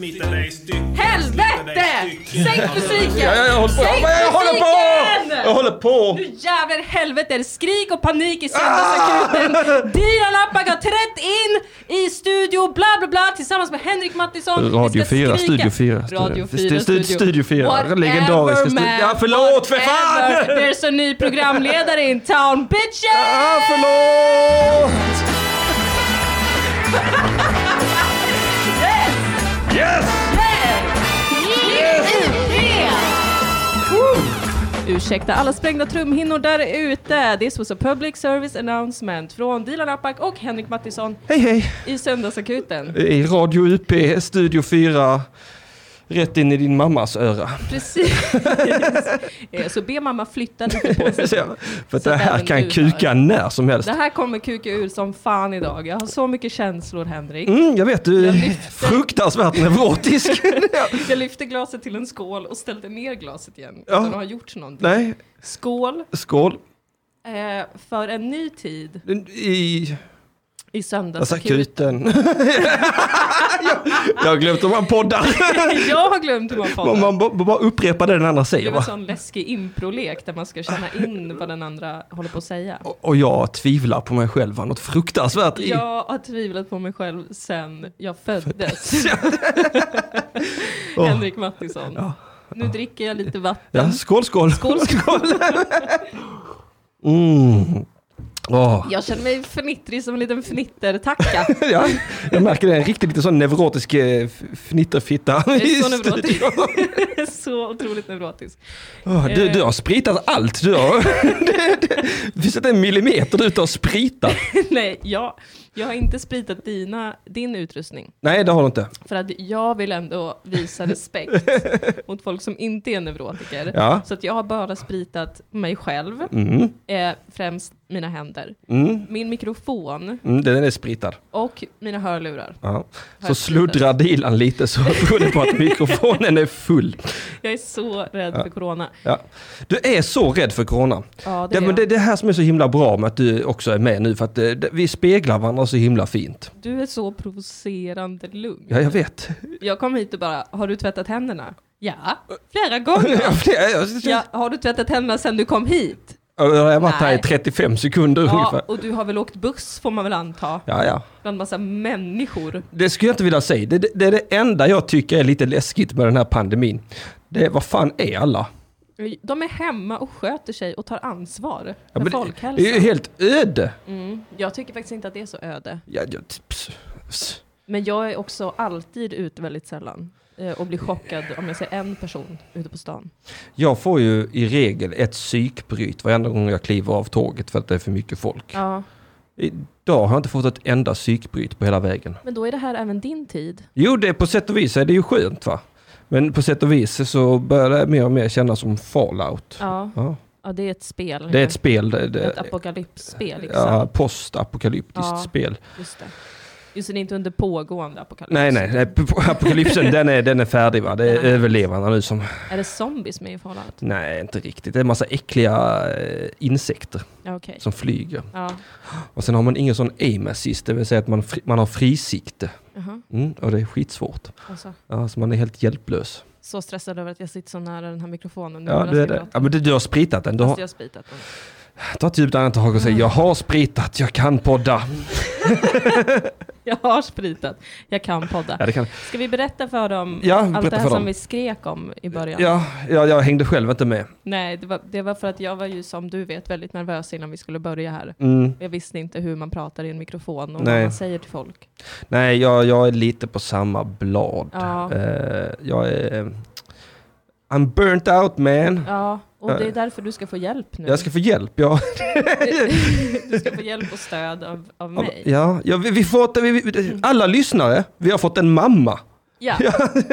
Smita dig i stycken. smita dig i Helvete! stycken. Sänk musiken! Ja, ja, jag håller på! Sänk Ja, jag håller på! musiken! Jag håller på! Nu jävlar i helvete! Skrik och panik i söndagsakuten! Ah! Dilan Lappag har trätt in i studio bla bla bla tillsammans med Henrik Mattisson. Vi ska Radio skrika. 4, Studio 4. Radio 4, Studio, studio 4. Legendariska man, studio. Ja, förlåt för fan! whatever. There's a ny programledare in town, bitches! Ah, förlåt! Yes! Ursäkta alla sprängda trumhinnor där ute. This was a public service announcement från Dilan Apak och Henrik Mattisson Hej hej! i Söndagsakuten. I Radio UP, Studio 4. Rätt in i din mammas öra. Precis. Eh, Så be mamma flytta lite på sig. Så, För att Så det även här du kan kuka hör. när som helst. Det här kommer kuka ur som fan idag. Jag har så mycket känslor Henrik. Mm, jag vet, du Jag är lyfter. fruktansvärt neurotisk. Jag lyfte glaset till en skål och ställde ner glaset igen Ja. utan att ha gjort någonting. Nej, Skål skål. eh, för en ny tid I i Alltså söndagsakuten. akuten. jag, jag har glömt hur man poddar. Jag har glömt hur man får Man, man b- bara upprepar det den andra Det säger. var en Va? sån läskig improlek där man ska känna in vad den andra håller på att säga. Och- Och jag tvivlar på mig själv, va? något fruktansvärt. i- Jag har tvivlat på mig själv sen jag föddes. Åh. Henrik Mattisson. Nu dricker jag lite vatten. Ja, skål, skål. Skål, Mm. Åh. Jag känner mig fnittrig som en liten fnittertacka. Ja, jag märker det, en riktigt lite sån neurotisk eh, f- fnitterfitta. är i så neurotisk. studion. så otroligt neurotisk. Åh, Du, du har spritat allt. Du har, det, det, det finns inte en millimeter du inte har spritat. Nej, jag, jag har inte spritat dina, din utrustning. Nej, det har du inte. För att jag vill ändå visa respekt mot folk som inte är neurotiker. Ja. Så att jag har bara spritat mig själv, Mm. eh, främst mina händer. Mm. min mikrofon Mm, den är spritad. och mina hörlurar. Ja. Så Här sluddrar Dilan lite så beror det på att mikrofonen är full. Jag är så rädd för corona. Ja. Du är så rädd för corona. Ja, det Det, är men jag. det är det här som är så himla bra med att du också är med nu för att eh, det- vi speglar varandra så himla fint. Du är så provocerande lugn. Ja, jag vet. Jag kom hit och bara, har du tvättat händerna? Ja, flera gånger. Ja, det är- jag- Ja, har du tvättat händerna sedan du kom hit? Jag har varit här i Nej. 35 sekunder Ja, ungefär. och du har väl åkt buss får man väl anta, Ja, ja. bland massa människor. Det skulle jag inte vilja säga. Det, det, det är det enda jag tycker är lite läskigt med den här pandemin. Det är, vad fan är alla? De är hemma och sköter sig och tar ansvar för Ja, men det- folkhälsan. det är ju helt öde. mm. Jag tycker faktiskt inte att det är så öde. Ja, ja, pss, pss. Men jag är också alltid ute väldigt sällan eh, och blir chockad om jag ser en person ute på stan. Jag får ju i regel ett psykbryt varenda gång jag kliver av tåget för att det är för mycket folk. Ja. Idag har jag inte fått ett enda psykbryt på hela vägen. Men då är det här även din tid. Jo, det är på sätt och vis är det ju skönt va? Men på sätt och vis så börjar det mer och mer kännas som fallout. Ja, Ja. ja det är ett spel. Typ. Det är ett spel, det, Ett det, apokalypsspel. Liksom. ja, postapokalyptiskt Ja. spel. Just det. Just det, det är inte under pågående apokalyps. Nej, nej, nej p- apokalypsen den är, den är färdig va? Det är Den är- överlevarna nu som... Är det zombies med i Fallout? Nej, inte riktigt. Det är en massa äckliga eh, insekter Ja, okej. som flyger. Ja. Och sen har man ingen sån aim assist, det vill säga att man, fri, man har frisikte. Jaha. Mm, och det är skitsvårt. Alltså, Ja, så man är helt hjälplös. så stressad över att jag sitter så nära den här mikrofonen. nu Ja, medan det alltså är jag det. pratar. Ja, men du, du har spritat den. Du Fast har, jag har spitat den. ta ett djupt andetag och säg jag har spritat, jag kan podda. Jag har spritat. Jag kan podda. Ja, det kan. Ska vi berätta för dem Ja, allt berätta det här för som dem. vi skrek om i början? Ja, ja, jag hängde själv inte med. Nej, det var, det var för att jag var ju som du vet väldigt nervös innan vi skulle börja här. Mm. Jag visste inte hur man pratar i en mikrofon och vad Nej. man säger till folk. Nej, jag, jag är lite på samma blad. Ja. Eh, jag är... eh, I'm burnt out man. Ja, och det är därför du ska få hjälp nu. Jag ska få hjälp. Jag, Du ska få hjälp och stöd av, av mig. ja, ja, vi, vi får, inte- vi, vi, alla lyssnare, vi har fått en mamma. Ja.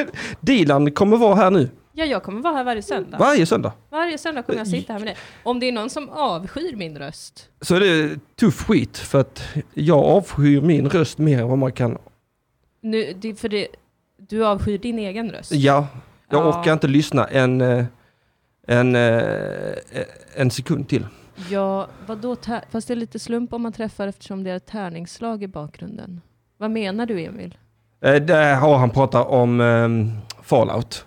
Dilan kommer vara här nu, ja, jag kommer vara här varje söndag. varje söndag. Varje söndag kommer jag sitta här med dig. Om det är någon som avskyr min röst. Så är det tuff skit för att jag avskyr min röst mer än vad man kan. Nu, det, för det, du avskyr din egen röst. Ja, jag Ja. orkar inte lyssna en, eh, en, eh, en sekund till. Ja, vadå tär, fast det är lite slump om man träffar eftersom det är ett tärningsslag i bakgrunden. Vad menar du Emil? Eh, Där har han pratat om ehm, Fallout.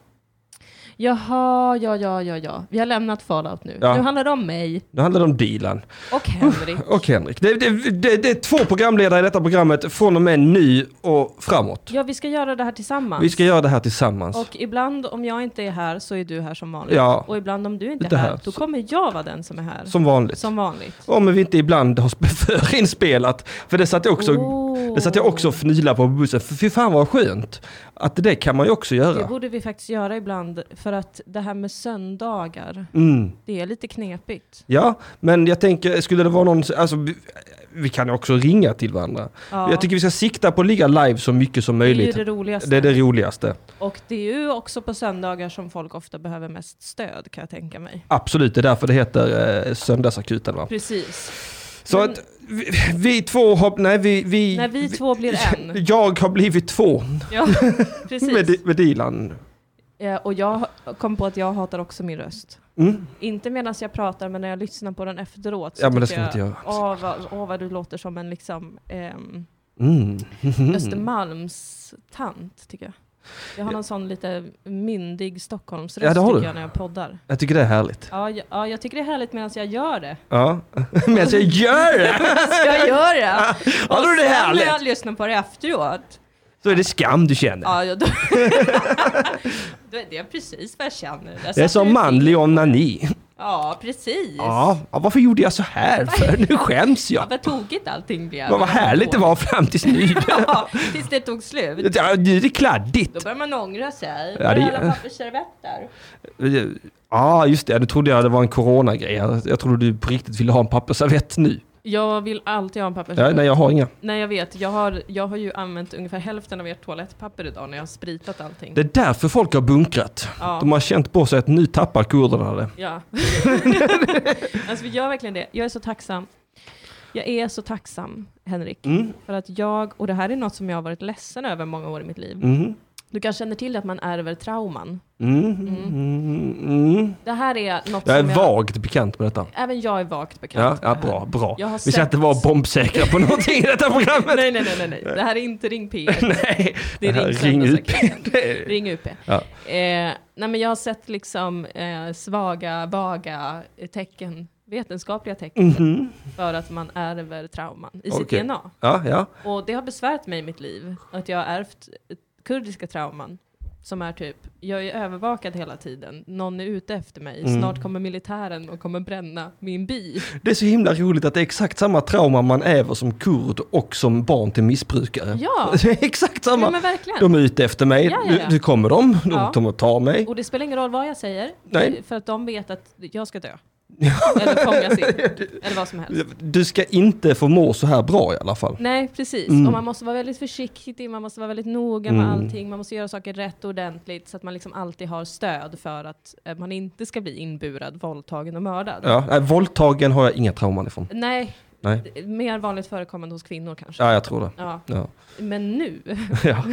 Jaha, ja, ja, ja, ja. Vi har lämnat Fallout nu. Ja. Nu handlar det om mig Nu handlar det om Dilan och Henry. och Henrik. Det, det, det, det är två programledare i detta programmet från och med nu och framåt. Ja, vi ska göra det här tillsammans. Vi ska göra det här tillsammans. Och ibland om jag inte är här så är du här som vanligt. Alltså. Ja, Och ibland om du inte är Det här. här, då kommer jag vara den som är här. som vanligt. Som vanligt. Om vi inte ibland har sp- förinspelat. För det satt jag också, Oh. det satt jag också och fnylade på på bussen. För fy fan vad skönt. Att det kan man ju också Det göra. borde vi faktiskt göra ibland, för att det här med söndagar, Mm. det är lite knepigt. Ja, men jag tänker, skulle det vara någon, alltså vi, vi kan ju också ringa till varandra. Ja, Jag tycker vi ska sikta på att ligga live så mycket som det är ju möjligt. det roligaste. Det är det roligaste. Och det är ju också på söndagar som folk ofta behöver mest stöd, kan jag tänka mig. Absolut, det är därför det heter eh, Söndagsakuten va? Precis. Så Men- att vi, vi två har, nej vi... vi När vi två blir en. Jag har blivit två Ja, med, precis. Di- med Dilan. Eh, Och jag kom på att jag hatar också min röst. Mm. Inte medan jag pratar, men när jag lyssnar på den efteråt så Ja, men det tycker ska man inte Åh vad, åh, vad du låter som en liksom ehm, Mm. Östermalmstant, tycker jag. Jag har någon sån lite myndig Stockholmsröst Ja, det har tycker du. jag när jag poddar. Jag tycker det är härligt. Ja, jag, ja, jag tycker det är härligt medan jag gör det. Ja, men jag gör det! Så jag gör det! Ja, då är det sen härligt. när jag lyssnar på det efteråt, Så är det skam du känner. ja, ja, då, då är det precis vad jag känner. Där Det är satt du som i- manlig onani. Ja, precis. Ja, ja, varför gjorde jag så här för? Nu skäms Ja, jag. vad tokigt allting blev. Vad vad härligt det var fram tills nu. Ja, tills det tog slut. Ja, Nu är det kladdigt. Då börjar man ångra sig. Ja, Ja, det- det... alla pappersservetter. Ja, just det. Nu trodde jag det var en coronagrej. Jag jag trodde du på riktigt ville ha en pappersservett nu. Jag vill alltid ha en Ja, pappersservett. nej, jag har inga. Nej jag vet, jag har, jag har ju använt ungefär hälften av ert toalettpapper idag när jag har spritat allting. Det är därför folk har bunkrat. Ja. De har känt på sig att nu tappar kurderna det. ja. alltså vi gör verkligen det. Jag är så tacksam. Jag är så tacksam, Henrik. Mm. För att jag, och det här är något som jag har varit ledsen över många år i mitt liv. Mm. Du kanske känner till att man ärver trauman. Mm. Mm. Mm. Det här är något Jag som är vagt bekant med detta. Även jag är vagt bekant Ja, med ja det här. bra, bra. Jag har Vi ska sett- inte vara bombsäkra på någonting i detta programmet. Nej, nej, nej, nej, nej. Det här är inte Ring P. Nej, Det är här, ring, ring ring UP. Ring UP. Ja. Eh, nej men jag har sett liksom eh, svaga, vaga tecken, vetenskapliga tecken Mhm. för att man ärver trauman i sitt Okej. DNA. Ja, ja. Och det har besvärat mig i mitt liv, att jag har ärvt kurdiska trauman. Som är typ, jag är övervakad hela tiden, någon är ute efter mig, Mm. snart kommer militären och kommer bränna min by. Det är så himla roligt att det är exakt samma trauma man äver som kurd och som barn till missbrukare. Ja, Det är exakt ja samma. men verkligen. De är ute efter mig, Ja, ja, ja. Nu, nu kommer de, de Ja. kommer ta mig. Och det spelar ingen roll vad jag säger, Nej. för att de vet att jag ska dö. Eller fångas in, eller vad som helst. Du ska inte få må så här bra i alla fall. Nej, precis. Och man måste vara väldigt försiktig, man måste vara väldigt noga med Mm. allting, man måste göra saker rätt och ordentligt så att man liksom alltid har stöd för att eh, man inte ska bli inburad, våldtagen och mördad. Ja, nej, våldtagen har jag inga trauman ifrån. Nej, Nej. d- mer vanligt förekommande hos kvinnor kanske. Ja, jag tror det. Ja, Ja. men nu, Ja.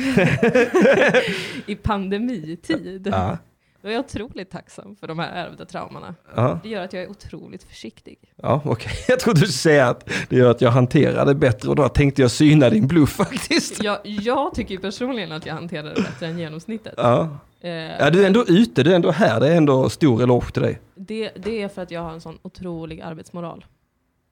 i pandemitid, Ja. då är jag otroligt tacksam för de här ärvda traumorna. Ja, Det gör att jag är otroligt försiktig. ja okej. Jag trodde du skulle säga att det gör att jag hanterar det bättre och då tänkte jag syna din bluff faktiskt. Jag, jag tycker ju personligen att jag hanterar det bättre än genomsnittet. Ja. Eh, ja, du är ändå ute, du är ändå här, det är ändå stor eloge till dig. det, det är för att jag har en sån otrolig arbetsmoral.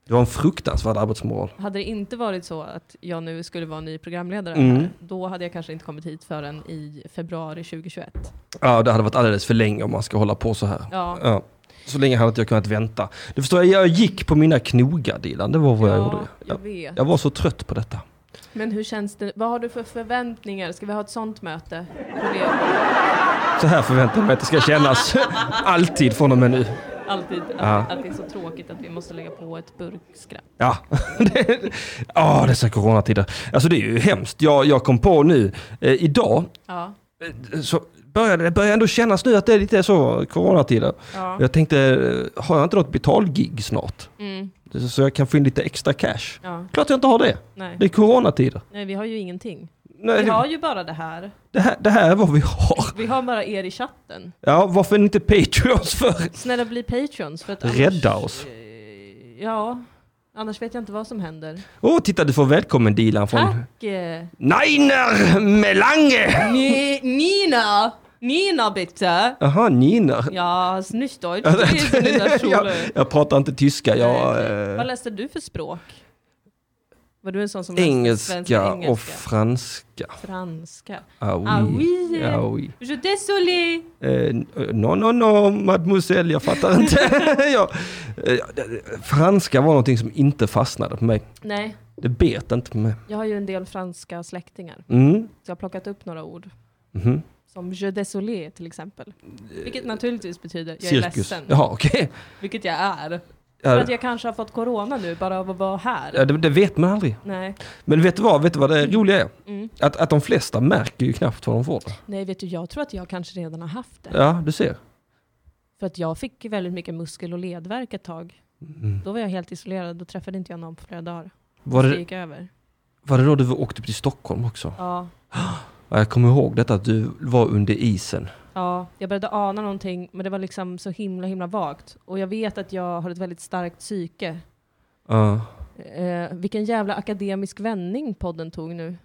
Du har en fruktansvärd arbetsmoral. Hade det inte varit så att jag nu skulle vara ny programledare Mm. här, då hade jag kanske inte kommit hit förrän i februari 2021. Ja, det hade varit alldeles för länge om man ska hålla på så här. Ja, Ja. Så länge hade inte jag kunnat vänta. Du förstår, jag, jag gick på mina knogar Dilan, det var vad jag ja gjorde. jag Jag, vet. jag var så trött på detta. Men hur känns det? Vad har du för förväntningar? Ska vi ha ett sånt möte? Det- Så här förväntar jag mig att det ska kännas. Alltid från och med nu. Alltid att, Ja. att det är så tråkigt att vi måste lägga på ett burkskratt. Ja, Det- Ja, dessa coronatider. Alltså det är ju hemskt. Jag, jag kom på nu, eh, idag, Ja, eh, så börjar det börjar ändå kännas nu att det är lite så coronatider. ja. Jag tänkte, eh, har jag inte något betalgig snart? Mm, Så jag kan få in lite extra cash. ja. Klart jag inte har det. Nej. Det är coronatider. Nej, vi har ju ingenting. Nej, Vi det, har ju bara det här. det, här, det här är vad vi har. Vi har bara er i chatten. Ja, varför är ni inte Patreons för? Snälla bli patreons för att Rädda oss. Ja, Annars vet jag inte vad som händer. Åh, titta du får välkommen Dilan från Tack! eh, Niner Melange! Ni, Nina! Nina bitte! Jaha, Niner. Ja, snyggt Deutsch. Det är så nina jag, Schule. jag pratar inte tyska, jag... Nej, okej. eh, Vad läste du för språk? Var du en sån som läste svenska, eh, Engelska och engelska, franska. franska? Aui. Ah, oui. Aui. Je désolé! Eh, no, no, no, mademoiselle, jag fattar inte. jag, eh, franska var någonting som inte fastnade på mig. Nej, Det bet inte på mig. jag har ju en del franska släktingar. Mm. Så jag har plockat upp några ord. mhm. Som je désolé till exempel. Vilket naturligtvis betyder jag är Eh, Cirkus. ledsen. Jaha, okej. Vilket jag är. För Ja, att jag kanske har fått corona nu bara av att vara här. ja, det, det vet man aldrig. Nej. Men vet du vad, vet du vad det roliga är? Mm. Att, att de flesta märker ju knappt vad de får. det. Nej, vet du, jag tror att jag kanske redan har haft det. Ja, du ser. För att jag fick ju väldigt mycket muskel och ledvärk ett tag. Då var jag helt isolerad, då träffade inte jag någon på flera dagar. Mm. Var det det, gick över. var det då du åkte till Stockholm också? Ja, Ja, jag kommer ihåg detta att du var under isen. ja, jag började ana någonting, men det var liksom så himla, himla vagt. Och jag vet att jag har ett väldigt starkt psyke. Ja, Eh, vilken jävla akademisk vändning podden tog nu.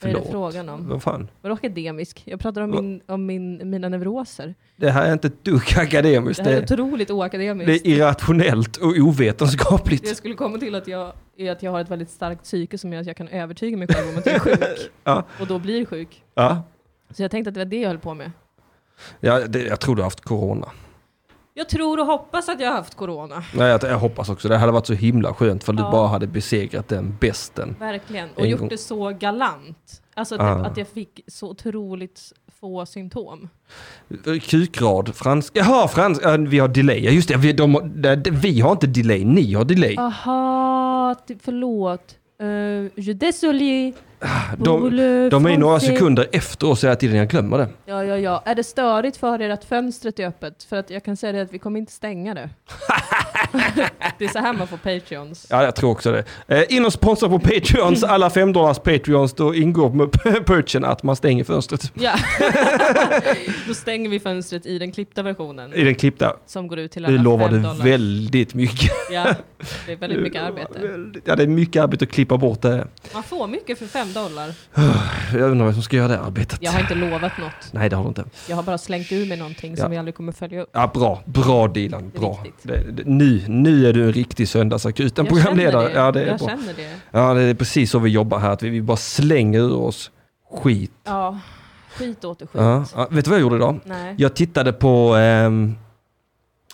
Vad är det förlåt. frågan om? Vad fan? Vadå akademisk? Jag pratar om, Va? min, om min, mina neuroser. Det här är inte ett dugg akademiskt. Det här är Det, otroligt det oakademiskt. är irrationellt och ovetenskapligt. Jag skulle komma till att jag, är att jag har ett väldigt starkt psyke som gör att jag kan övertyga mig själv om att jag är sjuk. Ja. Och då blir sjuk. Ja, Så jag tänkte att det var det jag höll på med. ja det, jag tror du har haft corona. Jag tror och hoppas att jag har haft corona. Nej, jag, jag hoppas också. Det hade varit så himla skönt för Ja. du bara hade besegrat den bästen. Verkligen. Och En gjort gång. det så galant. Alltså typ Ah. att jag fick så otroligt få symptom. Kukrad, fransk. Jaha, fransk. Ja, vi har delay. Ja, just det. Vi, de, de, vi har inte delay. Ni har delay. Aha, ty- förlåt. Uh, je désolé. Ah, De, de är ju några sekunder efter oss hela tiden. Jag glömmer det. Ja, ja, ja. Är det störigt för er att fönstret är öppet? För att jag kan säga det att vi kommer inte stänga det. det är så här man får Patreons. Ja, jag tror också det. Eh, in och sponsra på Patreons. Alla 5 dollars Patreons. Då ingår med perchen att man stänger fönstret. Ja. Då stänger vi fönstret i den klippta versionen. I den klippta. Som går ut till alla Det lovade fem dollar. väldigt mycket. Ja, det är väldigt mycket arbete. Väldigt- Ja, det är mycket arbete att klippa bort det. Ah, Man får mycket för fem dollar. Jag undrar vem som ska göra det arbetet. Jag har inte lovat något. Nej, det har du inte. Jag har bara slängt ur mig någonting Ja. som vi aldrig kommer följa upp. Ja, bra. Bra Dilan. Det är Bra. viktigt. Det, det, nu, nu är du en riktig söndagsakut. En Jag känner programledare. Ja, det är jag bra. känner det. Ja, det är precis så vi jobbar här. Att vi, vi bara slänger ur oss skit. Ja, skit åter skit. Ja, ja. Vet du vad jag gjorde idag? Nej. Jag tittade på ehm,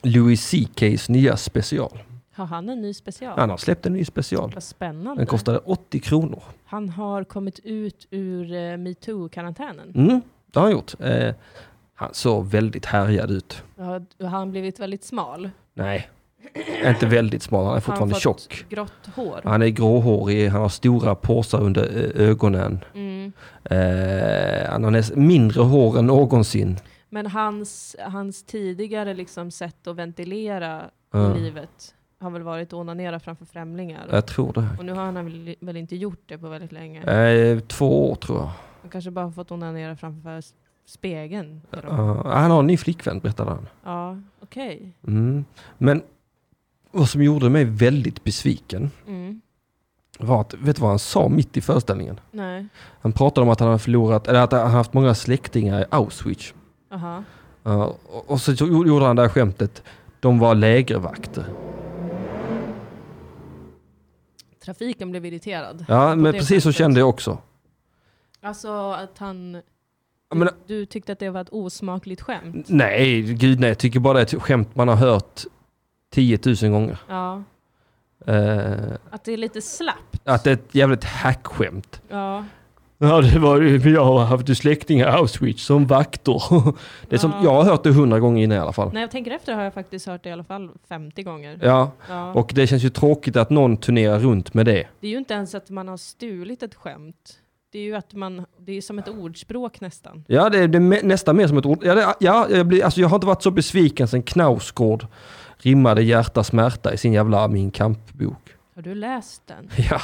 Louis CKs nya special. Har han en ny special? Han har släppt en ny special. Vad spännande. Den kostade 80 kronor. Han har kommit ut ur eh, metoo-karantänen. Mm, det har han gjort. Eh, han såg väldigt härjad ut. Har han blivit väldigt smal? Nej, inte väldigt smal. Han är har fortfarande fått tjock. grått hår? Han är gråhårig, han har stora påsar under eh, ögonen. Mm. Eh, han har näst, mindre hår än någonsin. Men hans, hans tidigare liksom sätt att ventilera Ja. livet har väl varit att onanera framför främlingar? Jag tror det. Och nu har han väl, väl inte gjort det på väldigt länge? Eh, två år tror jag. Han kanske bara har fått onanera framför s- spegeln? eller vad? Eh, han har en ny flickvän berättade han. Ja, okej. Mm. Men vad som gjorde mig väldigt besviken Mm. var att, vet du vad han sa mitt i föreställningen? Nej, Han pratade om att han hade förlorat, eller att han haft många släktingar i Auschwitz. aha. Ja, och och så gjo- gjorde han det här skämtet. De var lägervakter. Trafiken blev irriterad. Ja, men det precis så skämtet. kände jag också. Alltså att han... Jag menar, Du, du tyckte att det var ett osmakligt skämt? nej, gud nej. Jag tycker bara det är ett skämt man har hört 10 000 gånger. Ja. Eh, Att det är lite slappt? att det är ett jävligt hackskämt. Ja. Ja, det var ju, jag har haft släktingar i Auschwitz som vakter. Det är som, Ja. jag har hört det hundra gånger innan i alla fall. När jag tänker efter har jag faktiskt hört det i alla fall 50 gånger. Ja, Ja. och det känns ju tråkigt att någon turnerar runt med det. Det är ju inte ens att man har stulit ett skämt. Det är ju att man, det är som ett ordspråk nästan. Ja, det är det är me- nästan mer som ett ord. Ja, det, ja jag, blir, alltså, jag har inte varit så besviken sen Knausgård rimmade hjärta smärta i sin jävla Min Kamp-bok. Har du läst den? Ja,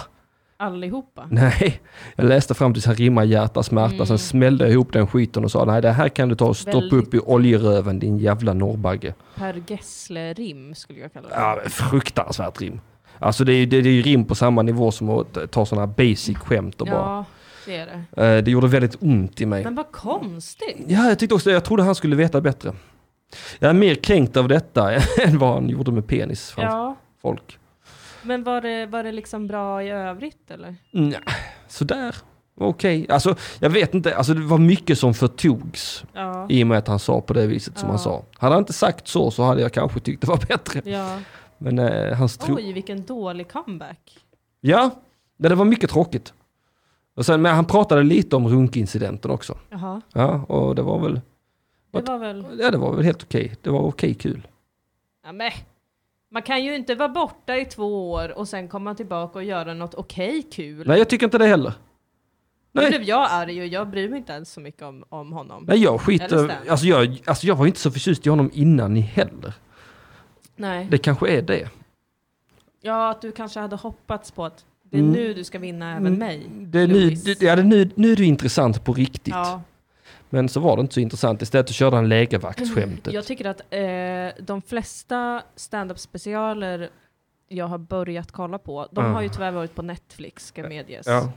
Allihopa? nej. Jag läste fram tills han rimmade hjärta smärta, Mm. sen smällde jag ihop den skiten och sa nej, det här kan du ta och stoppa Väldigt- upp i oljeröven din jävla norrbagge. Per Gessle-rim skulle jag kalla det. Ja, fruktansvärt rim. Alltså det är ju det, det är ju rim på samma nivå som att ta sådana basic skämt och bara. Ja, det är det. Eh, Det gjorde väldigt ont i mig. Men vad konstigt. Ja, jag tyckte också det. Jag trodde han skulle veta bättre. Jag är mer kränkt av detta än vad han gjorde med penis framför Ja, folk. men var det, var det liksom bra i övrigt eller? Nja, sådär. Okej. Alltså, jag vet inte. Alltså, det var mycket som förtogs Ja. i och med att han sa på det viset som Ja. han sa. Hade han inte sagt så så hade jag kanske tyckt det var bättre. ja. Men eh, hans tro... Oj, vilken dålig comeback. Ja, men det var mycket tråkigt. Och sen, men han pratade lite om runkincidenten också. Jaha, Ja, och det var väl, det Vad- var väl... ja, det var väl helt okej. Det var okej kul. Ja, men. Man kan ju inte vara borta i två år och sen komma tillbaka och göra något okej kul. Nej, jag tycker inte det heller. Nu Nej. blev jag arg och jag bryr mig inte ens så mycket om, om honom. Nej, jag Eller skiter... Stan. Alltså jag, alltså jag var inte så förtjust i honom innan ni heller. Nej. Det kanske är det. Ja, att du kanske hade hoppats på att det är Mm. nu du ska vinna även Mm. mig. Det är nu, Louis. det, ja, det är nu, nu är du intressant på riktigt. Ja, Men så var det inte så intressant. Istället så körde han lägervaktsskämtet. Mm, jag tycker att eh, de flesta stand-up specialer jag har börjat kolla på, de Mm. har ju tyvärr varit på Netflix, ska medges. Ja.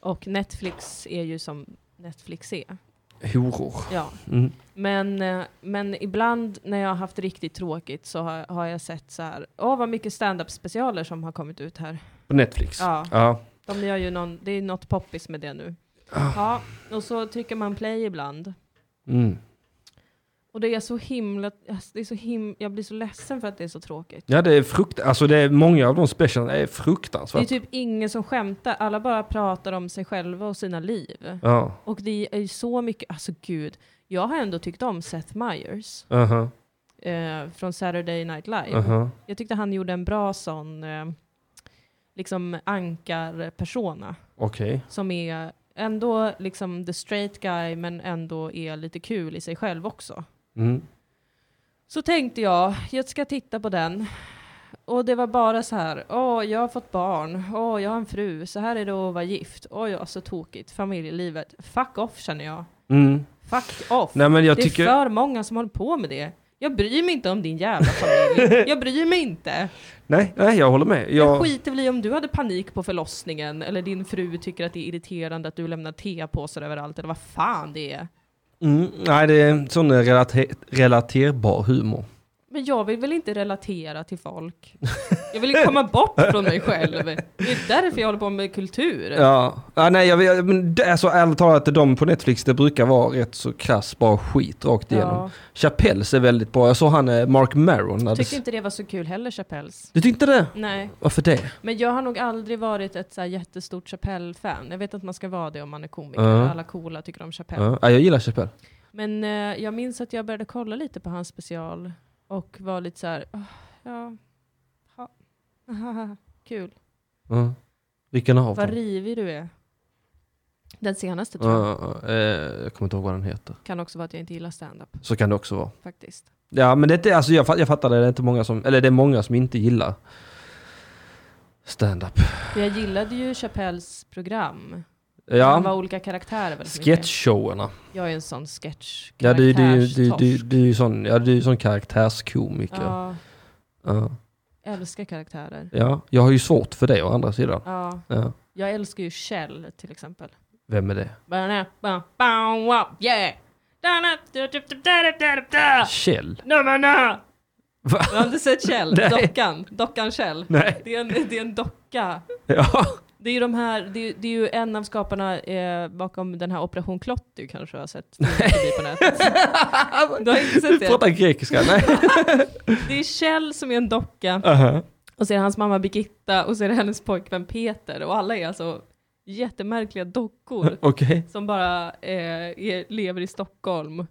Och Netflix är ju som Netflix är. Horor. Ja. Mm. Men, eh, men ibland när jag har haft riktigt tråkigt så har, har jag sett så här, åh vad mycket stand-up specialer som har kommit ut här. På Netflix. Ja. Ja. De gör ju någon, det är något poppis med det nu. Ja, och så trycker man play ibland. Mm. Och det är så himla, alltså, det är så him, jag blir så ledsen för att det är så tråkigt. ja, det är frukt... Alltså det är många av de specialen är Det är fruktansvärt. typ ingen som skämtar, alla bara pratar om sig själva och sina liv. Ja. Och det är ju så mycket, alltså gud, jag har ändå tyckt om Seth Meyers Aha. eh, från Saturday Night Live. Aha. Jag tyckte han gjorde en bra sån, eh, liksom ankar-persona Okej. som är ändå liksom the straight guy men ändå är lite kul i sig själv också. Mm. Så tänkte jag, jag ska titta på den. Och det var bara så här, åh jag har fått barn, åh jag har en fru, så här är det att vara gift, åh jag så tokigt, familjelivet, fuck off känner jag. Mm. Fuck off. Nej men jag det tycker... är för många som håller på med det. Jag bryr mig inte om din jävla familj, jag bryr mig inte. Nej, nej, jag håller med. Jag Jag... skiter väl i om du hade panik på förlossningen, eller din fru tycker att det är irriterande att du lämnar teapåsar överallt, eller vad fan det är. Mm. Nej, det är en sån relater... relaterbar humor. Men jag vill väl inte relatera till folk? Jag vill ju komma bort från mig själv. Det är därför jag håller på med kultur. Ja, ja nej, jag, jag, men det, alltså, ärligt talat, de på Netflix, det brukar vara rätt så krass, bara skit rakt igenom. Ja. Chapelles är väldigt bra. Jag såg han eh, Mark Maron. Hade... Tyckte inte det var så kul heller, Chapelles. Du tyckte det? Nej, Varför det? men jag har nog aldrig varit ett så här jättestort Chapelle-fan. Jag vet att man ska vara det om man är komiker. Ja. Alla coola tycker om Chapelle. Ja, ja, jag gillar Chapelle. Men eh, jag minns att jag började kolla lite på hans special och var lite så här, "Åh, ja, ha, ahaha, kul. Ja. Vilken av Vad dem? rivig du är. Den senaste tror jag. Ja, ja, ja. Eh, jag kommer inte ihåg vad den heter. Kan också vara att jag inte gillar stand-up Så kan det också vara. faktiskt. Ja, men det är inte, alltså, jag, fa- jag fattar det. Det är, inte många som, eller det är många som inte gillar stand-up. För jag gillade ju Chappelles program. Han var Ja, olika karaktärer väldigt mycket. sketchshowerna. Jag är en sån sketch Ja, du, du, du, karaktärstorsk. du, du är ju sån, ja, du är ju sån karaktärskomiker. Ja, Ja. älskar karaktärer. Ja, jag har ju svårt för det å andra sidan. Ja, Ja. jag älskar ju Kjell till exempel. Vem är det? Ba-da, ba, ba, wa, Yeah! Da-da, da, da, da, da, da, da, da. Kjell? No, no, no. Va? Jag har inte sett Kjell, Nej. dockan. Dockan Kjell. Nej. Det är, en, det är en docka. Ja. Det är ju de här, det är, det är ju en av skaparna eh, bakom den här Operation Klott du kanske har sett förbi på nätet. Du har inte Du sett det? pratar grekiska? Nej. Det är Kjell som är en docka, och så är det hans mamma Birgitta, och så är det hennes pojkvän Peter, och alla är alltså jättemärkliga dockor Okej. som bara eh, är, lever i Stockholm.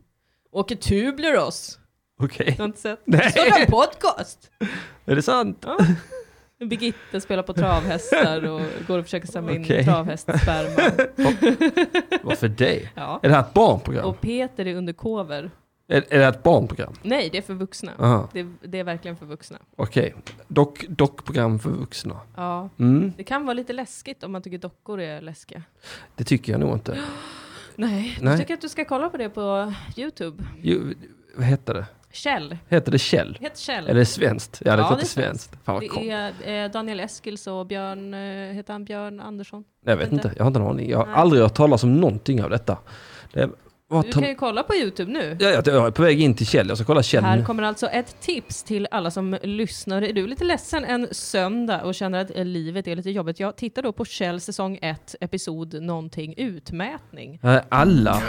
Åker Tubleros, Okej. du har inte sett? Nej. Så har de en podcast! Är det sant? Birgitta spelar på travhästar och går och försöker samla in Okej. travhästsperma. Varför det? Ja. Är det här ett barnprogram? Och Peter är undercover. Är, är det här ett barnprogram? Nej, det är för vuxna. Aha. Det, det är verkligen för vuxna. Okej. Dock, dockprogram för vuxna. Ja. Mm. Det kan vara lite läskigt om man tycker dockor är läskiga. Det tycker jag nog inte. Nej, Nej. jag tycker att du ska kolla på det på YouTube. Jo, vad heter det? Kjell. Heter det Kjell? Heter Kjell. Eller svenskt? Ja, det Ja, heter det är svenskt. Fan vad det kom. är eh, Daniel Eskils och Björn, eh, heter han Björn Andersson? Jag vet inte. inte, jag har inte en aning. Jag har Nej. aldrig hört talas om någonting av detta. Det, vad Du tar- kan ju kolla på Youtube nu. Ja, jag, jag är på väg in till Kjell, jag ska kolla Kjell Här nu. kommer alltså ett tips till alla som lyssnar. Är du lite ledsen en söndag och känner att eh, livet är lite jobbigt? Jag tittar då på Kjell säsong 1, episod någonting, utmätning. Här är Alla.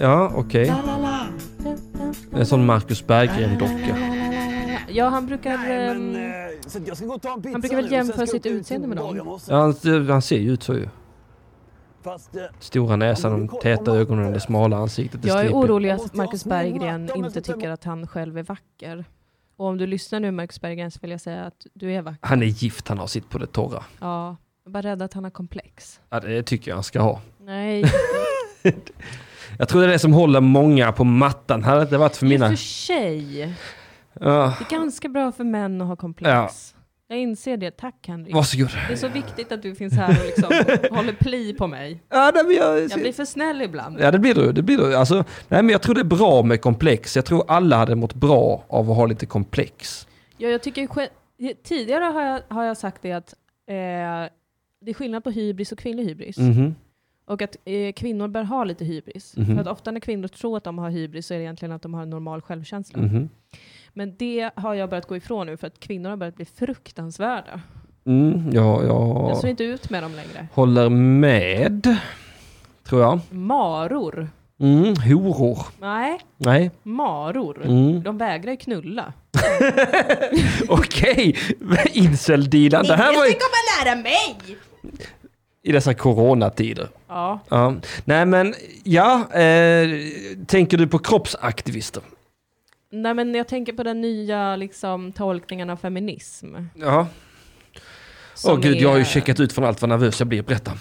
Ja, okej. En sån Marcus Berggren-docka. Ja, han brukar... ehm, eh, så jag ska gå och ta en pizza Han brukar väl nu och sen jämföra ska jag sitt åka ut utseende med till dem. Bagarmossen. Ja, han, han ser ju ut så ju. Fast, eh, Stora näsan, de täta ögonen, det smala ansiktet, det Jag är stripiga. orolig Jag att måste ha Marcus smörjmat. Berggren Ja, men inte så tar jag tycker att han själv är vacker. Och om du lyssnar nu Marcus Berggren så vill jag säga att du är vacker. Han är gift, han har sitt på det torra. Ja, jag är bara rädd att han har komplex. Ja, det tycker jag han ska ha. Nej, Jag tror det är det som håller många på mattan. Hade det inte varit för det är mina... för sig. Ja, Det är ganska bra för män att ha komplex. Jag inser det. Tack Henrik. varsågod. Det är så viktigt att du finns här och liksom håller pli på mig. Ja, nej, men jag... Jag blir för snäll ibland. Ja det blir du, det blir du. Alltså, nej men jag tror det är bra med komplex. Jag tror alla hade mått bra av att ha lite komplex. Ja, jag tycker, ge- tidigare har jag, har jag sagt det att eh, det är skillnad på hybris och kvinnlig hybris. Mhm. Och att eh, kvinnor bör ha lite hybris. Mhm. För att ofta när kvinnor tror att de har hybris så är det egentligen att de har en normal självkänsla. Mhm. Men det har jag börjat gå ifrån nu för att kvinnor har börjat bli fruktansvärda. Mm, ja, Jag ser jag inte ut med dem längre. håller med. Tror jag. Maror. Mm, horor. Nej, Nej. maror. Mm. De vägrar ju knulla. Okej, incel-dealen. Det här var ju kommer lära mig! i dessa coronatider. Ja, Ja. Nej men, ja. Eh, tänker du på kroppsaktivister? nej men jag tänker på den nya liksom, tolkningen av feminism. Ja. Åh som gud, jag har ju är- checkat ut från allt vad nervös jag blir. Berätta.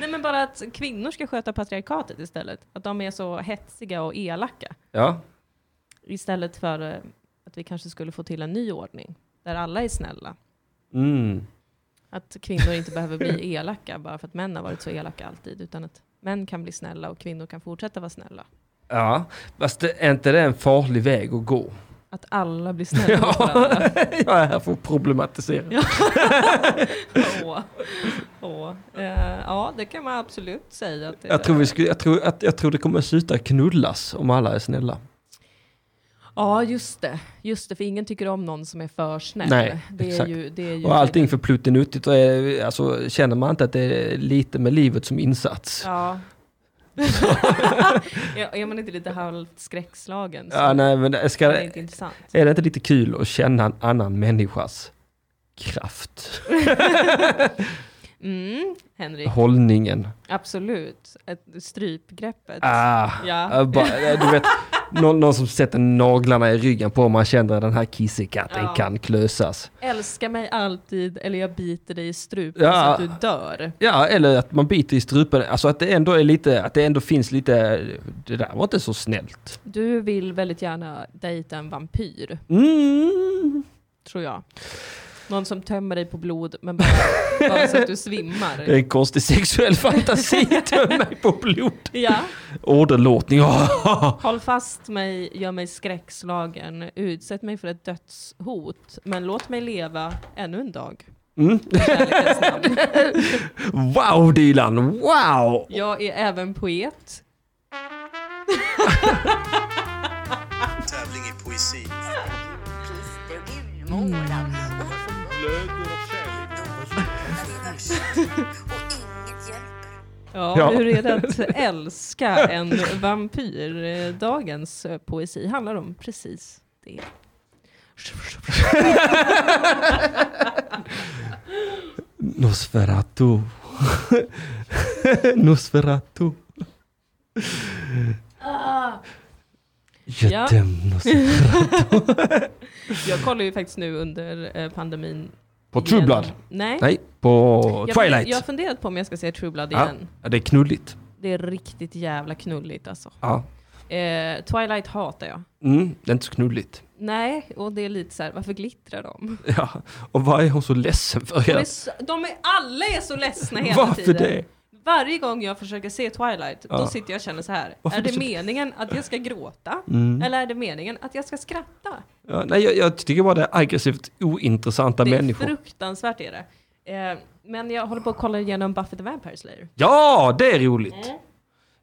Nej men bara att kvinnor ska sköta patriarkatet istället. Att de är så hetsiga och elaka. Ja. Istället för eh, att vi kanske skulle få till en ny ordning där alla är snälla. Mm. Att kvinnor inte behöver bli elaka bara för att män har varit så elaka alltid. Utan att män kan bli snälla och kvinnor kan fortsätta vara snälla. Ja, fast det, är inte det en farlig väg att gå? Att alla blir snälla mot Ja, varandra. jag är här för att problematisera. Åh, åh. Eh, ja, det kan man absolut säga. Att det Jag, tror är. vi skulle, jag, tror, att, jag tror det kommer sluta knullas om alla är snälla. Ja, just det. Just det, för ingen tycker om någon som är för snäll. Nej, det är exakt. ju, det är ju Och allting för pluttinuttigt. Och är, alltså, känner man inte att det är lite med livet som insats? Ja. är är man inte lite halvt skräckslagen så Ja, nej, men det- ska, är det inte intressant. är det inte lite kul att känna en annan människas kraft? Mm, Henrik, Hållningen. absolut. Ett strypgreppet. Ah, Ja. jag bara, du vet, någon, någon som sätter naglarna i ryggen på om man känner att den här kissekatten Ja. kan klösas. Älska mig alltid eller jag biter dig i strupen Ja. så att du dör. Ja, eller att man biter i strupen. Alltså att det ändå är lite, att det ändå finns lite, det där var inte så snällt. Du vill väldigt gärna dejta en vampyr, Mm. tror jag. Någon som tömmer dig på blod men bara, bara så att du Det är svimmar. en konstig sexuell fantasi, töm mig på blod. Ja. Åderlåtning, ah. Håll fast mig, gör mig skräckslagen, utsätt mig för ett dödshot, men låt mig leva ännu en dag. mm. i kärlekens namn. Wow Dylan, wow! Jag är även poet. tävling i poesi. Christer Villmoran. Och inget hjälper. Ja, Ja. Hur är det att älska en vampyr? Eh, Dagens eh, poesi handlar om precis det. Nosferatu. Nosferatu. Ja. Jag döm Nosferatu. Jag kollar ju faktiskt nu under eh, pandemin. På igen. True Blood? Nej. Nej, på Jag, Twilight. jag har funderat på om jag ska se True Blood Ja. igen. Ja, det är knulligt. Det är riktigt jävla knulligt alltså. Ja. Eh, Twilight hatar jag. Mm, det är inte så knulligt. Nej, och det är lite så här, varför glittrar de? Ja, och vad är hon så ledsen för? De är, så- de är alla är så ledsna hela Varför tiden. det? Varje gång jag försöker se Twilight, då Ja. sitter jag och känner så här. Varför Mm. är är det du så- meningen att jag ska gråta? Eller är det meningen att jag ska skratta? Ja, nej, jag, jag tycker bara det är aggressivt ointressanta det är människor. fruktansvärt är det. Eh, men jag håller på att kolla igenom Buffy the Vampire Slayer. Ja, det är roligt!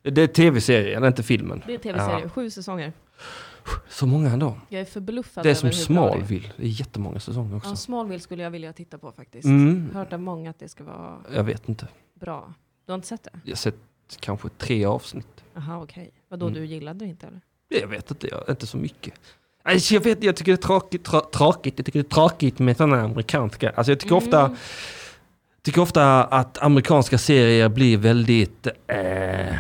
Det är tv-serien, inte filmen. Det är tv-serie, Ja. sju säsonger. Så många ändå. Jag är förbluffad Det är över som hur bra det är. Smallville, det är jättemånga säsonger också. Ja, Smallville skulle jag vilja titta på faktiskt. Mm. Hört av många att det ska vara Jag vet inte. bra. Du har inte sett det? Jag har sett kanske tre avsnitt. Aha, okej. Vadå, Mm. du gillade det inte eller? Jag vet inte, jag, inte så mycket. Alltså, jag, vet, jag tycker det är tråkigt, tra, tråkigt, jag tycker det är tråkigt med sådana amerikanska. Alltså, jag tycker, Mm. ofta, tycker ofta att amerikanska serier blir väldigt eh,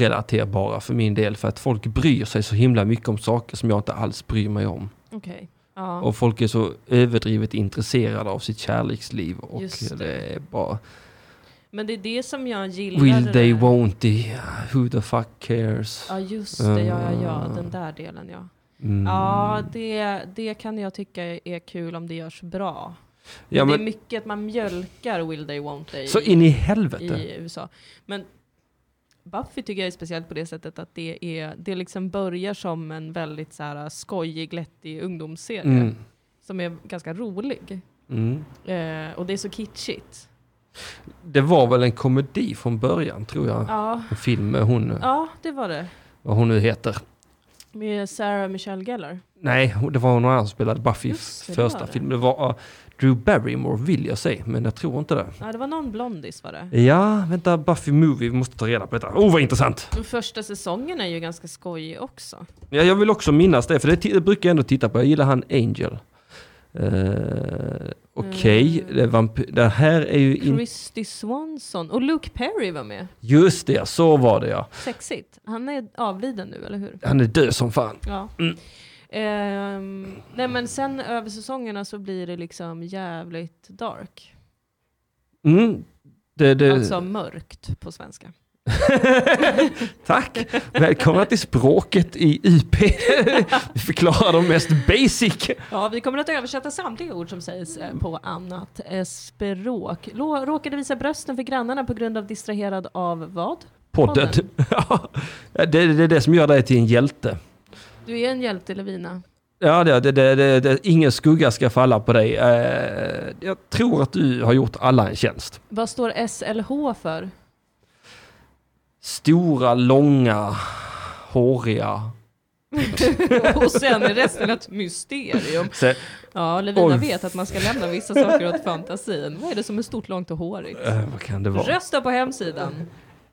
orelaterbara för min del. För att folk bryr sig så himla mycket om saker som jag inte alls bryr mig om. Okej. Ja. Och folk är så överdrivet intresserade av sitt kärleksliv. Och Just det. det. är bara... Men det är det som jag gillar. Will they, där. won't they, who the fuck cares? Ja just det, ja, ja, ja, den där delen ja. Mm. Ja, det, det kan jag tycka är kul om det görs bra. Ja, men... Det men- är mycket att man mjölkar Will they, won't they Så i, in i helvete. i USA. Men Buffy tycker jag är speciellt på det sättet att det, är, det liksom börjar som en väldigt så här, skojig, glättig ungdomsserie Mm. som är ganska rolig. Mm. Eh, och det är så kitschigt. Det var väl en komedi från början tror jag. Ja, En film med hon, ja det var det. vad hon nu heter. Med Sarah Michelle Gellar. Nej, hon- det var hon annan som spelade Buffy i Just det, det var första det. filmen. Det var uh, Drew Barrymore vill jag säga, men jag tror inte det. Ja, det var någon blondis var det. Ja, vänta, Buffy Movie, vi måste ta reda på detta. Oh, vad intressant! Men första säsongen är ju ganska skojig också. Ja, jag vill också minnas det, för det, ti- det brukar jag ändå titta på. Jag gillar han Angel. Uh, Okej, Mm. det, vamp- det här är ju in- Christy Swanson och Luke Perry var med. Just det, så var det ja. Sexigt. Han är avliden nu, eller hur? Han är död som fan. Ja. Mm. Ehm, nej men sen över säsongerna så blir det liksom jävligt dark. Mm. Det, det... Alltså mörkt på svenska. Tack! Välkomna till språket i IP. Vi förklarar de mest basic. Ja, vi kommer att översätta samtliga ord som sägs eh, på annat eh, språk. Lå- Råkade visa brösten för grannarna på grund av distraherad av vad? Podden. Podden. Ja, det, det är det som gör dig till en hjälte. Du är en hjälte Levina. Ja, det, det, det, det, det, ingen skugga ska falla på dig. Eh, Jag tror att du har gjort alla en tjänst. Vad står SLH för? Stora, långa, håriga. Och sen är resten ett mysterium. Så, Ja, Levina Oj. vet att man ska lämna vissa saker åt fantasin. Vad är det som är stort, långt och hårigt? eh, vad kan det vara? Rösta på hemsidan.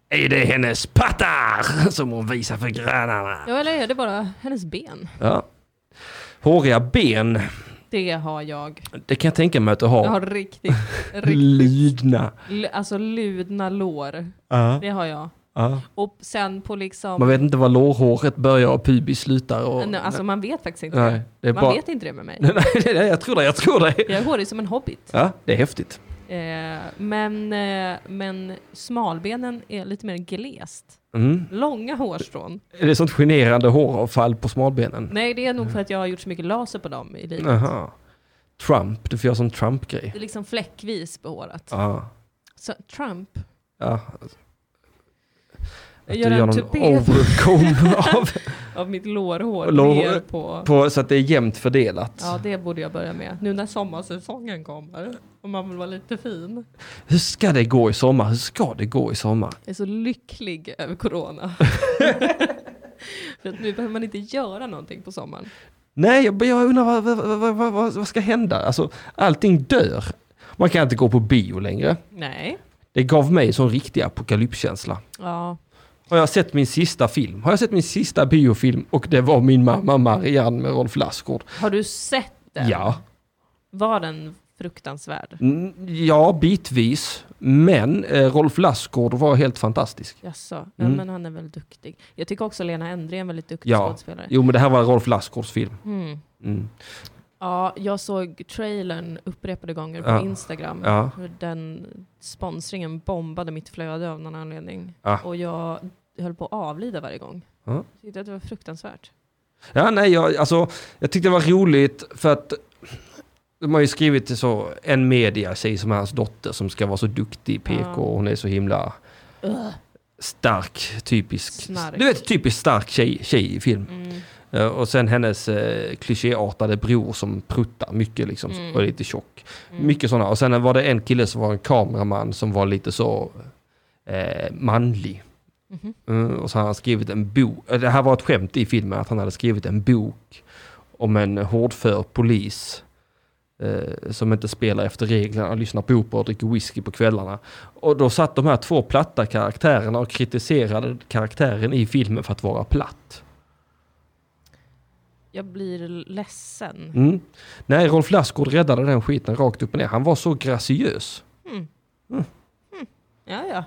Är det hennes pattar som hon visar för grannarna? Ja, eller är det bara hennes ben? Ja. Håriga ben, Det har jag. det kan jag tänka mig att du har. Jag har riktigt, riktigt Lidna. l- alltså ludna lår. Det har jag. Ja. Och sen på liksom... Man vet inte var lårhåret börjar och pubis slutar. Och... Nej, alltså man vet faktiskt inte Nej, det. det är Man bara- vet inte det med mig. Nej, nej, nej, jag tror det, jag tror det. Jag är hårig som en hobbit. Ja, det är häftigt. Eh, men, eh, men smalbenen är lite mer glest. Mm. Långa hårstrån. Är det sånt generande håravfall på smalbenen? Nej, det är nog för att jag har gjort så mycket laser på dem i livet. Aha. Trump, du får göra sån Trump-grej. Det är liksom fläckvis på håret. Ja. Så Trump. ja. Att du Gör en gör någon tupé overcomb av, av mitt lårhår Lår- ner på... på, så att det är jämnt fördelat. Ja, det borde jag börja med. Nu när sommarsäsongen kommer. Om man vill vara lite fin. Hur ska det gå i sommar? Hur ska det gå i sommar? Jag är så lycklig över corona. För att nu behöver man inte göra någonting på sommaren. Nej, jag, jag undrar vad, vad, vad, vad, vad, vad ska hända? Alltså, allting dör. Man kan inte gå på bio längre. Nej. Det gav mig en sån riktig apokalypskänsla. Ja. Har jag sett min sista film? Har jag sett min sista biofilm? Och det var min mamma Marianne med Rolf Lassgård. Har du sett den? Ja. Var den fruktansvärd? Mm, Ja, bitvis. Men eh, Rolf Lassgård var helt fantastisk. Jaså? Ja, men han är väl duktig. Jag tycker också Lena Endre är en väldigt duktig Mm. Ja. skådespelare. Jo, men det här var Rolf Lassgårds film. Mm. Mm. Ja, jag såg trailern upprepade gånger på Ja. Instagram. Ja. Hur Den sponsringen bombade mitt flöde av någon anledning. Ja. Och jag höll på att avlida varje gång. Ja. Jag tyckte att det var fruktansvärt. Ja, nej, jag, alltså, jag tyckte det var roligt för att de har ju skrivit till så, en media tjej som är hans dotter som ska vara så duktig i PK Ja. och hon är så himla stark, typisk. Snark. Du vet, typiskt stark tjej, tjej i film. Mm. Eh, och sen hennes eh, klichéartade bror som pruttar mycket liksom, och är lite tjock. Mycket sådana. Och sen var det en kille som var en kameraman som var lite så eh, manlig. Mm, och så har han skrivit en bok, Eh, det här var ett skämt i filmen, att han hade skrivit en bok om en hårdför polis eh, som inte spelar efter reglerna, lyssnar på opera och dricker whisky på kvällarna. Och då satt de här två platta karaktärerna och kritiserade karaktären i filmen för att vara platt. Jag blir ledsen. Mm. Nej, Rolf Lassgård räddade den skiten rakt upp och ner. Han var så graciös. Ja, ja.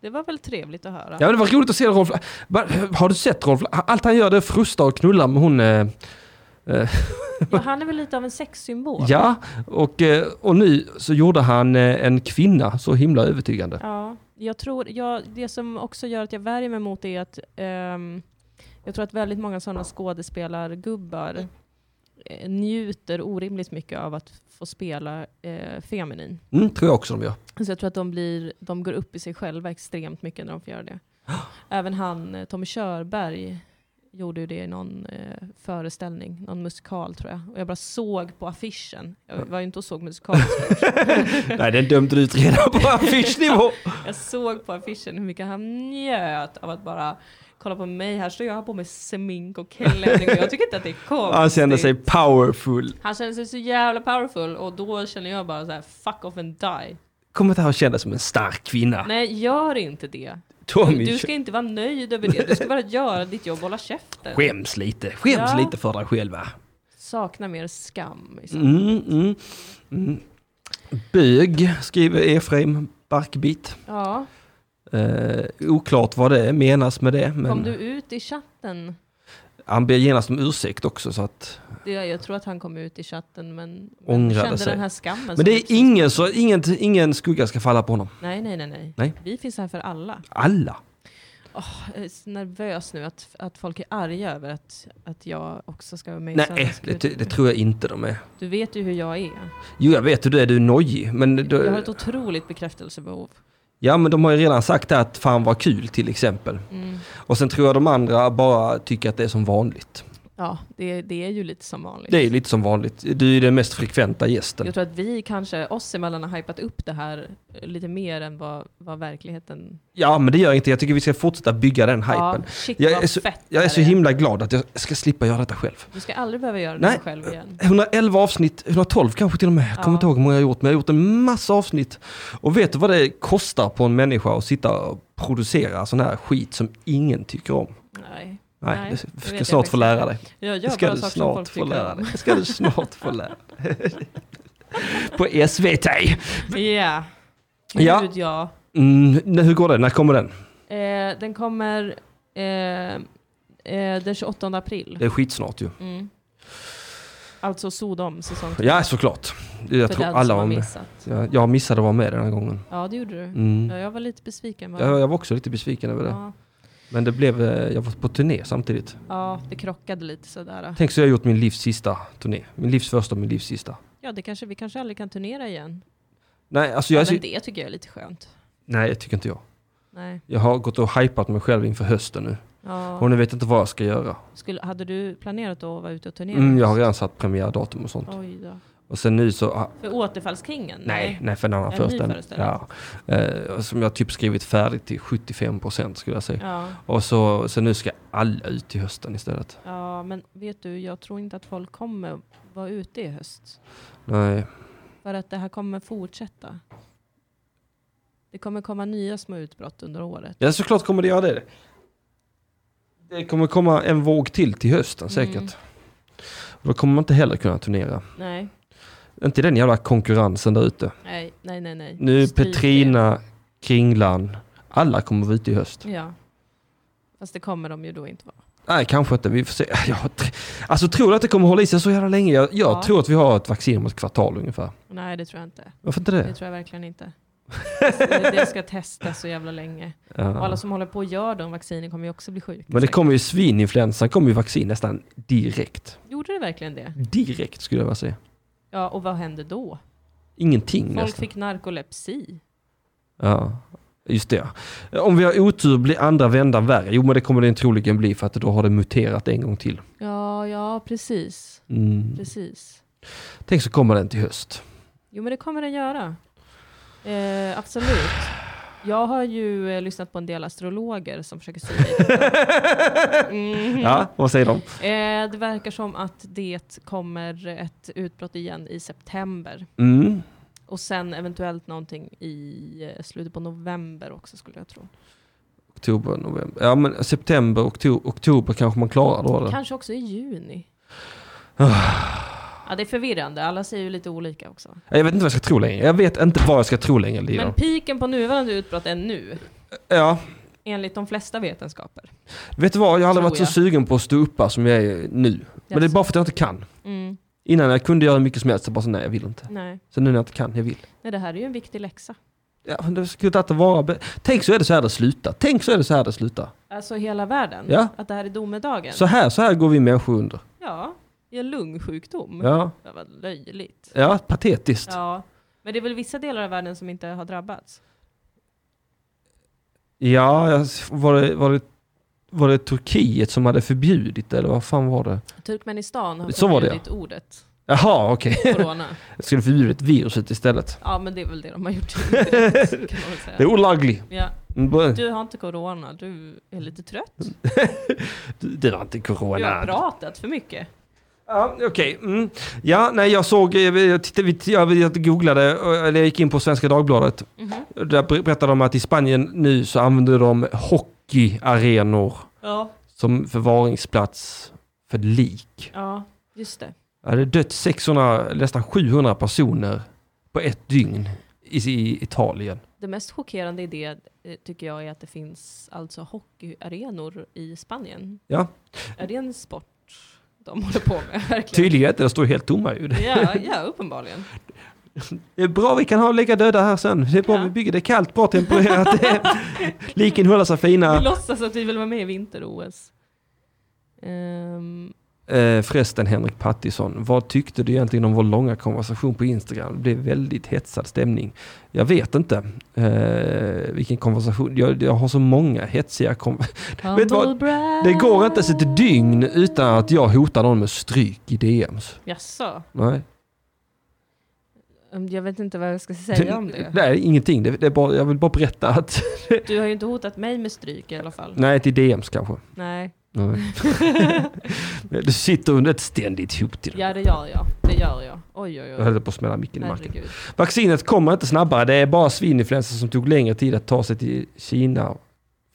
Det var väl trevligt att höra. Ja, men det var roligt att se Rolf. Va- Har du sett Rolf? Allt han gör det är frusta och knulla med hon... Eh, Ja, han är väl lite av en sexsymbol? ja, och, eh, och nu så gjorde han eh, en kvinna så himla övertygande. Ja, jag tror, jag, det som också gör att jag värjer mig mot det är att ehm, jag tror att väldigt många sådana skådespelargubbar eh, njuter orimligt mycket av att få spela eh, feminin. Mm, tror jag också de gör. Så jag tror att de, blir, de går upp i sig själva extremt mycket när de får göra det. Även han, eh, Tommy Körberg, gjorde ju det i någon eh, föreställning, någon musikal tror jag. Och jag bara såg på affischen. Jag var ju inte och såg musikalen. Nej, den dömde du ut redan på affischnivå. Jag såg på affischen hur mycket han njöt av att bara kolla på mig, här står jag har på mig smink och klänning och jag tycker inte att det är konstigt. Han kände sig powerful. han kände sig så jävla powerful och då känner jag bara så här: fuck off and die. Kom inte här och känna dig som en stark kvinna. Nej, gör inte det. Tommy, Du ska inte vara nöjd över det, du ska bara göra ditt jobb och hålla käften. skäms lite. Skäms Ja. lite för dig själv va? Sakna mer skam. Liksom. Mm, mm, mm. Bög, skriver Efraim Barkbit. Ja, Eh, oklart vad det menas med det, kom men du ut i chatten? han ber genast om ursäkt också. Så att, Det, jag tror att han kom ut i chatten men, men Ångrade kände sig. den här skammen. som men det är uppstod. ingen, så ingen, ingen skugga ska falla på honom. Nej, nej, nej, nej. Nej. Vi finns här för alla. Alla. Jag är så eh, nervös nu att, att folk är arga över att, att jag också ska vara med i Nej, eh, Svenska det, Skutan. det tror jag inte de är. Du vet ju hur jag är. Jo, jag vet hur du är, du är nojig. Men, Jag har du, ett otroligt bekräftelsebehov. ja, men de har ju redan sagt att fan vad kul till exempel. Mm. Och sen tror jag de andra bara tycker att det är som vanligt. Ja, det, det är ju lite som vanligt. Det är ju lite som vanligt. Du är den mest frekventa gästen. Jag tror att vi kanske oss emellan har hypat upp det här eh, lite mer än vad, vad verkligheten... Ja, men det gör ingenting. Jag tycker vi ska fortsätta bygga den hypen. Ja, shit Jag vad är så- fett Jag är det så himla glad att jag ska slippa göra detta själv. Du ska aldrig behöva göra Nej. det själv igen. 111 avsnitt, 112 kanske till och med. Jag Ja. kommer inte ihåg hur många jag har gjort, men jag har gjort en massa avsnitt. Och vet du vad det kostar på en människa att sitta och producera sån här skit som ingen tycker om? Nej. Nej, Nej, det det ska vet jag jag snart få faktiskt lära inte. dig. Jag gör Det ska bara du saker som folk snart få tycker lära dig. om. Det ska du snart få lära dig. På SVT. Ja. Ja. Gud ja. Mm, nej, hur går det? När kommer den? Eh, den kommer eh, eh, den 28 april. Det är skitsnart ju. Mm. Alltså Sodom, säsong två. Ja, såklart. Jag För tror den alla som var har med. missat. Jag, jag missade att vara med den här gången. Ja, det gjorde du. Mm. Ja, jag var lite besviken. Var Jag, jag var också lite besviken över det. ja. Men det blev, eh, jag var på turné samtidigt. ja, det krockade lite sådär. Tänk så jag har gjort min livs sista turné. Min livs första och min livs sista. Ja, det kanske, vi kanske aldrig kan turnera igen. Nej, alltså jag, är ja, så- men det tycker jag är lite skönt. nej, jag tycker inte jag. Nej. Jag har gått och hypat mig själv inför hösten nu. Ja. Och nu vet jag inte vad jag ska göra. Skulle, hade du planerat att vara ute och turnera? Mm, jag har redan satt premiärdatum och sånt. Oj då. Och sen nu så... ah, För Återfallskingen? Nej, nej för en annan En ny föreställning. föreställning. Ja. Eh, som jag typ skrivit färdigt till 75% skulle jag säga. Ja, Och så, så nu ska alla ut till hösten istället. ja, men vet du, jag tror inte att folk kommer vara ute i höst. Nej. För att det här kommer fortsätta. Det kommer komma nya små utbrott under året. Ja, såklart kommer det göra det. Det kommer komma en våg till till hösten säkert. Mm. Och Då kommer man inte heller kunna turnera. Nej, Inte den jävla konkurrensen där ute. nej, nej, nej. nej. Nu Stryk det. Petrina, Kringlan, alla kommer vara ute i höst. Ja. Fast det kommer de ju då inte vara. Nej, kanske inte. Vi får se. Jag, har tre- alltså tror du att det kommer hålla i sig så jävla länge? Jag, jag Ja. tror att vi har ett vaccin om ett kvartal ungefär. Nej, det tror jag inte. Varför inte Det det? tror jag verkligen inte. Det det ska testas så jävla länge. Och alla Ja. som håller på och gör de vaccinen kommer ju också bli sjuka. Men det säkert. kommer ju svininfluensan, kommer ju vaccin nästan direkt. Gjorde det verkligen det? Direkt skulle jag vilja säga. Ja, och vad hände då? Ingenting Folk nästan. fick narkolepsi. Ja. Just det. ja. Om vi har otur blir andra vändan värre. Jo, men det kommer det troligen bli för att då har det muterat en gång till. Ja, ja, precis. Mm. Precis. Tänk så kommer den till höst. Jo, men det kommer den göra. Eh, absolut. Jag har ju eh, lyssnat på en del astrologer som försöker säga Ja, vad säger de? Eh, det verkar som att det kommer ett utbrott igen i september. Mm. Och sen eventuellt någonting i eh, slutet på november också skulle jag tro. Oktober, november. Ja, men september, oktober, oktober kanske man klarar då. Eller? Kanske också i juni. ja, det är förvirrande. Alla säger ju lite olika också. Jag vet inte vad jag ska tro längre. Jag vet inte vad jag ska tro längre, Men Lina. piken på nuvarande utbrott är nu, Ja, enligt de flesta vetenskaper. vet du vad? Jag har aldrig Tror varit så jag. sugen på att stå uppa som jag är nu. Men det är Jaså. bara för att jag inte kan. Mm, Innan jag kunde göra hur mycket som helst, så bara så nej, jag vill inte. nej. Så nu när jag inte kan, jag vill. nej, det här är ju en viktig läxa. Ja, men det skulle inte vara... be- Tänk så är det så här det slutar. Tänk så är det så här det slutar. Alltså hela världen, Ja. att det här är domedagen. Så här, så här går vi människor under. Ja, i en lungsjukdom. Ja, Det var löjligt. ja patetiskt. Ja. Ja, men det är väl vissa delar av världen som inte har drabbats? jag- var, det, var, det, var det Turkiet som hade förbjudit det, eller vad fan var det? Turkmenistan har Så var det, ja. förbjudit ordet Jaha, okej. corona. Jag skulle förbjudit viruset istället. Ja, men det är väl det de har gjort. direkt, kan man väl Det är säga. olagligt. Ja, Mm, bara- du har inte corona, du är lite trött. Du det var inte Du har corona. pratat för mycket. Ja, okej. Mm. Ja, nej, jag såg, jag, jag, tittade, vi- jag, jag googlade, och- eller jag gick in på Svenska Dagbladet. Där ber- berättade de att i Spanien nu så använder de hockeyarenor Ja, som förvaringsplats för lik. ja just det. Det hade dött 600, eller nästan 700 personer på ett dygn i, i Italien. Det mest chockerande i det eh, tycker jag är att det finns alltså hockeyarenor i Spanien. Ja. Är det en sport de håller på med? Verkligen. Tydligen inte, de står helt tomma ju. Ja, ja, uppenbarligen. Det är bra, vi kan ha lägga döda här sen. Det är bra Ja. vi bygger, det är kallt, bra tempererat. Det är- Liken håller sig fina. Vi låtsas att vi vill vara med i vinter-OS. Ehm, Eh, förresten Henrik Pattison, vad tyckte du egentligen om vår långa konversation på Instagram? Det blev väldigt hetsad stämning. Jag vet inte eh, vilken konversation, jag, jag har så många hetsiga konversationer. Vet du vad? humble brag. Det går inte ens ett dygn utan att jag hotar någon med stryk i DMs. Jaså? Nej, Um, Jag vet inte vad jag ska säga om det. Nej ingenting. Det, det är bara, jag vill bara berätta att... Du har ju inte hotat mig med stryk i alla fall. Nej, till DMs kanske. Nej. Nej. du sitter under ett ständigt hot till Ja, det gör jag. Det gör jag. Oj, oj, Jag oj. höll på att smälla micken i marken. Herregud. Vaccinet kommer inte snabbare. Det är bara svininfluensan som tog längre tid att ta sig till Kina.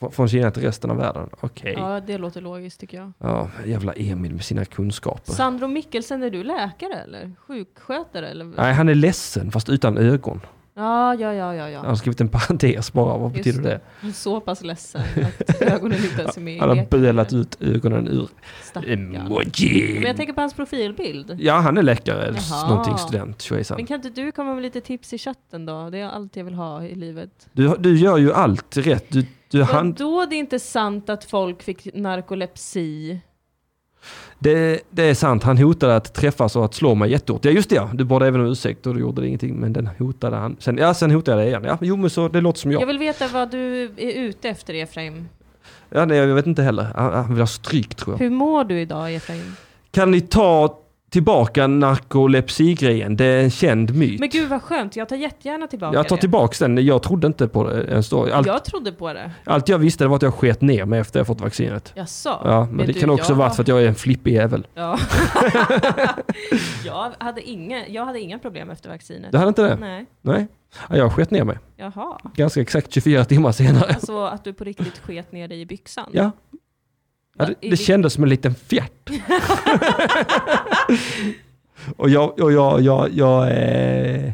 Fr- Från Kina till resten av världen. Okej. Ja. Ja, det låter logiskt tycker jag. jävla Emil med sina kunskaper. Sandro Mikkelsen, är du läkare eller? Sjukskötare eller? Nej, han är ledsen fast utan ögon. Ja, ja, ja, ja. Han ja. har skrivit en parentes bara. Vad Just betyder det? det. Så pass ledsen att ögonen inte ens är med i Han har leken. bölat ut ögonen ur Stackarn. Men emoji. jag tänker på hans profilbild. Ja, han är läkare. Jaha. Någonting student, tjejsan. Men kan inte du komma med lite tips i chatten då? Det är allt jag vill ha i livet. Du, du gör ju allt rätt. Du, du Han... hand, Då det är inte sant att folk fick narkolepsi. det, det är sant, han hotade att träffas och att slå mig jättehårt. Ja just det ja, du bad även om ursäkt och du gjorde det ingenting men den hotade han. Sen, ja, sen hotade jag dig igen. Ja, jo men så det låter som jag. Jag vill veta vad du är ute efter Efraim. Ja, nej, jag vet inte heller. Han, han vill ha stryk tror jag. Hur mår du idag Efraim? Kan ni ta tillbaka narkolepsi-grejen? Det är en känd myt. Men gud vad skönt, jag tar jättegärna tillbaka jag tar det. tillbaka den. Jag trodde inte på det ens då. Allt, Jag trodde på det. allt jag visste var att jag sket ner mig efter jag fått vaccinet. Jaså? Ja, men Vet det du, kan också jag- varit för att jag är en flippig jävel. Ja. jag, hade inga, jag hade inga problem efter vaccinet. Du hade inte det? Nej. Nej. Ja, jag sket ner mig. Jaha. Ganska exakt 24 timmar senare. Alltså att du på riktigt sket ner dig i byxan. Ja. ja det, i det vil- kändes som en liten fjärt. och jag, och jag, jag, jag, eh,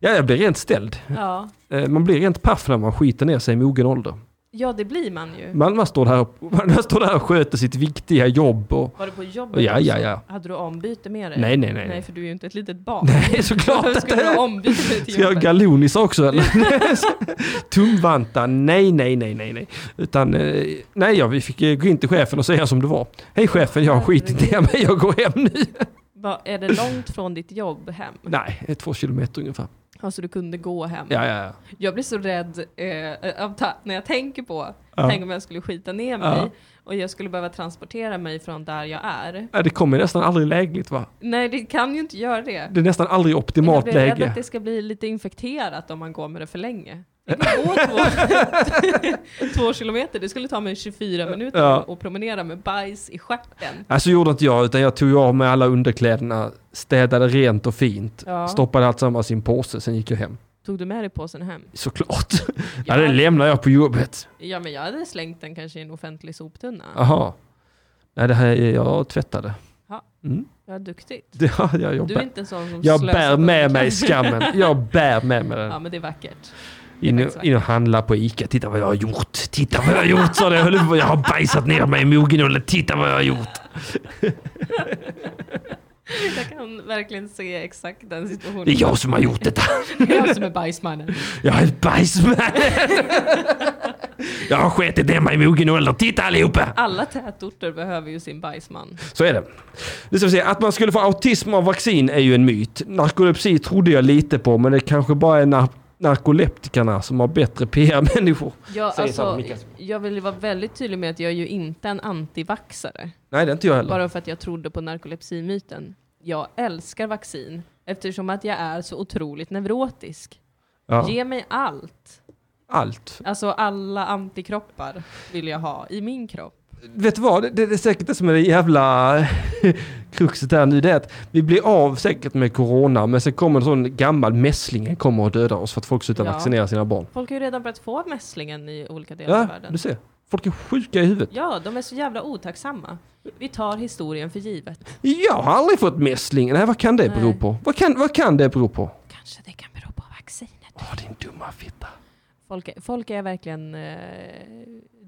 ja, jag blir rent ställd. ja. Eh, Man blir rent paff när man skiter ner sig i mogen ålder. Ja, det blir man ju. Man, man, står, där och, man står där och sköter sitt viktiga jobb och... Var du på jobbet och ja, också? ja, ja. Hade du ombyte med dig? Nej, nej, nej. Nej, för du är ju inte ett litet barn. Nej, såklart Varför skulle du inte. ha ombyte dig till Ska jag ha jobbet? galonisar också eller? Tumvantar? Nej, nej, nej, nej, nej. Utan, eh, nej, ja, vi fick eh, gå in till chefen och säga som det var. Hej chefen, jag har skitit ner mig, jag går hem nu. Va, är det långt från ditt jobb hem? Nej, två kilometer ungefär. Alltså du kunde gå hem? Ja, ja, ja. Jag blir så rädd eh, av ta- när jag tänker på, Ja. tänk om jag skulle skita ner mig Ja. och jag skulle behöva transportera mig från där jag är. Nej, Det kommer nästan aldrig lägligt va? Nej, det kan ju inte göra det. Det är nästan aldrig Jag optimalt blir rädd läge. att det ska bli lite infekterat om man går med det för länge. Det kan gå två, två kilometer, det skulle ta mig 24 minuter Ja. att promenera med bajs i stjärten. Nej, så gjorde inte jag, utan jag tog av mig alla underkläderna, städade rent och fint, Ja. stoppade allt i en påse, sen gick jag hem. Tog du med dig påsen hem? Såklart. Ja, Ja. det lämnar jag på jobbet. Ja, men jag hade slängt den kanske i en offentlig soptunna. Jaha. Nej, det här är jag tvättade. Ja, duktigt. Det, ja, jag, jag, Du är bär, inte en sån som jag slösar bär på med olika- mig skammen. Jag bär med mig den. Ja, men det är vackert. In, faktiskt in och handla på Ica. Titta vad jag har gjort. Titta vad jag har gjort, sa det. Jag, höll på- jag har bajsat ner mig i mognålet. Titta vad jag har gjort. Jag kan verkligen se exakt den situationen. Det är jag som har gjort detta. Det är jag som är bajsmannen. Jag är bajsman. Jag har skitit ner mig i mogen ålder. Titta allihopa! Alla tätorter behöver ju sin bajsman. Så är det. Nu ska vi se. Att man skulle få autism av vaccin är ju en myt. Narkolepsi trodde jag lite på, men det kanske bara är nar- narkoleptikerna som har bättre PR-människor. Jag, Säg samma, alltså, Mikael. jag vill vara väldigt tydlig med att jag är ju inte en antivaxare. Nej, det är inte jag heller. Bara för att jag trodde på narkolepsimyten. Jag älskar vaccin eftersom att jag är så otroligt neurotisk. Ja. Ge mig allt. Allt. Alltså alla antikroppar vill jag ha i min kropp. Vet du vad? Det, det är säkert det som är det jävla kruxet här nu. Det är att vi blir av säkert med corona, men sen kommer en sån gammal mässlingen kommer och dödar oss för att folk slutar Ja. vaccinera sina barn. Folk har ju redan börjat få mässlingen i olika delar Ja, av världen. du ser. Folk är sjuka i huvudet. Ja, de är så jävla otacksamma. Vi tar historien för givet. Jag har aldrig fått mässling. Nej, vad kan det Nej. bero på? Vad kan, vad kan det bero på? Kanske det kan bero på vaccinet. Åh, din dumma fitta. Folk är, folk är verkligen eh,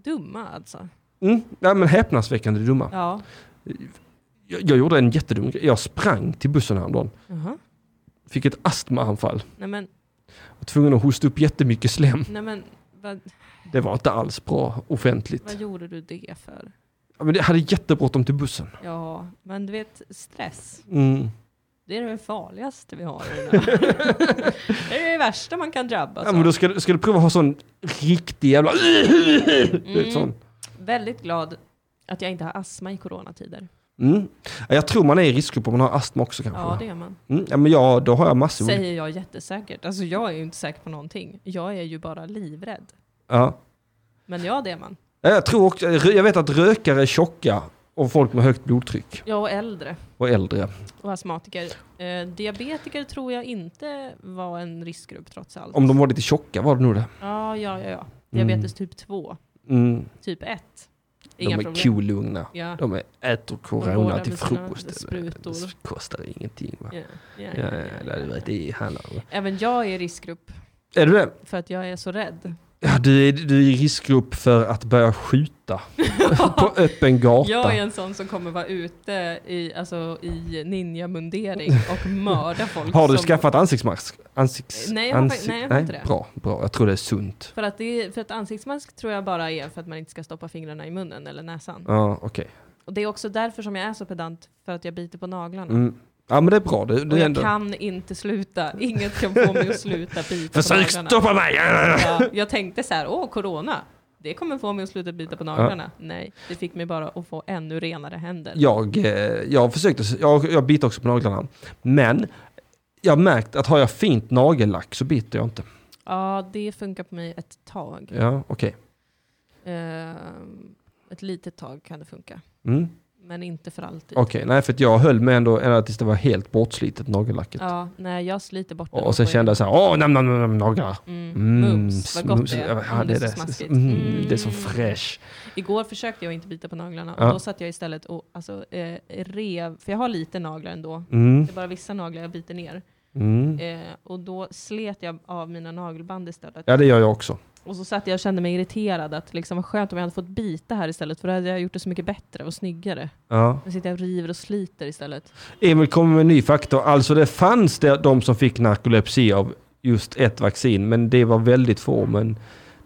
dumma alltså. Mm. Nej, men häpnadsväckande dumma. Ja. Jag, jag gjorde en jättedum grej. Jag sprang till bussen häromdagen. Jaha. Fick ett astmaanfall. Nej men, Var tvungen att hosta upp jättemycket slem. nej men vad, Det var inte alls bra vad offentligt. gjorde du det för? Ja, men jag hade jättebråttom till bussen. Ja, men du vet stress. Mm. Det är det farligaste vi har. i den här världen. det är det värsta man kan drabbas Ja, men av. då ska, du- ska du prova att ha sån riktig jävla... Mm. Sån. Väldigt glad att jag inte har astma i coronatider. Mm. Ja, jag tror man är i riskgrupp om man har astma också kanske. Ja, det är man. Mm. Ja, men jag, då har jag massor. Säger jag jättesäkert. Alltså jag är ju inte säker på någonting. Jag är ju bara livrädd. Ja. Men ja, det är man. Ja, Jag, tror också, jag vet att rökare är tjocka och folk med högt blodtryck Jag och äldre och äldre. och astmatiker. Eh, diabetiker tror jag inte var en riskgrupp trots allt. Om de Mm. var lite tjocka var det nog det. Ja, ja, ja. ja. Diabetes typ 2. Mm. Typ 1. De Inga är problem. kolugna. Ja. De är, äter De går corona där till med sina frukost. eller- sprutor. Det kostar ingenting va? Ja, ja, Ja, ja, det hade varit i Halland. Även jag är i riskgrupp Är du det? för att jag är så rädd. Ja, du, är, du är i riskgrupp för att börja skjuta på öppen gata. Jag är en sån som kommer vara ute i, alltså, i ninja-mundering och mörda folk. Har du som, skaffat ansiktsmask? Ansikts, Nej, jag har fa- nej, jag har inte det. Bra, bra. Jag tror det är sunt. För att, det är, för att ansiktsmask tror jag bara är för att man inte ska stoppa fingrarna i munnen eller näsan. Ja, okej. Och det är också därför som jag är så pedant, för att jag biter på naglarna. Mm. Ja, men det är bra. Det, Och det är jag ändå... kan inte sluta, inget kan få mig att sluta bita på Försök naglarna. stoppa mig! Ja, jag tänkte så här, åh corona, det kommer få mig att sluta bita på naglarna. Nej, det fick mig bara att få ännu renare händer. Jag, eh, jag försökte, jag, jag biter också på naglarna. Men jag har märkt att har jag fint nagellack så biter jag inte. Ja, det funkar på mig ett tag. Ja, okej. Ehm, ett litet tag kan det funka. Mm. Men inte för alltid. Okej, nej för att jag höll mig ändå ända tills det var helt bortslitet nagellacket. Ja, nej, jag sliter bort det Och, då och sen på kände jag så här, åh, nam, nam, nam, nam, naglar. Mm. Mm, Mums, vad gott mums. det är. Ja, Mm, det, är så det. smaskigt. Mm, Mm. det är så fräsch. Igår försökte jag inte bita på naglarna Ja. och då satt jag istället och alltså, eh, rev, för jag har lite naglar ändå. Mm, Det är bara vissa naglar jag biter ner. mm. Eh, och då slet jag av mina nagelband istället. Ja, det gör jag också. Och så satt jag och kände mig irriterad att liksom, vad skönt om jag hade fått bita här istället för då hade jag gjort det så mycket bättre och snyggare. Ja. Nu sitter jag och river och sliter istället. Emil kommer med en ny faktor. Alltså det fanns det de som fick narkolepsi av just ett vaccin, men det var väldigt få. Men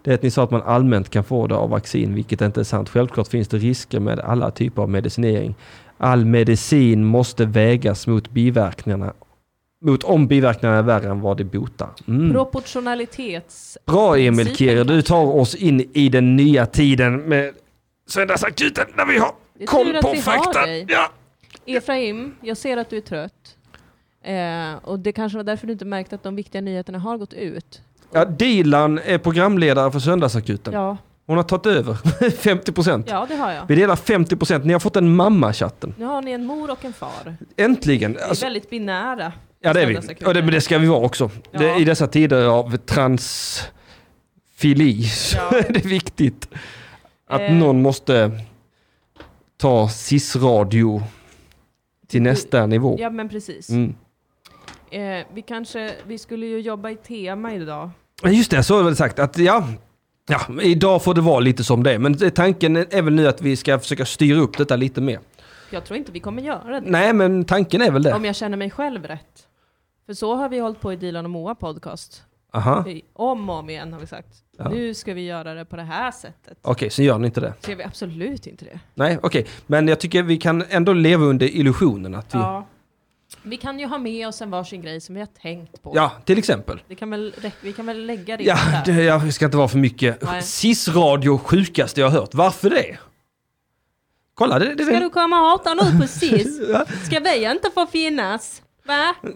Det är att ni sa att man allmänt kan få det av vaccin, vilket inte är sant. Självklart finns det risker med alla typer av medicinering. All medicin måste vägas mot biverkningarna, mot om biverkningarna är värre än vad det botar. Mm. Proportionalitets... Bra Emil Principen Kere, du kanske. tar oss in i den nya tiden med Söndagsakuten när vi har Det är koll tur att på vi har fakta. dig. Ja. Efraim, jag ser att du är trött. Eh, och det kanske var därför du inte märkte att de viktiga nyheterna har gått ut. Ja, Dilan är programledare för Söndagsakuten. Ja, Hon har tagit över 50 procent. ja det har jag. Vi delar 50 procent. Ni har fått en mamma i chatten. Nu har ni en mor och en far. Äntligen! Det är Alltså, väldigt binära. ja det är vi. söndagsakuten. Och det, men det ska vi vara också. Ja. Det, I dessa tider av transfili så Ja. är det viktigt att Eh. någon måste ta cis-radio till nästa nivå. Mm. Ja men precis. Mm. Eh, vi kanske, vi skulle ju jobba i tema idag. Men Just det, så har jag väl sagt att ja, ja, idag får det vara lite som det är. Men tanken är väl nu att vi ska försöka styra upp detta lite mer. Jag tror inte vi kommer göra det. Nej, men tanken är väl det. Om jag känner mig själv rätt. För så har vi hållit på i Dilan och Moa podcast. Aha. Vi- Om och om igen har vi sagt. Ja. Nu ska vi göra det på det här sättet. Okej, så gör ni inte det. Så gör vi absolut inte det. Nej, okej. Men jag tycker vi kan ändå leva under illusionen att vi... Ja, Ja. Vi kan ju ha med oss en varsin grej som vi har tänkt på. till exempel. Det kan väl, räck- vi kan väl lägga det Ja, där. det jag ska inte vara för mycket. Nej. Cis-radio, sjukaste jag har hört. Varför det? Kolla, det, det, Ska det, du komma och hata nu precis? Ska vi inte få finnas? Va?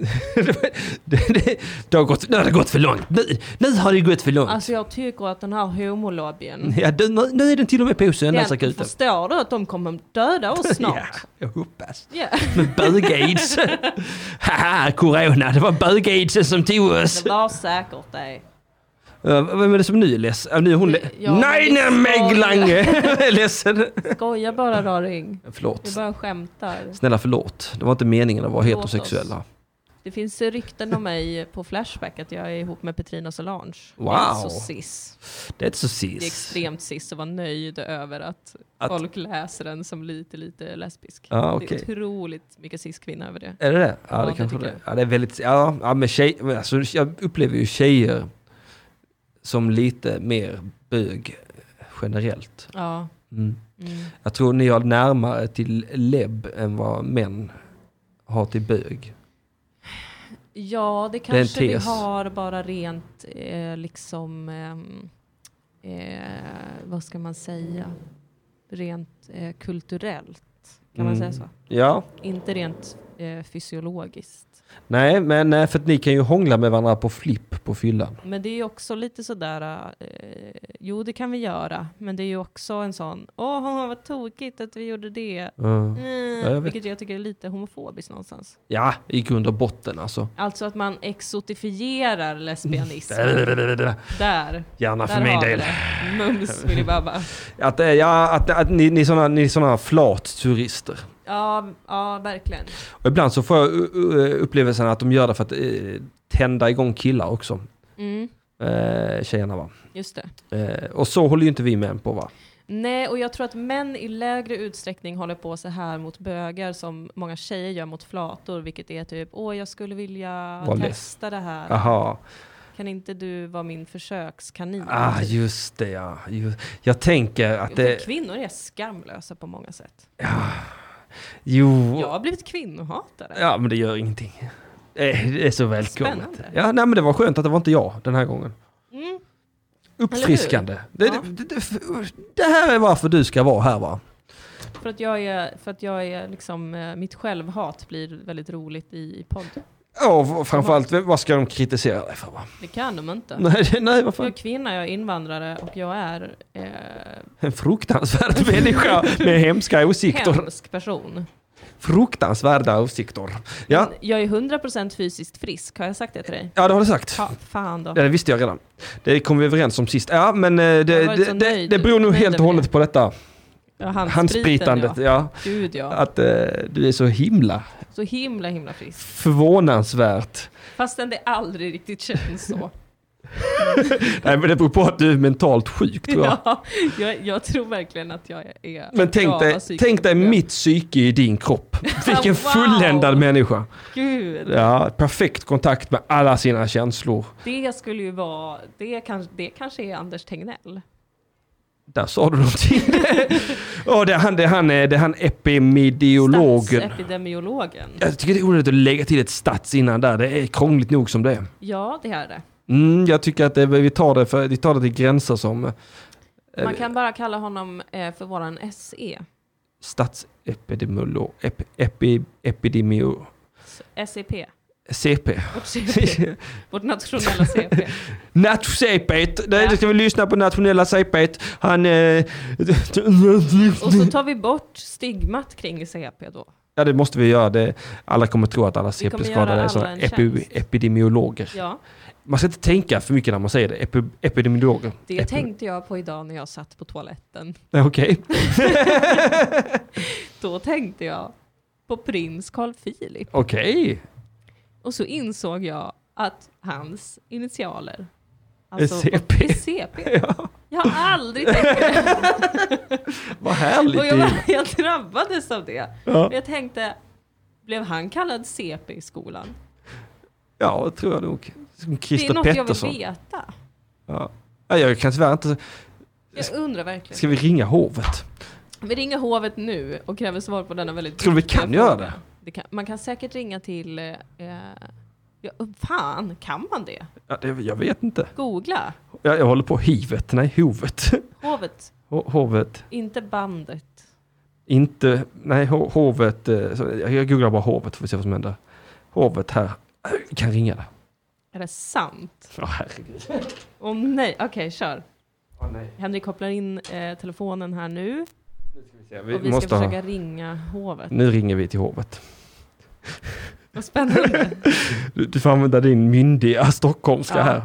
det, det, det har gått, nu har det gått för långt. Nu, nu har det gått för långt. Alltså jag tycker att den här homolobbyn. ja, det, nu, nu är Mm. typ. den till och med på Den, söndagsakuten. förstår du att de kommer döda oss Ja, snart? jag hoppas. Ja. Med bög-aids. Haha, corona. Det var bög-aidsen som tog oss. Det var säkert det. Eh, Vem är det som nu är ledsen? Eh, Nu är hon le- Ja, men Nej, det nej, ska Meg du. Lange är ledsen. Skoja bara raring. Förlåt. Jag bara skämtar. Snälla förlåt. Det var inte meningen att vara Förlåt oss. heterosexuella. Det finns rykten om mig på Flashback att jag är ihop med Petrina Solange. Wow. Det är så cis. Det är inte så Det är cis. extremt cis att vara nöjd över att, Att- folk läser den som lite, lite lesbisk. Ja, Det okej. är otroligt mycket cis-kvinna över det. Är det det? Ja, Ja, det det kanske tycker det är. Ja, det är väldigt... Ja, ja men tjej... men Alltså, jag upplever ju tjejer som lite mer bög generellt. Ja. Mm. Mm. Jag tror ni har närmare till lebb än vad män har till bög. Ja, det är en kanske vi tes. har bara rent eh, liksom, ehm, eh, vad ska man säga, rent eh, kulturellt. Kan man Mm. säga så? Ja, Inte rent eh, fysiologiskt. nej, men eh, för att ni kan ju hångla med varandra på flipp på fyllan. Men det är ju också lite sådär, eh, jo det kan vi göra, men det är ju också en sån, åh vad tokigt att vi gjorde det. Mm. Mm, Ja, jag vet. vilket jag tycker är lite homofobiskt någonstans. Ja, i grund och botten alltså. Alltså att man exotifierar lesbianism. där. Gärna Där för min har vi del. det. Mums vill jag bara bara. Att, eh, ja, att, att ni, ni är sådana ni är såna flatturister. Ja, ja, verkligen. Och ibland så får jag u- u- upplevelsen att de gör det för att eh, tända igång killar också. Mm, Eh, tjejerna va. just det. Eh, och så håller ju inte vi män på va. Nej, och jag tror att män i lägre utsträckning håller på så här mot bögar som många tjejer gör mot flator, vilket är typ åh, jag skulle vilja Var less. testa det här. Aha. Kan inte du vara min försökskanin? Ah, Typ. just det ja. Just. Jag tänker att För det... kvinnor är skamlösa på många sätt. Jo. Jag har blivit kvinnohatare. Ja, men det gör ingenting. Eh, Det är så välkommet. Spännande. Ja, nej, men det var skönt att det var inte jag den här gången. Mm. Uppfriskande. Det, Ja. det, det, det här är varför du ska vara här va? För att jag är, för att jag är liksom, eh, mitt självhat blir väldigt roligt i i podd. Ja, och framförallt vad ska de kritisera dig för va? Det kan de inte. Nej, det- nej vad Jag är fan. kvinna, jag är invandrare och jag är eh, En fruktansvärd människa med hemska åsikter. hemsk person. Fruktansvärda åsikter. Ja, Men Jag är 100% fysiskt frisk, har jag sagt det till dig? ja det har du sagt. Ja, fan då. Ja, det visste jag redan. Det kom vi överens om sist. Ja, men eh, det, Jag har varit det, så det, nöjd. det beror nog Nöjd helt och över hållet på detta Ja, handspriten, handspritandet. ja. Ja. Gud ja. Att eh, du är så himla Så himla himla frisk. förvånansvärt. Fastän det aldrig riktigt känns så. Nej men det beror på att du är mentalt sjuk tror jag. Ja, jag, jag tror verkligen att jag är Men tänk bra dig, av psykisk tänk dig miljö. mitt psyke i din kropp. Vilken Wow. fulländad människa. Gud, Ja, perfekt kontakt med alla sina känslor. det skulle ju vara, det kanske, det kanske är Anders Tegnell. Där sa du någonting. oh, det är han, det är han, eh, det är han epimediologen. Statsepidemiologen. Jag tycker det är onödigt att lägga till ett stats innan där. Det är krångligt nog som det är. Ja, det är det. Mm, jag tycker att det, vi, tar det för, vi tar det till gränser som eh, Man kan bara kalla honom eh, för våran E. SE. statsepidemiolog, ep, epi, epidemio, SEP. CP. E Vårt CP. Vårt nationella E CP. Nat CP, E det, Ja. det ska vi lyssna på nationella CP. Han... Eh, Och så tar vi bort stigmat kring CP då. ja, det måste vi göra. Det, alla kommer tro att kommer alla CP-skadade göra är alla såna en epi, tjänst. epidemiologer. Ja, Man ska inte tänka för mycket när man säger det. Epi, epidemiologer. det Epi- tänkte jag på idag när jag satt på toaletten. Nej, Okej. Då tänkte jag på prins Carl Philip. Okej. Och så insåg jag att hans initialer Är alltså, CP. är CP. Jag har aldrig tänkt på det. Vad Och härligt. jag, Emil. var- jag drabbades av det. Ja. Men jag tänkte, blev han kallad CP i skolan? Ja, det tror jag nog. Som Det är Christer något Pettersson. jag vill veta. Ja. Ja, jag kan tyvärr inte... Jag undrar verkligen. Ska vi ringa hovet? Vi ringer hovet nu och kräver svar på denna väldigt Tror du vi viktiga kan göra fråga. det? det kan, man kan säkert ringa till... Eh, ja, fan, kan man det? Ja, det, jag vet inte. Googla. Jag, jag håller på hivet. Nej, hovet. Hovet, Ho- Hovet. inte bandet. Inte... Nej, ho- hovet. eh, så- Jag jag googlar bara hovet för att se vad som händer. Hovet här. Jag kan ringa det. Är det sant? Ja, herregud. Åh nej, okej kör. Åh, nej. Henrik kopplar in eh, telefonen här nu Ska vi se. och Vi vi måste ska ha... försöka ringa hovet. Nu ringer vi till hovet. Vad spännande. Du, du får använda din myndiga stockholmska Ja. här.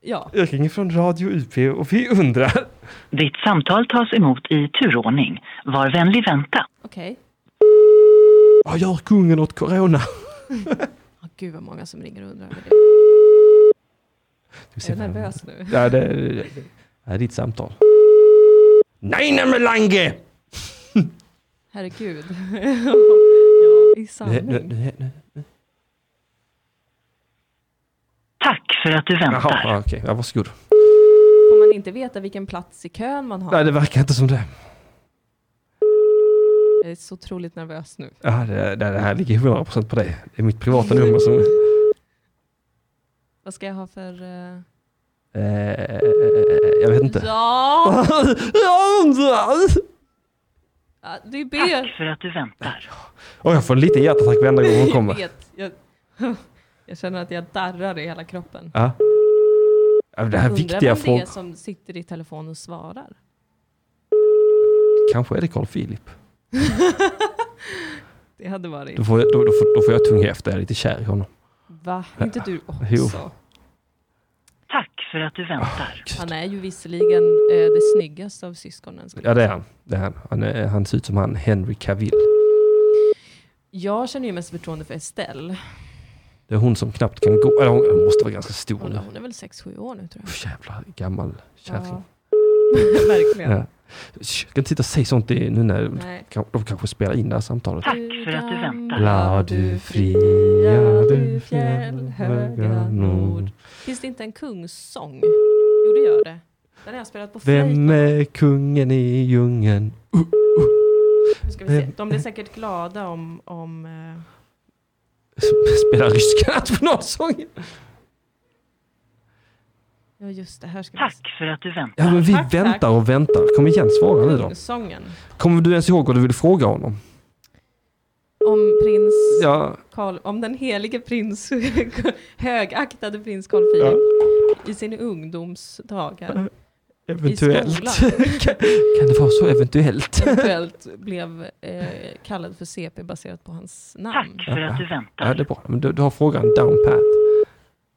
Ja, Jag ringer från Radio UP och vi undrar... Ditt samtal tas emot i turordning. Var vänlig vänta. okej. Vad gör kungen åt corona? Åh, Ah, gud vad många som ringer och undrar över det. Är jag nervös nu? Ja, det, det, det är ditt samtal. Nej, nej men Lange! Herregud. ja, i Nu, nu, sanning. nu, nu. Tack för att du väntar. Jaha, ja, okej. Ja, varsågod. Får man inte veta vilken plats i kön man har? Nej, det verkar inte som det. Jag är så otroligt nervös nu. Ja, det, det, det här ligger ju 100% på dig. Det är mitt privata nummer som... Vad ska jag ha för... eh, Eh, jag vet inte. Ja! Jag undrar. Ja, Det är B. Tack för att du väntar. Oj, jag får en liten hjärtattack varenda gång hon Jag kommer. vet. Jag, jag känner att jag darrar i hela kroppen. Ja. Ja, men Det här är Undrar vem viktiga det är frågor. som sitter i telefon och svarar. Kanske är det Carl Philip. Det hade varit... Då får, jag- då, då, får, då får jag tunga efter. Jag är lite kär i honom. Va? Inte du Jo. också? Tack för att du väntar. Han är ju visserligen eh, det snyggaste av syskonen. skulle Ja, det är han. Det är han. Han, är, han ser ut som han Henry Cavill. Jag känner ju mest förtroende för Estelle. Det är hon som knappt kan gå. Eller hon, hon måste vara ganska stor Hon, nu. hon är väl 6-7 år nu tror jag. Uff, Jävla gammal kärring. Verkligen. Ja. Shh, Jag kan inte sitta och säga sånt i- nu när Nej. kan- de kanske spelar in det här samtalet. Tack för att du väntar. La du fria, du fjäll, höga nord. Finns det inte en kungssång? Jo, det gör det. Den har jag spelat på flöjt. Vem är kungen i djungeln? Nu Ska vi se. De blir säkert glada om... om eh, S- Spelar ryska nationalsången? ja, just det. Här ska vi se. Tack för att du väntar. Ja, men vi Tack, tack. väntar och väntar. Kom igen, svara nu då. Kungssången. Kommer du ens ihåg vad du ville fråga honom? Om prins Ja, Karl, om den helige prins, högaktade prins Carl Philip i sin ungdomsdagar eventuellt. i skolan Kan det vara så eventuellt? eventuellt blev eh, kallad för CP baserat på hans namn. Tack för att du Ja, väntar. det är bra. Men du, du har frågan down pat.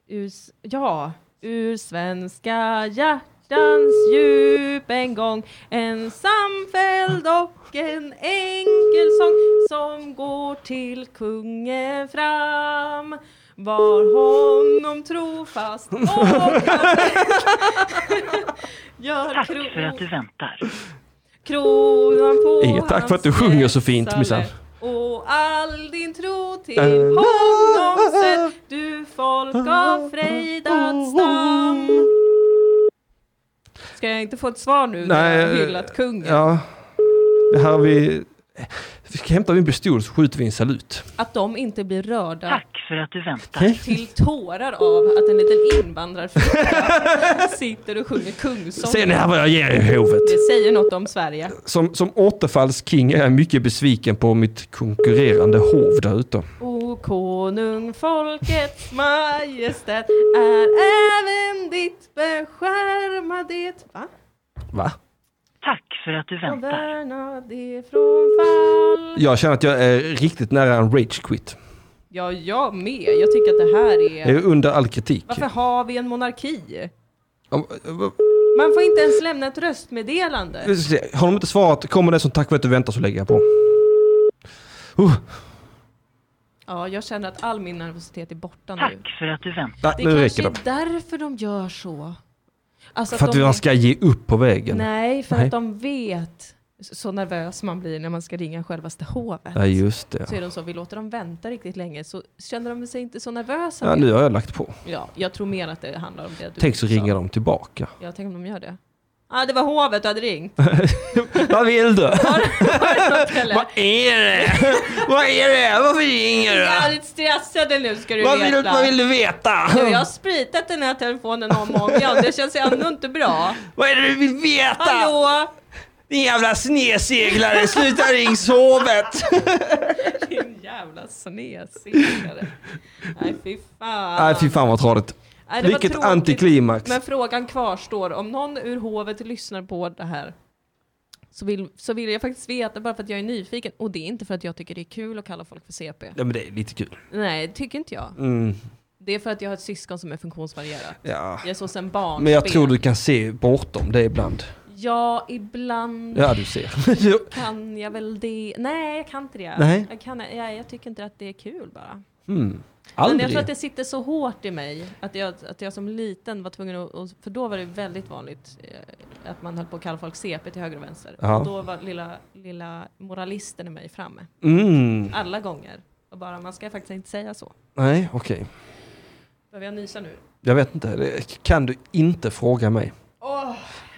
Ur, s- ja, ur svenska hjärtans djup en gång En samfälld och en enkel sång som går till kungen fram Var honom trofast och Gör Tack för att kro- du väntar. kronan på Inget tack för att du hans sjunger så fint, frälsare. minsann. Och all din tro till Äh. honom sätt du folk av frejdad stam Ska jag inte få ett svar nu när jag har hyllat kungen? Ja. Det här har vi... vi hämtar vi en pistol så skjuter vi en salut. Att de inte blir rörda Tack för att du väntar. till tårar av att en liten invandrarflicka sitter och sjunger Ser ni kungssånger. här vad jag ger er i hovet? Det säger något om Sverige. Som, som återfallsking är jag mycket besviken på mitt konkurrerande hov där ute. O konung, folkets majestät är även ditt beskärma det va? Va? Tack för att du och väntar. värna det från fall. Jag känner att jag är riktigt nära en rage quit. Ja, jag med. Jag tycker att det här Jag är... är under all kritik. Varför har vi en monarki? Om- om- Man får inte ens lämna ett röstmeddelande. vi ska se. Har de inte svarat kommer det som tack för att du väntar så lägger jag på. Uh, Ja, jag känner att all min nervositet är borta nu. Tack för att du väntar. nej, Det nu kanske räcker det. är därför de gör så. Alltså För att de man ska ge upp på vägen. Nej, för Nej. att de vet så nervös man blir när man ska ringa självaste hovet. Ja, just Så är det. de så, vi låter dem vänta riktigt länge så känner de sig inte så nervösa. Ja, mer. nu har jag lagt på. ja, jag tror mer att det handlar om det. Du Tänk så sa. ringer de tillbaka. Ja, tänk om de gör det. ah, det var hovet du hade ringt. Vad vill du? Var det något, eller? Vad är det? Vad är det? Varför ringer Jag är du? lite stressad nu ska du Vad vill, du- veta. vad vill du veta? Du, jag har spritat den här telefonen om och om igen. Det känns ändå inte bra. Vad är det du vill veta? Hallå! Din jävla sneseglare, sluta ring sovet! Din jävla snesigare. Nej fy fan. Nej fy fan vad tradigt. Nej, det var Vilket tråkigt. antiklimax. Men frågan kvarstår. Om någon ur hovet lyssnar på det här så vill, så vill jag faktiskt veta bara för att jag är nyfiken. Och det är inte för att jag tycker det är kul att kalla folk för CP. Ja men det är lite kul. Nej, det tycker inte jag. Mm, Det är för att jag har ett syskon som är funktionsvarierat. ja. Jag är så sen barn. Men jag tror du kan se bortom det ibland. Ja, ibland Ja du ser. kan jag väl det. Nej, jag kan inte det. Nej. Jag, kan, jag, jag tycker inte att det är kul bara. Mm. Men jag tror Aldrig. att det sitter så hårt i mig att jag, att jag som liten var tvungen att, och- för då var det väldigt vanligt eh, att man höll på att kalla folk CP till höger och vänster. Ja. Och då var lilla, lilla moralisten i mig framme, Mm. alla gånger. Och bara, man ska faktiskt inte säga så. Nej okej. Behöver jag nysa nu? Jag vet inte. Det kan du inte fråga mig. Åh!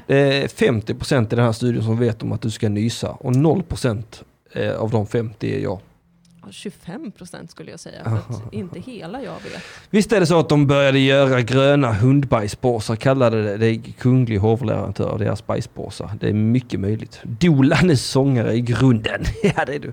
Det är 50% i den här studion som vet om att du ska nysa och 0% eh, av de 50 är jag. Ja, 25 procent skulle jag säga, för att inte hela jag vet. Visst är det så att de började göra gröna hundbajspåsar, kallade det, det är kunglig hovleverantör av deras bajspåsar. Det är mycket möjligt. Dolan är sångare i grunden. ja, det är du.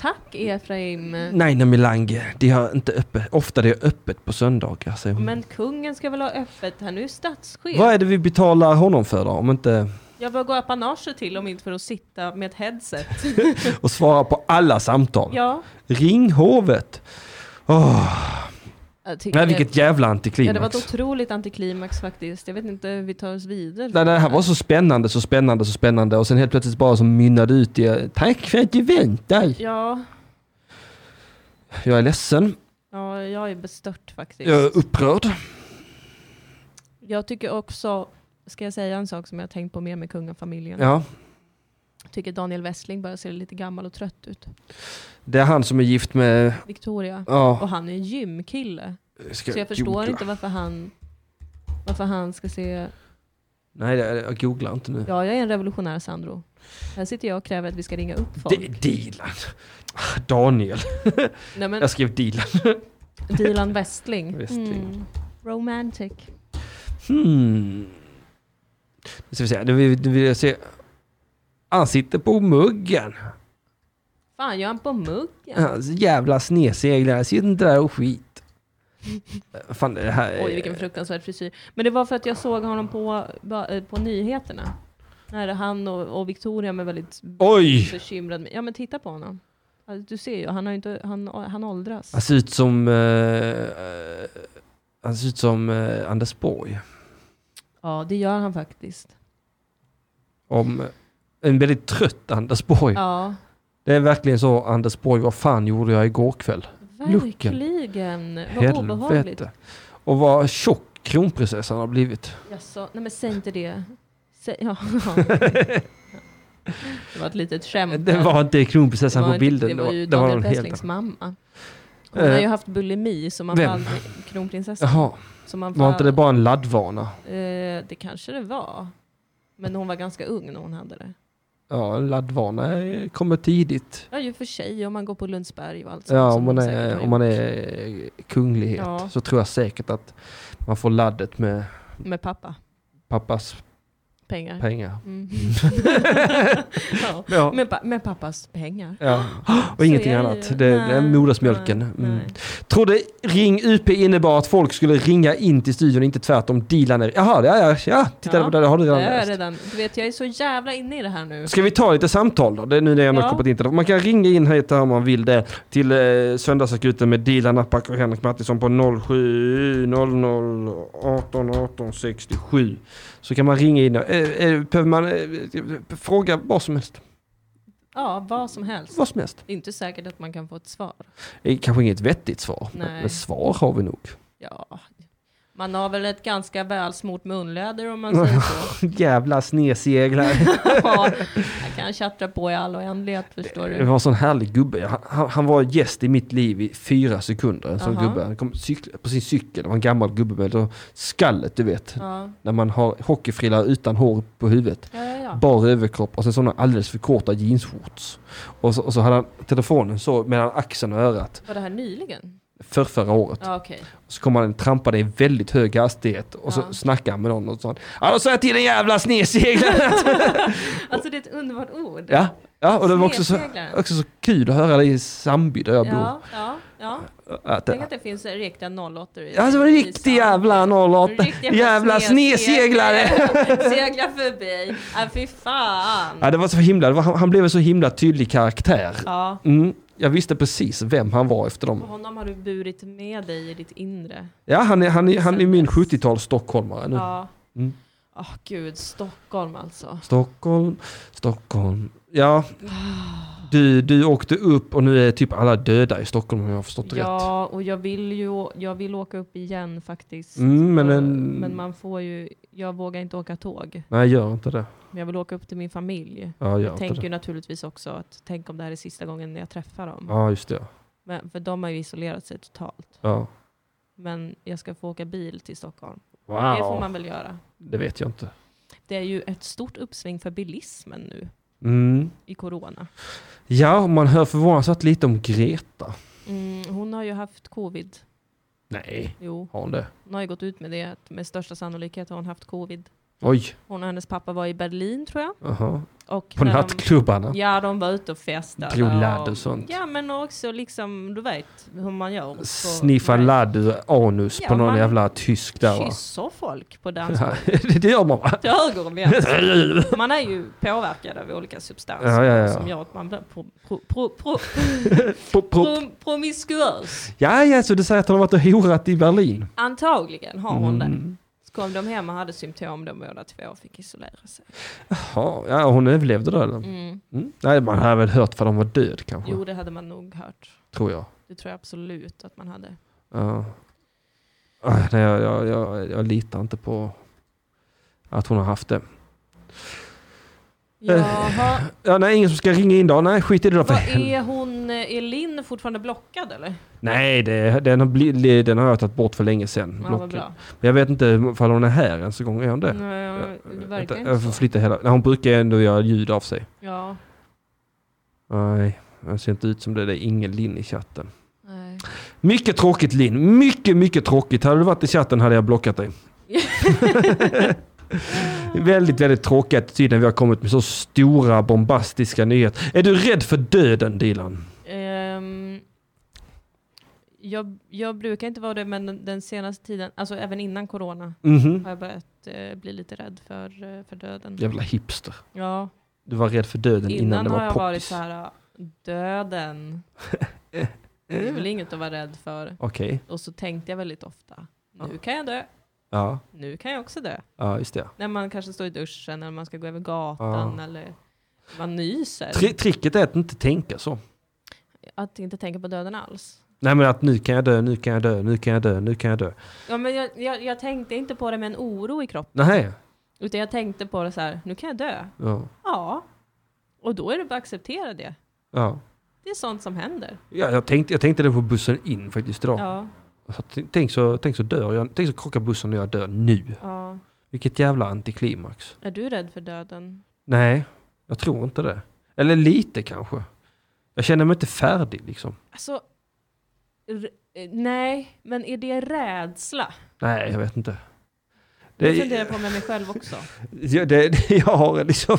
Tack Efraim! Naina Milange, de har inte öppet, ofta det är öppet på söndagar, säger hon. Men kungen ska väl ha öppet här, nu är statschef. Vad är det vi betalar honom för då? Om inte Jag bör gå apanager till om inte för att sitta med ett headset. att svara på alla samtal. ja. Ring hovet! Åh, Jag tycker Nej, det- vilket jävla Ja, det var antiklimax. ett otroligt antiklimax faktiskt. Jag vet inte hur vi tar oss vidare. Nej, nej, det här var så spännande, så spännande, så spännande och sen helt plötsligt bara så mynnade ut i Tack för att du väntar! Ja, Jag är ledsen. ja, jag är bestört faktiskt. Jag är upprörd. Jag tycker också, ska jag säga en sak som jag har tänkt på mer med kungafamiljen? Ja, Jag tycker Daniel Westling börjar se lite gammal och trött ut. det är han som är gift med... Victoria. Ja, Och han är en gymkille. ska Så jag förstår googla? inte varför han, varför han ska se... Nej, det- jag googlar inte nu. Ja, jag är en revolutionär Sandro. Här sitter jag och kräver att vi ska ringa upp folk. det är Dilan. Ah, Daniel. Nej, men, Jag skrev Dilan. Dilan Westling. Westling. Mm. Romantic. Hmm. Nu ska vi se. Nu vill, nu vill jag se. Han sitter på muggen. Fan, gör han på muggen? Hans jävla sneseglare. Sitter inte där och skit. Fan, det här är... Oj vilken fruktansvärd frisyr. Men det var för att jag såg honom på, ba- eh, på nyheterna. När han och, och Victoria med väldigt Oj! bekymrad Ja men titta på honom. Alltså, Du ser ju, han, har ju inte, han, han åldras. Han ser ut som... eh, eh, han ser ut som eh, Anders Borg. Ja det gör han faktiskt. Om en väldigt trött Anders Borg. Ja, Det är verkligen så Anders Borg, vad fan gjorde jag igår kväll? Lucken. Verkligen. Vad obehagligt. Helvete. Och vad tjock kronprinsessan har blivit. Jaså, nej men säg inte det. Säg, ja. ja. Det var ett litet skämt. Det var inte kronprinsessan Mm. Det var inte- på bilden. Det var ju det var Daniel någon helt Pesslings annan. mamma. Hon har Eh, ju haft bulimi som man vem? får aldrig, kronprinsessan. Jaha, Som man får var inte det bara en laddvana? eh, det kanske det var. Men hon var ganska ung när hon hade det. Ja, en laddvana eh, kommer tidigt. Ja, ju för sig om man går på Lundsberg och allt sånt. Ja, som om man, hon säkert är, har om man är kunglighet Ja. så tror jag säkert att man får laddet med gjort Med pappa. pappas Pengar. pengar. Mm. ja. Ja. med, pa- med pappas pengar. Ja. Så Och ingenting är det annat. ju. Det, det är Nej, modersmjölken. nej, Mm. nej. Trodde Ring UP innebar att folk skulle ringa in till studion, inte tvärtom. Dealen är... Jaha, ja, ja, ja. Titta, Ja, det har Det du redan har jag läst. redan. Du vet, jag är så jävla inne i det här nu. Ska vi ta lite samtal då? Det är nu när jag ändå Ja. ja. kommit in till det. Man kan ringa in hit här om man vill det till eh, Söndagsakuten med Dilan Apak och Henrik Mattisson på 0700 18 18 67. Så kan man ringa in. och- Eh, eh, behöver man eh, eh, fråga vad som helst? Ja, vad som helst. Vad som helst. Det är inte säkert att man kan få ett svar. Eh, Kanske inget vettigt svar, men, Nej. men svar har vi nog. Ja, man har väl ett ganska välsmort munläder om man säger så. Jävla sneseglar. Ja, jag kan tjattra på i all oändlighet förstår Det du. var en sån härlig gubbe. Han- Han, han var gäst i mitt liv i fyra sekunder. En sån Aha. gubbe. Han kom cykla, på sin cykel. Det var en gammal gubbe med då skallet, du vet. Ja, När man har hockeyfrilla utan hår på huvudet. ja, ja, ja. Bar överkropp och sen sådana alldeles för korta jeansshorts. Och så, och så hade han telefonen så mellan axeln och örat Var det här nyligen? för förra året. Ja, okej. Så kom han trampade i väldigt hög hastighet och så Ja. snackade han med någon och sa Ja då sa jag till den jävla sneseglaren! Alltså det är ett underbart ord. ja, ja, och det var också så, Sneseglaren. också så kul att höra det i Sandby där jag bor. ja, ja, ja. Att, Tänk att det finns riktiga nollåttor i Alltså en i riktig sand. jävla 08. Riktiga Jävla sneseglare! Segla förbi. Ja, fy fan. Ja, det var så himla, det var, han, han blev en så himla tydlig karaktär. Ja. Mm, jag visste precis vem han var efter Och dem. honom har du burit med dig i ditt inre. Ja, han är, han är, han är min 70-tals stockholmare nu. Ja. Åh Mm. gud, Stockholm alltså. Stockholm, Stockholm. Ja, du, du åkte upp och nu är typ alla döda i Stockholm om jag har förstått rätt. Ja, och jag vill ju jag vill åka upp igen faktiskt. Mm, men Och- en- men man får ju, jag vågar inte åka tåg. Nej, gör inte det. Men jag vill åka upp till min familj. Ja, gör Jag inte tänker ju det. naturligtvis också att tänk om det här är sista gången jag träffar dem. Ja, just det. Men, för de har ju isolerat sig totalt. Ja. Men jag ska få åka bil till Stockholm. Det får Wow, man väl göra. det vet jag inte. Det är ju ett stort uppsving för bilismen nu Mm. i corona. Ja, och man hör förvånansvärt lite om Greta. Mm, hon har ju haft covid. Nej, Jo, har hon det? hon har ju gått ut med det. att Med största sannolikhet har hon haft covid. Oj, Hon och hennes pappa var i Berlin tror jag. aha. Och På när de- nattklubbarna. Ja, de var ute och festade. Drog ladd och sånt. Ja, men också liksom, du vet hur man gör. på- Sniffa Nej. ladd ur anus Ja, på någon man- jävla tysk där va? Kysser folk på Ja, dansgolvet. det det gör man va? Till höger och vänster. Man är ju påverkad av olika substanser Ja, ja, ja. som gör att man blir pro, pro, pro, pro, Pop, pop. pro, promiskuös. Ja, ja, så du säger att hon har varit och horat i Berlin? Antagligen har hon Mm. det. Så kom de hem och hade symptom de båda två och fick isolera sig. Ja, ja hon överlevde då eller? Mm. Mm. Nej, man hade väl hört för de var död kanske, Jo, det hade man nog hört. tror jag. Det tror jag absolut att man Eh. hade. Ja. Ah, Nej, jag, jag, jag, jag litar inte på att hon har haft det. Jaha, Ja, nej, ingen som ska ringa in då? Nej, skit i det då för vad helvete. är hon, eh, är Linn fortfarande blockad eller? Nej, det, den, har bli, den har jag tagit bort för länge sedan. Ja, vad blocket. bra. Mm, Men jag vet inte ifall hon är här ens en gång. Är hon det? Nej, det verkar Vänta, inte jag får så. flytta hela... Nej, hon brukar ändå göra ljud av sig. Ja, Nej, det ser inte ut som det. Det är ingen Linn i chatten. nej. Mycket tråkigt Linn. Mycket, mycket tråkigt. Hade du varit i chatten hade jag blockat dig. väldigt, väldigt tråkig attityd när vi har kommit med så stora bombastiska nyheter. Är du rädd för döden Dilan? Ehm, jag, jag brukar inte vara det, men den, den senaste tiden, alltså även innan corona, Mhm. har jag börjat eh, bli lite rädd för, eh, för döden. Jävla hipster. Ja, Du var rädd för döden innan, innan det har var jag varit poppis. så här, ah, döden, det är väl inget att vara rädd för. Okej, Och så tänkte jag väldigt ofta, nu Ja. kan jag dö, ja. nu kan jag också dö. ja, just det. När man kanske står i duschen, eller man ska gå över gatan, Ja. eller man nyser. Tri- tricket är att inte tänka så. Att inte tänka på döden alls. Nej men att nu kan jag dö, nu kan jag dö, nu kan jag dö, nu kan jag dö. Ja, men jag, jag, jag tänkte inte på det med en oro i kroppen, Nej. utan jag tänkte på det så här, nu kan jag dö. Ja. Ja. Och då är det bara att acceptera det. ja. Det är sånt som händer. Ja, jag, tänkte, jag tänkte det på bussen in faktiskt idag. Ja, Alltså, t- tänk, så, tänk så dör jag, tänk så krockar bussen när jag dör nu. ja. Vilket jävla antiklimax. Är du rädd för döden? Nej, jag tror inte det. Eller lite kanske. Jag känner mig inte färdig liksom. Alltså, r- eh, nej, men är det rädsla? Nej, jag vet inte. Jag Det, funderar på med mig själv också. jag, det, det, jag har liksom...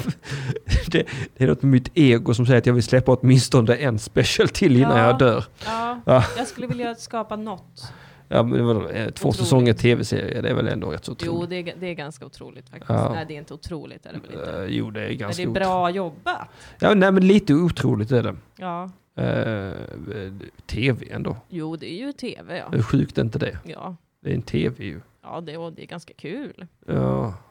Det, det är något med mitt ego som säger att jag vill släppa åtminstone en special till innan Ja. jag dör. Ja, Ja. jag skulle vilja skapa något. Ja, men det var, eh, två Otroligt. säsonger tv-serie, det är väl ändå rätt så Jo, otroligt. det är, ga- det är ganska otroligt faktiskt. Ja. Nej, det är inte otroligt. Är det väl inte. Eh, jo, det är Men det ganska är bra jobbat. otro- Ja, nej, men lite otroligt är det. Ja, Eh, tv ändå. jo, det är ju tv ja. Hur sjukt är inte det? Ja, Det är en tv ju. ja det, och det är ganska kul. Ja.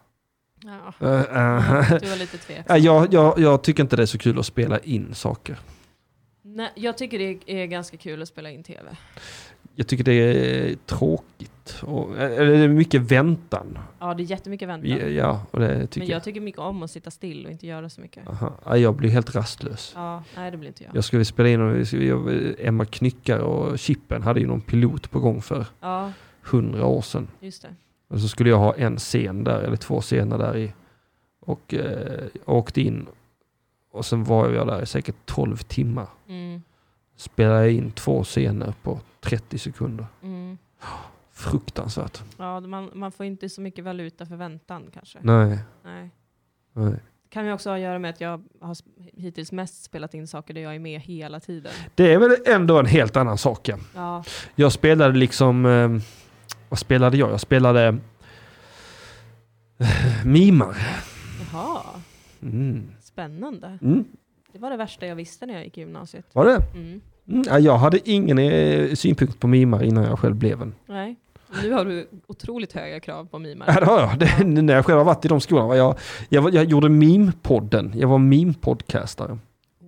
Ja. Eh, eh. Du var lite tveksam. Ja, jag, jag, jag tycker inte det är så kul att spela in saker. Nej, jag tycker det är ganska kul att spela in tv. Jag tycker det är tråkigt. Och, eh, eller det är mycket väntan. Ja, det är jättemycket väntan. Ja, ja och det Mm. Men tycker jag tycker mycket om att sitta still och inte göra så mycket. jag. Aha. Ja, jag blir helt rastlös. Ja, nej det blir inte jag. Jag skulle spela in, och vi skulle- jag- Emma Knyckare och Chippen hade ju någon pilot på gång för Ja, hundra år sedan. just det. Och så skulle jag ha en scen där, eller två scener där i. Och eh, jag åkte in. Och sen var jag där i säkert 12 timmar. Mm, Spelade in två scener på 30 sekunder. mm. Fruktansvärt. Ja, man, man får inte så mycket valuta för väntan kanske. Nej. Nej. nej. Det kan ju också ha att göra med att jag har s- hittills mest spelat in saker där jag är med hela tiden. Det är väl ändå en helt annan sak. Ja. Ja, Jag spelade liksom... Eh, vad spelade jag? Jag spelade... eh, mimar. jaha. Mm. Spännande. Mm. Det var det värsta jag visste när jag gick i gymnasiet. Var det? Mm. Mm. Ja, jag hade ingen eh, synpunkt på mimar innan jag själv blev en. Nej. Nu har du otroligt höga krav på mimare. Ja, det har jag. Det, när jag själv har varit i de skolorna. var Jag, jag, var- jag gjorde meme-podden. Jag var meme-podcastare.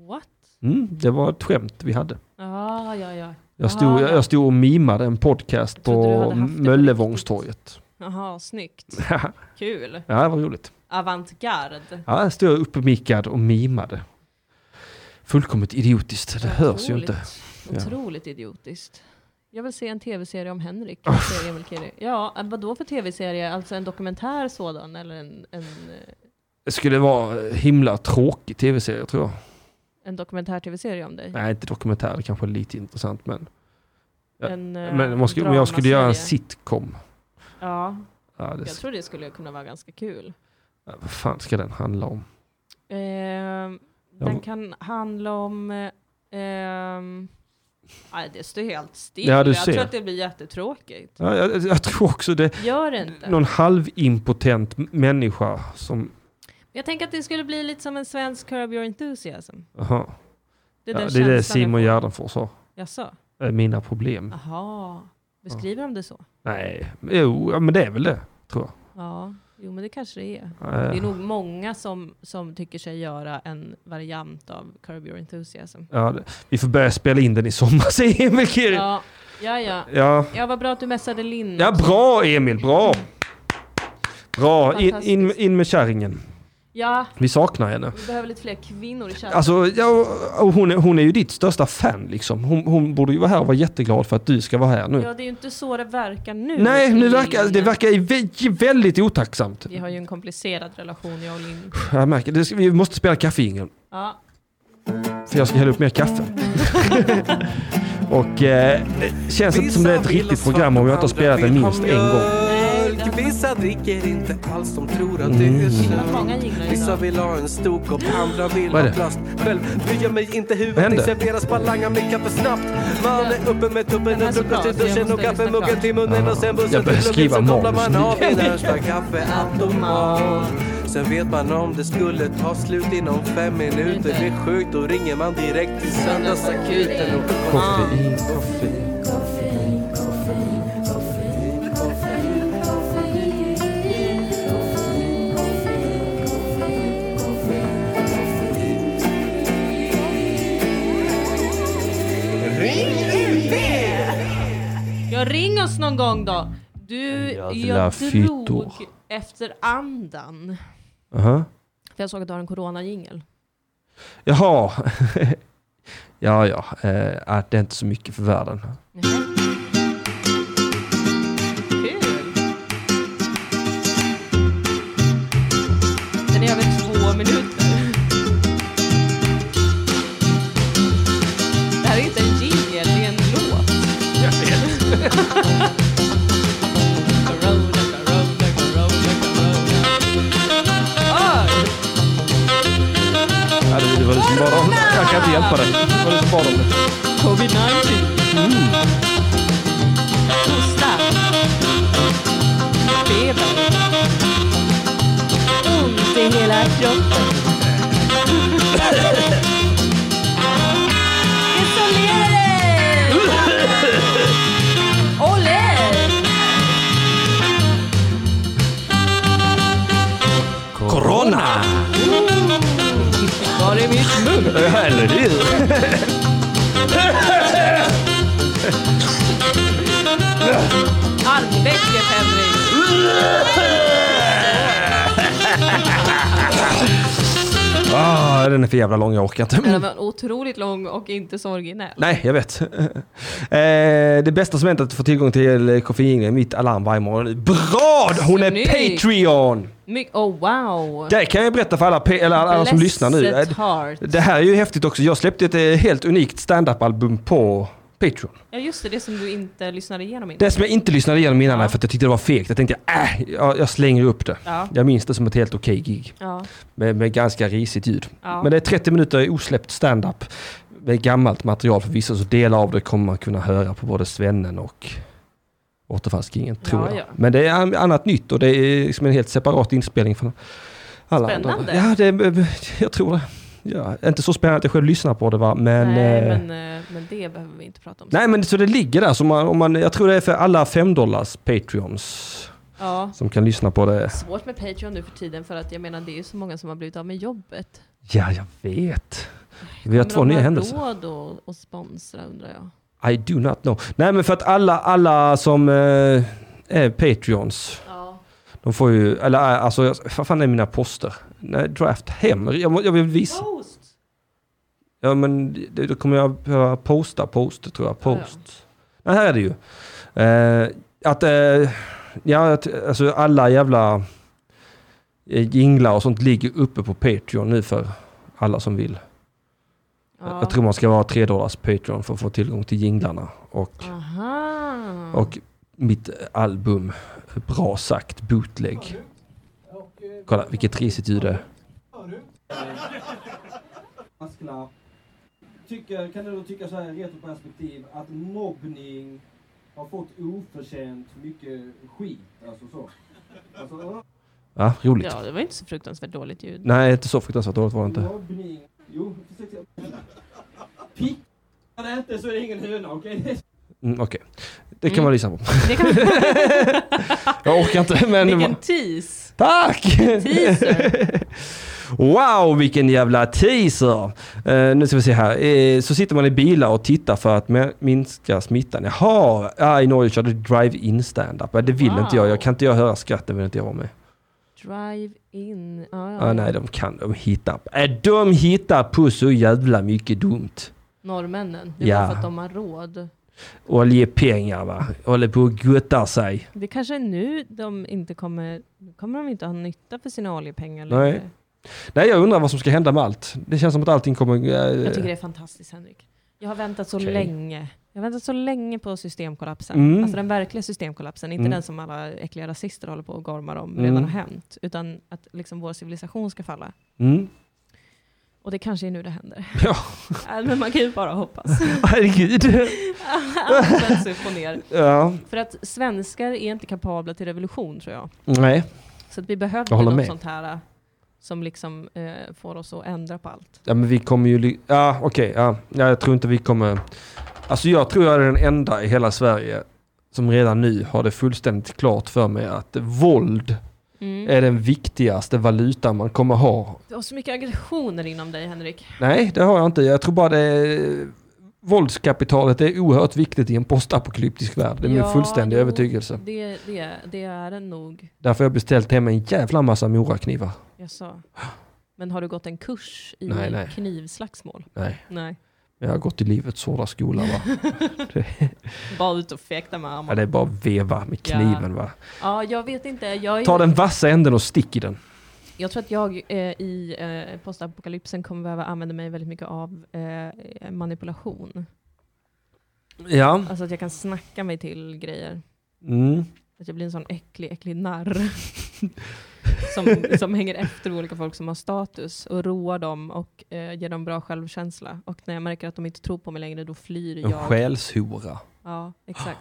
What? Mm, det var ett skämt vi hade. Ja, ja, Ah, ja. Jag stod, jag, jag stod och mimade en podcast Jag trodde du hade på haft det på Möllevångstorget. Jaha, snyggt. ja, Kul. det var roligt. Avantgarde. Ja, där stod jag uppmickad och mimade. Fullkomligt idiotiskt, det hörs ju inte. Ja. Otroligt idiotiskt. Jag vill se en tv-serie om Henrik, säger Emil Kirri. Ja, eh, vadå för tv-serie? Alltså en dokumentär sådan eller en, en, eh, Det skulle vara himla tråkig tv-serie tror jag. en dokumentär-tv-serie om dig? Nej, inte dokumentär, det kanske är lite intressant men. ja. En, eh, Men om jag skulle, om jag skulle göra en dramaserie. sitcom. Ja, Ja, det, jag tror det skulle kunna vara ganska kul. ja, vad fan ska den handla om? Eh, den kan handla om... Eh, ehm, nej, det står helt still. Ja, du jag ser. tror att det blir jättetråkigt. Ja, jag, jag tror också det. Gör det inte. Någon halvimpotent m- människa som, Jag tänker att det skulle bli lite som en svensk Curb Your Enthusiasm. aha. Det Det är är, ja, den det, känslan är det jag Simon får. Gärdenfors sa. Jaså? Det är Mina problem. Jaha. Beskriver de det så? Nej, jo, ja, men det är väl det, tror jag. Ja, jo men det kanske det är. Eh, Det är nog många som, som tycker sig göra en variant av Curb Your Enthusiasm. Eh, Ja, det- vi får börja spela in den i sommar, säger Emil Kiri. Ja. Ja, ja, ja. Ja. Ja, vad bra att du messade Linn. bra Emil, bra! Bra, in, Fantastiskt. in, in med kärringen. Ja, Vi saknar henne. vi behöver lite fler kvinnor i kärlek. Alltså, ja, och hon, är, hon är ju ditt största fan liksom. Hon, hon borde ju vara här och vara jätteglad för att du ska vara här nu. Ja, det är ju inte så det verkar nu. Nej, nu Linn. verkar, det verkar ju vä- väldigt otacksamt. Vi har ju en komplicerad relation, jag och Linn. Jag märker, det ska, vi måste spela kaffejingeln. Ja, För jag ska hälla upp mer kaffe. och eh, det känns inte som det är ett riktigt program om jag inte har spelat det minst en gång. Nej, det- Vissa dricker inte alls, de tror att det är vad synd. många jinglar Vissa idag. vill ha en stor kopp, andra vill Mm. Vad är ha det? plast. Själv bryr jag mig inte hur Vad händer? allting serveras, bara langar mig kaffe snabbt. Man är uppe med tuppen, här en är så frukost i bra, så jag duschen och måste lyssna kaffemuggen klart. till munnen och sen bussen Jag börjar till klubben. skriva Så kopplar man manus av i närmsta kaffeautomat. Sen vet man om det skulle ta slut inom fem minuter. Det är sjukt, då ringer man direkt till söndagsakuten. Och Koffein, koffein. Ring UP! Ring oss någon gång då! Du, Jävla jag fyttor. drog efter andan. Aha. För jag såg att du har en coronajingel. Jaha. ja, ja. Eh, att det är inte så mycket för världen. Nähä. Kul! Den är över två minuter. Det här är inte en jingel, det är en låt. Corona, corona, corona, corona. Oj! Ja, det, det var du som bad om det. Jag kan inte hjälpa dig. Det var liksom du som bad om det. Covid-19. Hosta. Feber. Ont i hela kroppen. Isolera dig! Olle! Corona! Var är mitt mun? Ja, eller hur? Ah, Armvecket, Henrik. Ah, den är för jävla lång, jag orkar inte. Den var otroligt lång och inte så originell. Nej, jag vet. Eh, det bästa som hänt är att få tillgång till koffein är mitt alarm varje morgon. Bra! Hon är Snyggt! Patreon! My- oh wow! Det kan jag berätta för alla, pe- eller alla som lyssnar nu. Eh, Blessed heart. Det här är ju häftigt också. Jag släppte ett eh, helt unikt standup-album på Patreon. Ja just det, det som du inte lyssnade igenom innan. Det som jag inte lyssnade igenom innan Ja. för att jag tyckte det var fegt. Jag tänkte, äh, jag, jag slänger upp det. Ja. Jag minns det som ett helt okej gig. Ja. Med, med ganska risigt ljud. Ja. Men det är 30 minuter osläppt standup. Med gammalt material förvisso, så delar av det kommer man kunna höra på både svennen och återfallskingen, tror Ja, jag. ja. Men det är an- annat nytt och det är liksom en helt separat inspelning från alla Spännande. andra. Ja, det, är- eh, jag tror det. Ja, inte så spännande att jag själv lyssnar på det va, men... Nej eh, men, eh, men det behöver vi inte prata om. Nej men så det ligger där, så man, om man, jag tror det är för alla 5 dollars patreons Ja. som kan lyssna på det. Svårt med Patreon nu för tiden för att jag menar det är ju så många som har blivit av med jobbet. Ja, jag vet. Vi har Kommer två de nya ha händelser. råd och, och sponsra undrar jag. I do not know. Nej men för att alla, alla som eh, är Patreons, Ja. de får ju, eller eh, alltså, jag- vad fan är mina poster? Nej, draft hem. Jag, må- jag vill visa. Post! Ja men det, då kommer jag behöva posta, post tror jag, Ja, ja. post. Nej, här är det ju. Eh, att, eh, ja, att, alltså alla jävla eh, jinglar och sånt ligger uppe på Patreon nu för alla som vill. Ja. Jag tror man ska vara 3 dollars Patreon för att få tillgång till jinglarna. Och Aha! Och mitt album, bra sagt, bootleg. Kolla vilket risigt ljud det är. maskerna. Tycker, kan du då tycka så här i retroperspektiv att mobbning har fått oförtjänt mycket skit? Alltså så. Alltså, Ja, roligt. Ja, det var inte så fruktansvärt dåligt ljud. Nej, inte så fruktansvärt dåligt var det inte. mobbning. Jo, försök se. Pickar det inte så är det ingen höna, okej? Mm, Okej, det kan Mm. man lyssna på. Det kan... Jag orkar inte Vilken men... tease! Tack! Teaser! Wow, vilken jävla teaser! Eh, nu ska vi se här. Eh, så sitter man i bilar och tittar för att mä- minska smittan. Jaha, ah, i Norge körde drive-in standup. Ja, Det vill Wow. inte jag. Jag kan inte jag höra skratten vill inte jag vara med. Drive in. Ja, ja, Ah, nej, de kan. De hittar. Äh, de hittar på så jävla mycket dumt. Norrmännen. Det är Ja. bara för att de har råd. Oljepengar va. Håller på att guttar sig. Det kanske är nu de inte kommer... Nu kommer de inte ha nytta för sina oljepengar Nej. längre. Nej, jag undrar vad som ska hända med allt. Det känns som att allting kommer... eh, Jag tycker det är fantastiskt Henrik. Jag har väntat så Okej. länge. Jag har väntat så länge på systemkollapsen. Mm. Alltså den verkliga systemkollapsen. Inte Mm. den som alla äckliga rasister håller på och gormar om Mm. redan har hänt. Utan att liksom vår civilisation ska falla. Mm. Och det kanske är nu det händer. Ja, Äh, Men man kan ju bara hoppas. herregud. Allt vänds upp och ner. ja, För att svenskar är inte kapabla till revolution tror jag. nej. Så att vi Jag behöver håller något med. sånt här äh, som liksom eh, får oss att ändra på allt. Ja, men vi kommer ju... ly- Ja, okej. ja. ja, jag tror inte vi kommer... Alltså jag tror jag är den enda i hela Sverige som redan nu har det fullständigt klart för mig att våld Mm. är den viktigaste valutan man kommer ha Du har så mycket aggressioner inom dig Henrik. Nej, det har jag inte. Jag tror bara det... våldskapitalet är oerhört viktigt i en postapokalyptisk värld. Det är min Ja, fullständiga jo, övertygelse. Det, det, det är den nog. Därför har jag beställt hem en jävla massa moraknivar. Jag sa. Men har du gått en kurs i Nej, nej. knivslagsmål? Nej, Nej. jag har gått i livets hårda skola va. Bara ut och fäkta med Ja, armarna. det är bara att veva med Ja. kniven va. Ja, jag vet inte. Jag, är, Ta den vassa änden och stick i den. jag tror att jag eh, i eh, postapokalypsen kommer behöva använda mig väldigt mycket av eh, manipulation. Ja. Alltså att jag kan snacka mig till grejer. Mm. Att jag blir en sån äcklig, äcklig narr. som, som hänger efter olika folk som har status och roar dem och eh, ger dem bra självkänsla. Och när jag märker att de inte tror på mig längre, då flyr En jag. själshora. Ja, exakt.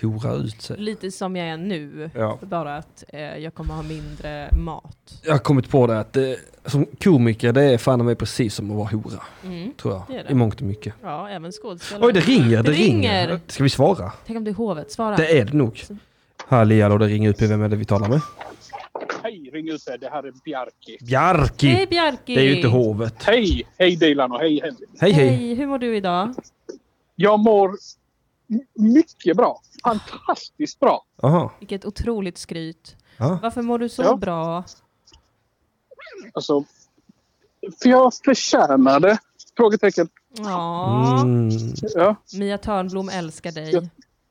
Hora ut sig. Lite som jag är nu, Ja. bara att eh, jag kommer ha mindre mat. Jag har kommit på det att eh, som komiker det är fan i mig precis som att vara hora. Mm. Tror jag. Det är det. I mångt och mycket. Ja, även skådespelare. Oj det ringer, det Det ringer. ringer. Ska vi svara? Tänk om det är hovet, svara. Det är det nog. Halli hallå det ringer upp. Vem är det vi talar med? Hej, ring ut det. Det här är Bjarki. Bjarki! Hej Bjarki! Det är ju inte hovet. Hej! Hej Dilan och hej Henrik. Hej hej! Hej, hur mår du idag? Jag mår m- mycket bra. Fantastiskt bra. Aha. Vilket otroligt skryt. Ja. Varför mår du så Ja. bra? Alltså, för jag förtjänade... Frågetecken. Ja. Mm. Ja, Mia Törnblom älskar dig. Ja.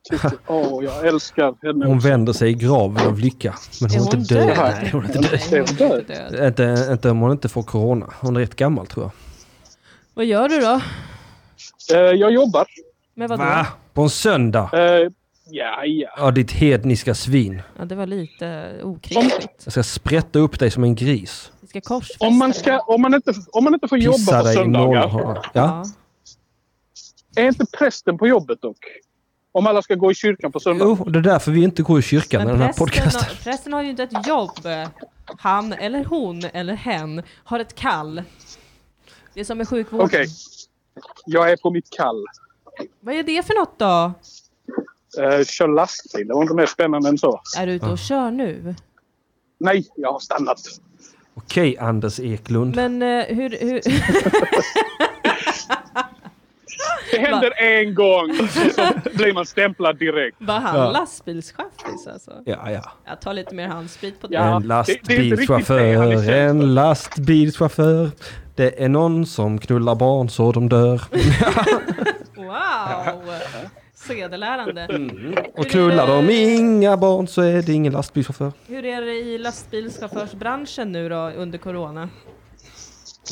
tyckte, åh, jag älskar henne. Hon vänder sig i graven av lycka. Men hon är inte död. Nej, hon är inte död. Nej, hon är inte död. Inte, inte om hon inte får corona. Hon är rätt gammal tror jag. Vad gör du då? Eh, jag jobbar. Med vadå? På en söndag? Eh, ja, ja. Ja, ditt hedniska svin. Ja, det var lite okristligt. Jag ska sprätta upp dig som en gris. Vi ska korsfästa. Om man, ska, om, man inte, om man inte får jobba Pissa på dig i söndagar, nålhålan. Ja. Ja. är inte prästen på jobbet dock? Om alla ska gå i kyrkan på söndag. Jo, Oh, det är därför vi inte går i kyrkan i Men den här prästen podcasten. har, prästen har ju inte ett jobb. Han eller hon eller hen har ett kall. Det är som med sjukvården. Okej. Jag är på mitt kall. Vad är det för något då? Eh, kör lastbil. Det var inte mer spännande än så. Är du ute och kör nu? Nej, jag har stannat. Okej, Anders Eklund. Men eh, hur... hur Det händer en gång och så blir man stämplad direkt. var han Ja. lastbilschaffis alltså? Ja, ja. Jag tar lite mer handsprit på det. Ja, En det- det är inte riktigt det han är lastbilschaufför, känd för. en lastbilschaufför. Det är någon som knullar barn så de dör. Wow! Sedelärande. Mm. Och knullar de inga barn så är det ingen lastbilschaufför. Hur är det i lastbilschaufförsbranschen nu då under corona?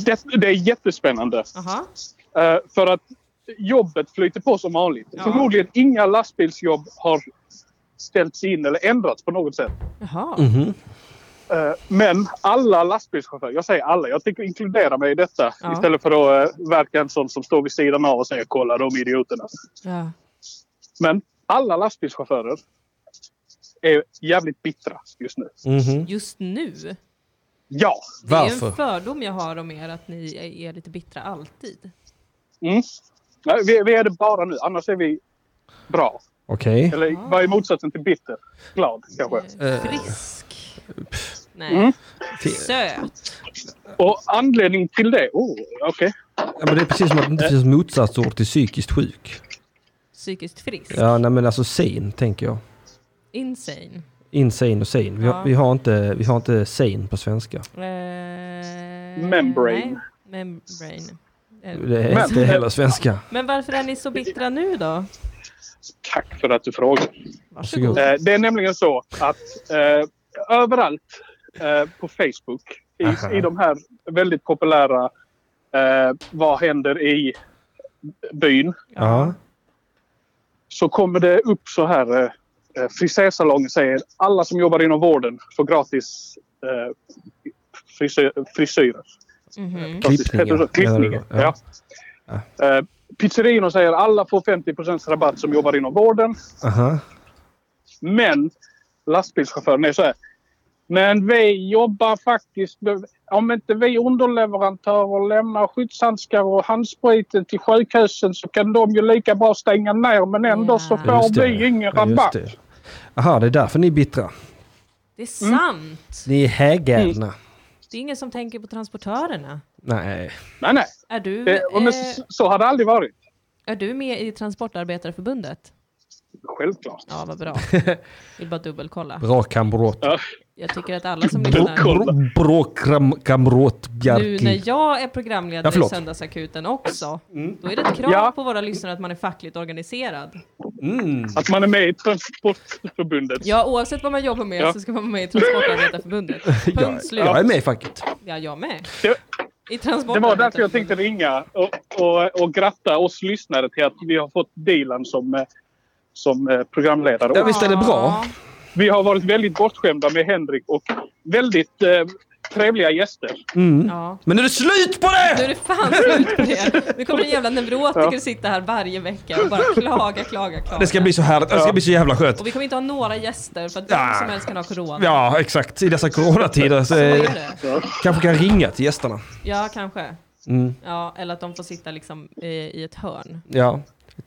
Det, det är jättespännande. Aha. Eh, för att jobbet flyter på som vanligt. Ja. Förmodligen inga lastbilsjobb har ställts in eller ändrats på något sätt. Jaha. Eh, men alla lastbilschaufförer, jag säger alla, jag tänker inkludera mig i detta Ja. istället för att eh, verka en sån som står vid sidan av och säger kolla de idioterna. Ja. Men alla lastbilschaufförer är jävligt bittra just nu. Mhm. Just nu? Ja! Det är ju Varför? en fördom jag har om er att ni är- är lite bittra alltid. Mm. Nej, vi, vi är det bara nu, annars är vi bra. Okej. Eller vad är motsatsen till bitter? Glad kanske. Eh, Frisk. Nej. Mm. Söt. Och anledning till det? Oh, okej. Ja, men det är precis som att det inte finns motsatsord till psykiskt sjuk. Psykiskt frisk. Ja, nej men alltså sane tänker jag. Insane. Insane och sane. Vi, har- Ja. vi, har, inte, vi har inte sane på svenska. Eh, Membrane. nej. Membrane. Eh, Det är Men- inte heller svenska. Men varför är ni så bittra nu då? Tack för att du frågar. Varsågod. Eh, det är nämligen så att eh, överallt eh, på Facebook Aha. i, i de här väldigt populära eh, Vad händer i byn? Ja. Så kommer det upp så här. Eh, eh, frisörsalongen säger alla som jobbar inom vården får gratis eh, frisör, frisyrer. Mhm. Klippningar. Precis, Klippningar, Ja. ja. Eh, Pizzeriorna säger alla får 50 rabatt som jobbar inom vården. Aha. Men lastbilschauffören är så här. Men vi jobbar faktiskt... med- Om inte vi underleverantörer lämnar skyddshandskar och handspriten till sjukhusen så kan de ju lika bra stänga ner. Men ändå Ja. så Ja, just får vi ingen Ja, just rabatt. det. Aha, det är därför ni är bittra. Det är sant. Ni är hägärna. Mm. Det är ingen som tänker på transportörerna. Nej. Nej, nej. Är du... Det, och men, eh, så, så har det aldrig varit. Är du med i Transportarbetareförbundet? Självklart. Ja, vad bra. Vill bara dubbelkolla. Bra kamrat. Jag tycker att alla som lyssnar, Bra, bra kam, kamrat nu när Bjarki. jag är Ja, programledare i förlåt. Söndagsakuten också, då är det ett krav Mm. Ja. på våra lyssnare att man är fackligt organiserad. Att man är med i Transportförbundet. Ja, oavsett vad man jobbar med Ja. så ska man vara med i Transportarbetareförbundet. Punkt Jag, slut. jag är med i facket. Ja, jag med. Det- I Det var därför jag Transportarbetareförbundet. tänkte ringa och, och, och gratta oss lyssnare till att vi har fått Dilan som, eh, som eh, programledare. Ja, visst är det bra? Vi har varit väldigt bortskämda med Henrik och väldigt eh, trevliga gäster. Mm. Ja. Men nu är det slut på det! Nu är det fan slut på det. Nu kommer en jävla neurotiker sitta här varje vecka och bara klaga, klaga, klaga. Det ska bli så härligt. Det ska bli så jävla skönt. Och vi kommer inte ha några gäster för att vem Ja. som helst kan ha corona. Ja, exakt. I dessa coronatider så Så är eh, det. kanske kan ringa till gästerna. Ja, kanske. Mm. Ja, eller att de får sitta liksom eh, i ett hörn. Ja.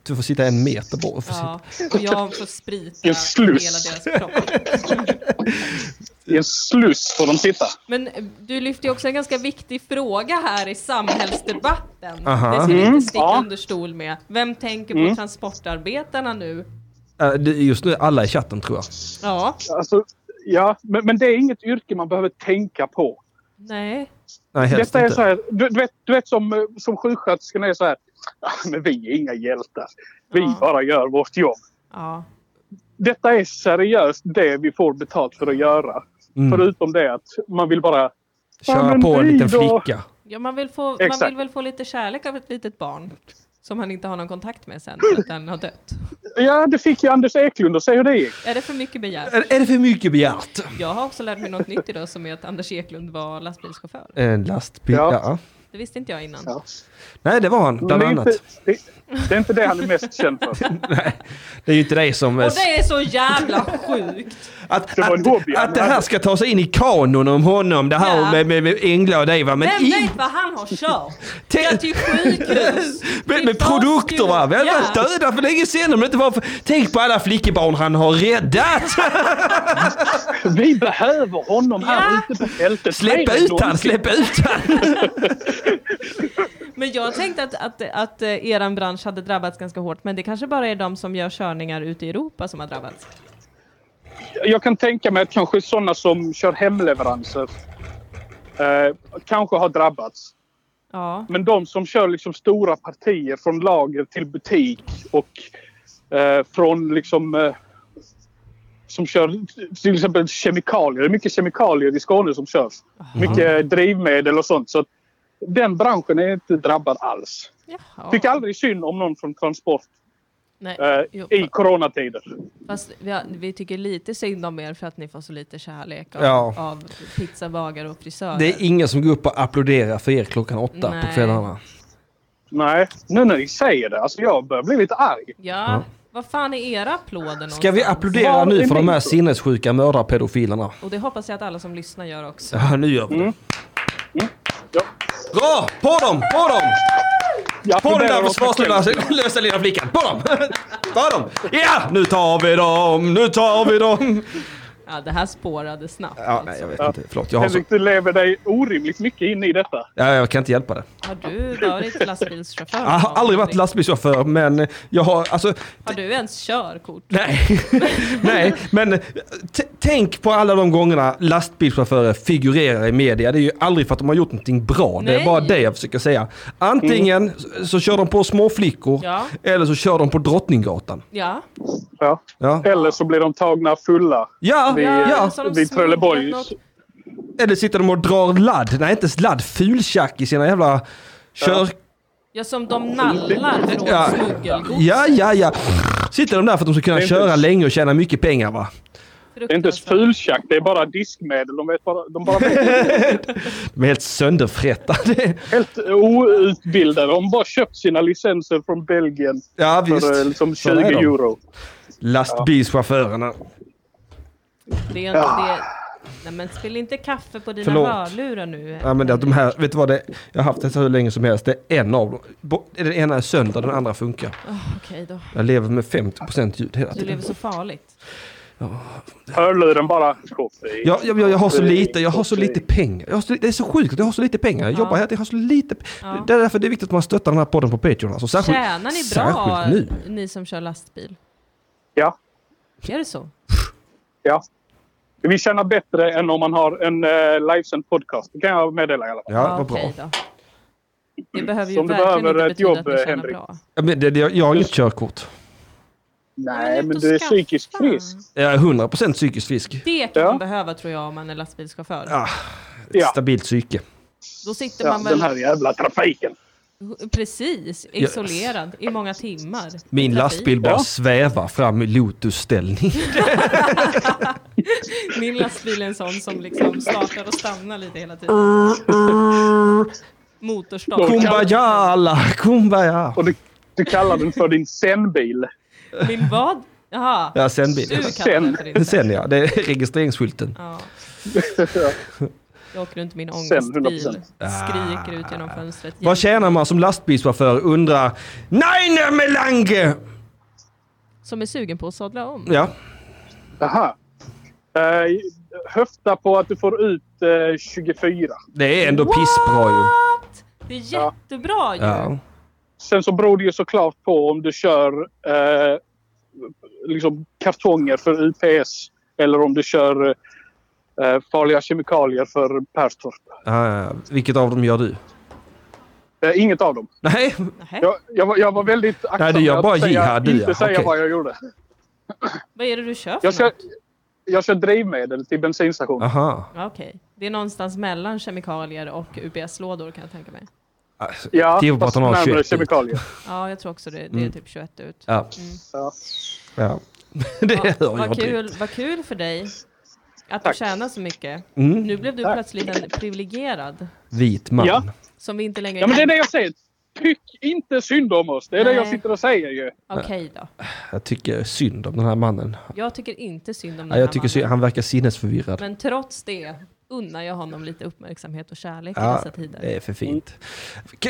Du får sitta en meter bort. Får sitta- Ja, och jag får sprita En sluss. hela deras kropp. I en sluss får de sitta. Men eh, du lyfte ju också en ganska viktig fråga här i samhällsdebatten. Aha. Det ska vi Mm, inte sticka ja. under stol med. Vem tänker på Mm. transportarbetarna nu? Eh, det- Just nu alla i chatten tror jag. Ja, Alltså, ja, men, men det är inget yrke man behöver tänka på. nej. Nej, helst Detta är inte. så här, du, du vet, du vet som, eh, som sjuksköterskan är så här. "Ah, Men vi är inga hjältar. Vi Ja. bara gör vårt jobb. Ja. detta är seriöst det vi får betalt för att göra. Mm. Förutom det att man vill bara... Ja, Köra men på en vi liten då? flicka. Ja, man vill, få, man Exakt. vill väl få lite kärlek av ett litet barn som han inte har någon kontakt med sen utan har dött. Ja, det fick ju Anders Eklund och se hur det gick. Är det för mycket begärt? Är, är det för mycket begärt? Jag har också lärt mig något nytt idag som är att Anders Eklund var lastbilschaufför. En lastbil, ja. Ja. Det visste inte jag innan. Ja. Nej, det var han, bland Men det, är annat. inte, det, det är inte det han är mest känd för. Det är ju inte det som... eh, Och det är så jävla sjukt! Att, Det var en att, hobby, att det här han hade. ska ta sig in i kanon om honom, det här Ja. med, med, med änglar och det va. Men, Vem i, vet vad han har kört? te- Ja, till sjukhus! med, till med produkter va. Vi hade Ja. varit döda för länge sedan om det inte var för... Tänk på alla flickebarn han har räddat! Vi behöver honom här ute på fältet. Släpp Nej, ut han, släpp ut han! Men jag tänkte att, att, att eh, eran bransch hade drabbats ganska hårt, men det kanske bara är de som gör körningar ute i Europa som har drabbats. Jag kan tänka mig att kanske sådana som kör hemleveranser eh, kanske har drabbats. Ja, Men de som kör liksom stora partier från lager till butik och eh, från liksom... Eh, som kör till exempel kemikalier. Det är mycket kemikalier i Skåne som körs. Mycket drivmedel och sånt. Så att den branschen är inte drabbad alls. jaha. Tycker aldrig synd om någon från transport Nej. eh, Jo, i coronatider. Fast vi, har, vi tycker lite synd om er för att ni får så lite kärlek av, Ja. av pizzabagare och frisörer. Det är ingen som går upp och applåderar för er klockan åtta på Nej. kvällarna. Nej, nu när ni säger det. Alltså jag börjar bli lite arg. ja. vad fan är era applåder någonstans? Ska vi applådera Var nu är för de här min- sinnessjuka mördarpedofilerna? Och det hoppas jag att alla som lyssnar gör också. Ja, nu gör vi det. Mm. Ja. Bra! På dem! På dem! Jag På den funderar där åt mig själv. försvarslösa lilla flickan! På dem! Ta dem! Ja! Nu tar vi dem! Nu tar vi dem! Ja, det här spårade snabbt. alltså. Ja, nej, jag vet inte. Förlåt. Jag, har så... Henrik, du lever dig orimligt mycket in i detta. ja, jag kan inte hjälpa det. Har du varit lastbilschaufför? Jag har Ah, aldrig varit lastbilschaufför, men jag har... Alltså, Har du ens körkort? nej. nej, men t- tänk på alla de gångerna lastbilschaufförer figurerar i media. Det är ju aldrig för att de har gjort någonting bra. Det är Nej. bara det jag försöker säga. Antingen så, så kör de på små flickor Ja. eller så kör de på Drottninggatan. Ja. Ja. Ja, Eller så blir de tagna fulla. ja, Vi- ja. så har de vid Trelleborg. smugglat något. Eller sitter de och drar ladd? Nej, inte ens ladd. Fultjack i sina jävla kör... Ja, som de nallar från Ja. smuggelgods. Ja, ja, ja. Sitter de där för att de ska kunna Det är inte- köra länge och tjäna mycket pengar va? Det är inte ens fultjack, det är bara diskmedel. De, vet bara, de bara vet. De är helt sönderfrättade. helt outbildade. De har bara köpt sina licenser från Belgien Ja, för eh, visst. liksom Så är 20 de. euro. Lastbilschaufförerna. Det är inte det. Nej men spill inte kaffe på dina Förlåt. hörlurar nu. Ja, men det, de här, vet du vad det Jag har haft detta hur länge som helst. Det är en av dem. Bo- Den ena är sönder, den andra funkar. Okej då. Jag lever med 50% ljud hela Du tiden. lever så farligt. Hörluren bara. Koffe. Jag, jag, jag, jag har så lite, jag har så lite pengar. Jag har så, li- det är så sjukt att jag har så lite pengar. Jag Ja. jobbar här, jag har så lite. pe- Ja. Det är därför det är viktigt att man stöttar den här podden på Patreon. Alltså, särskilt, Tjänar ni bra, Särskilt nu. ni som kör lastbil? Ja. Är det så? Ja. Vi tjänar bättre än om man har en uh, livesänd podcast. Det kan jag meddela i alla fall. okej då. Det behöver ju Så om du verkligen behöver inte ett betyda jobb, att ni tjänar Henrik. bra. Ja, men det, det, jag, jag har inget körkort. Nej, men du är psykiskt frisk. Jag är 100% psykisk frisk. Det kan man behöva tror jag om man är lastbilschaufför. Ja. Ett Stabilt psyke. Då sitter Ja, man väl den här jävla trafiken. precis Ja. isolerad i många timmar. Min lastbil bara svävar fram i Lotus-ställning. Min lastbil är en sån som liksom startar och stannar lite hela tiden. Motorstart. Kumbaya alla, kumbaya. Och du, du kallar den för din zenbil. Min vad? Jaha. Ja, sen bil. Du kallar den för din sen. Sen ja, det är registreringsskylten. Ja. Jag åker runt i min Sen, ångestbil. 100%. Skriker ut genom fönstret. Ah. Vad tjänar man som lastbilschaufför? Undrar Nein Melange! Som är sugen på att sadla om. Ja. Aha. Eh, höfta på att du får ut eh, 24. Det är ändå pissbra ju. Det är jättebra ju. Ja. Sen så beror det ju såklart på om du kör eh, liksom kartonger för UPS eller om du kör eh, farliga kemikalier för Perstorp. Ja, ja, ja. vilket av dem gör du? Eh, inget av dem. Nej. Jag, jag, var, jag var väldigt aktsam Nej, du gör med att bara säga- jihad, du, inte ja. säga Okej. vad jag gjorde. Vad är det du kör för Jag kör, något? jag kör drivmedel till bensinstationen. Aha. Ja, Okej. Det är någonstans mellan kemikalier och UPS-lådor kan jag tänka mig. Ja, Det är ju bara fast att han har närmare 21. kemikalier. Ja, jag tror också det. Det är Mm. typ 21 ut. Ja. Mm. ja. Det hör jag Vad direkt. kul, vad kul för dig att du tjänar så mycket. Mm. Nu blev du plötsligt en privilegierad Vit man. Ja. som vi inte längre Ja, men det är det jag säger. Tyck inte synd om oss. Det är det jag Nej. sitter och säger ju. Okej då. Jag tycker synd om den här mannen. Jag tycker inte synd om den Ja, här jag tycker synd, mannen. han verkar sinnesförvirrad. Men trots det unnar jag honom lite uppmärksamhet och kärlek i Ja, Eh. dessa tider. det är för fint. K-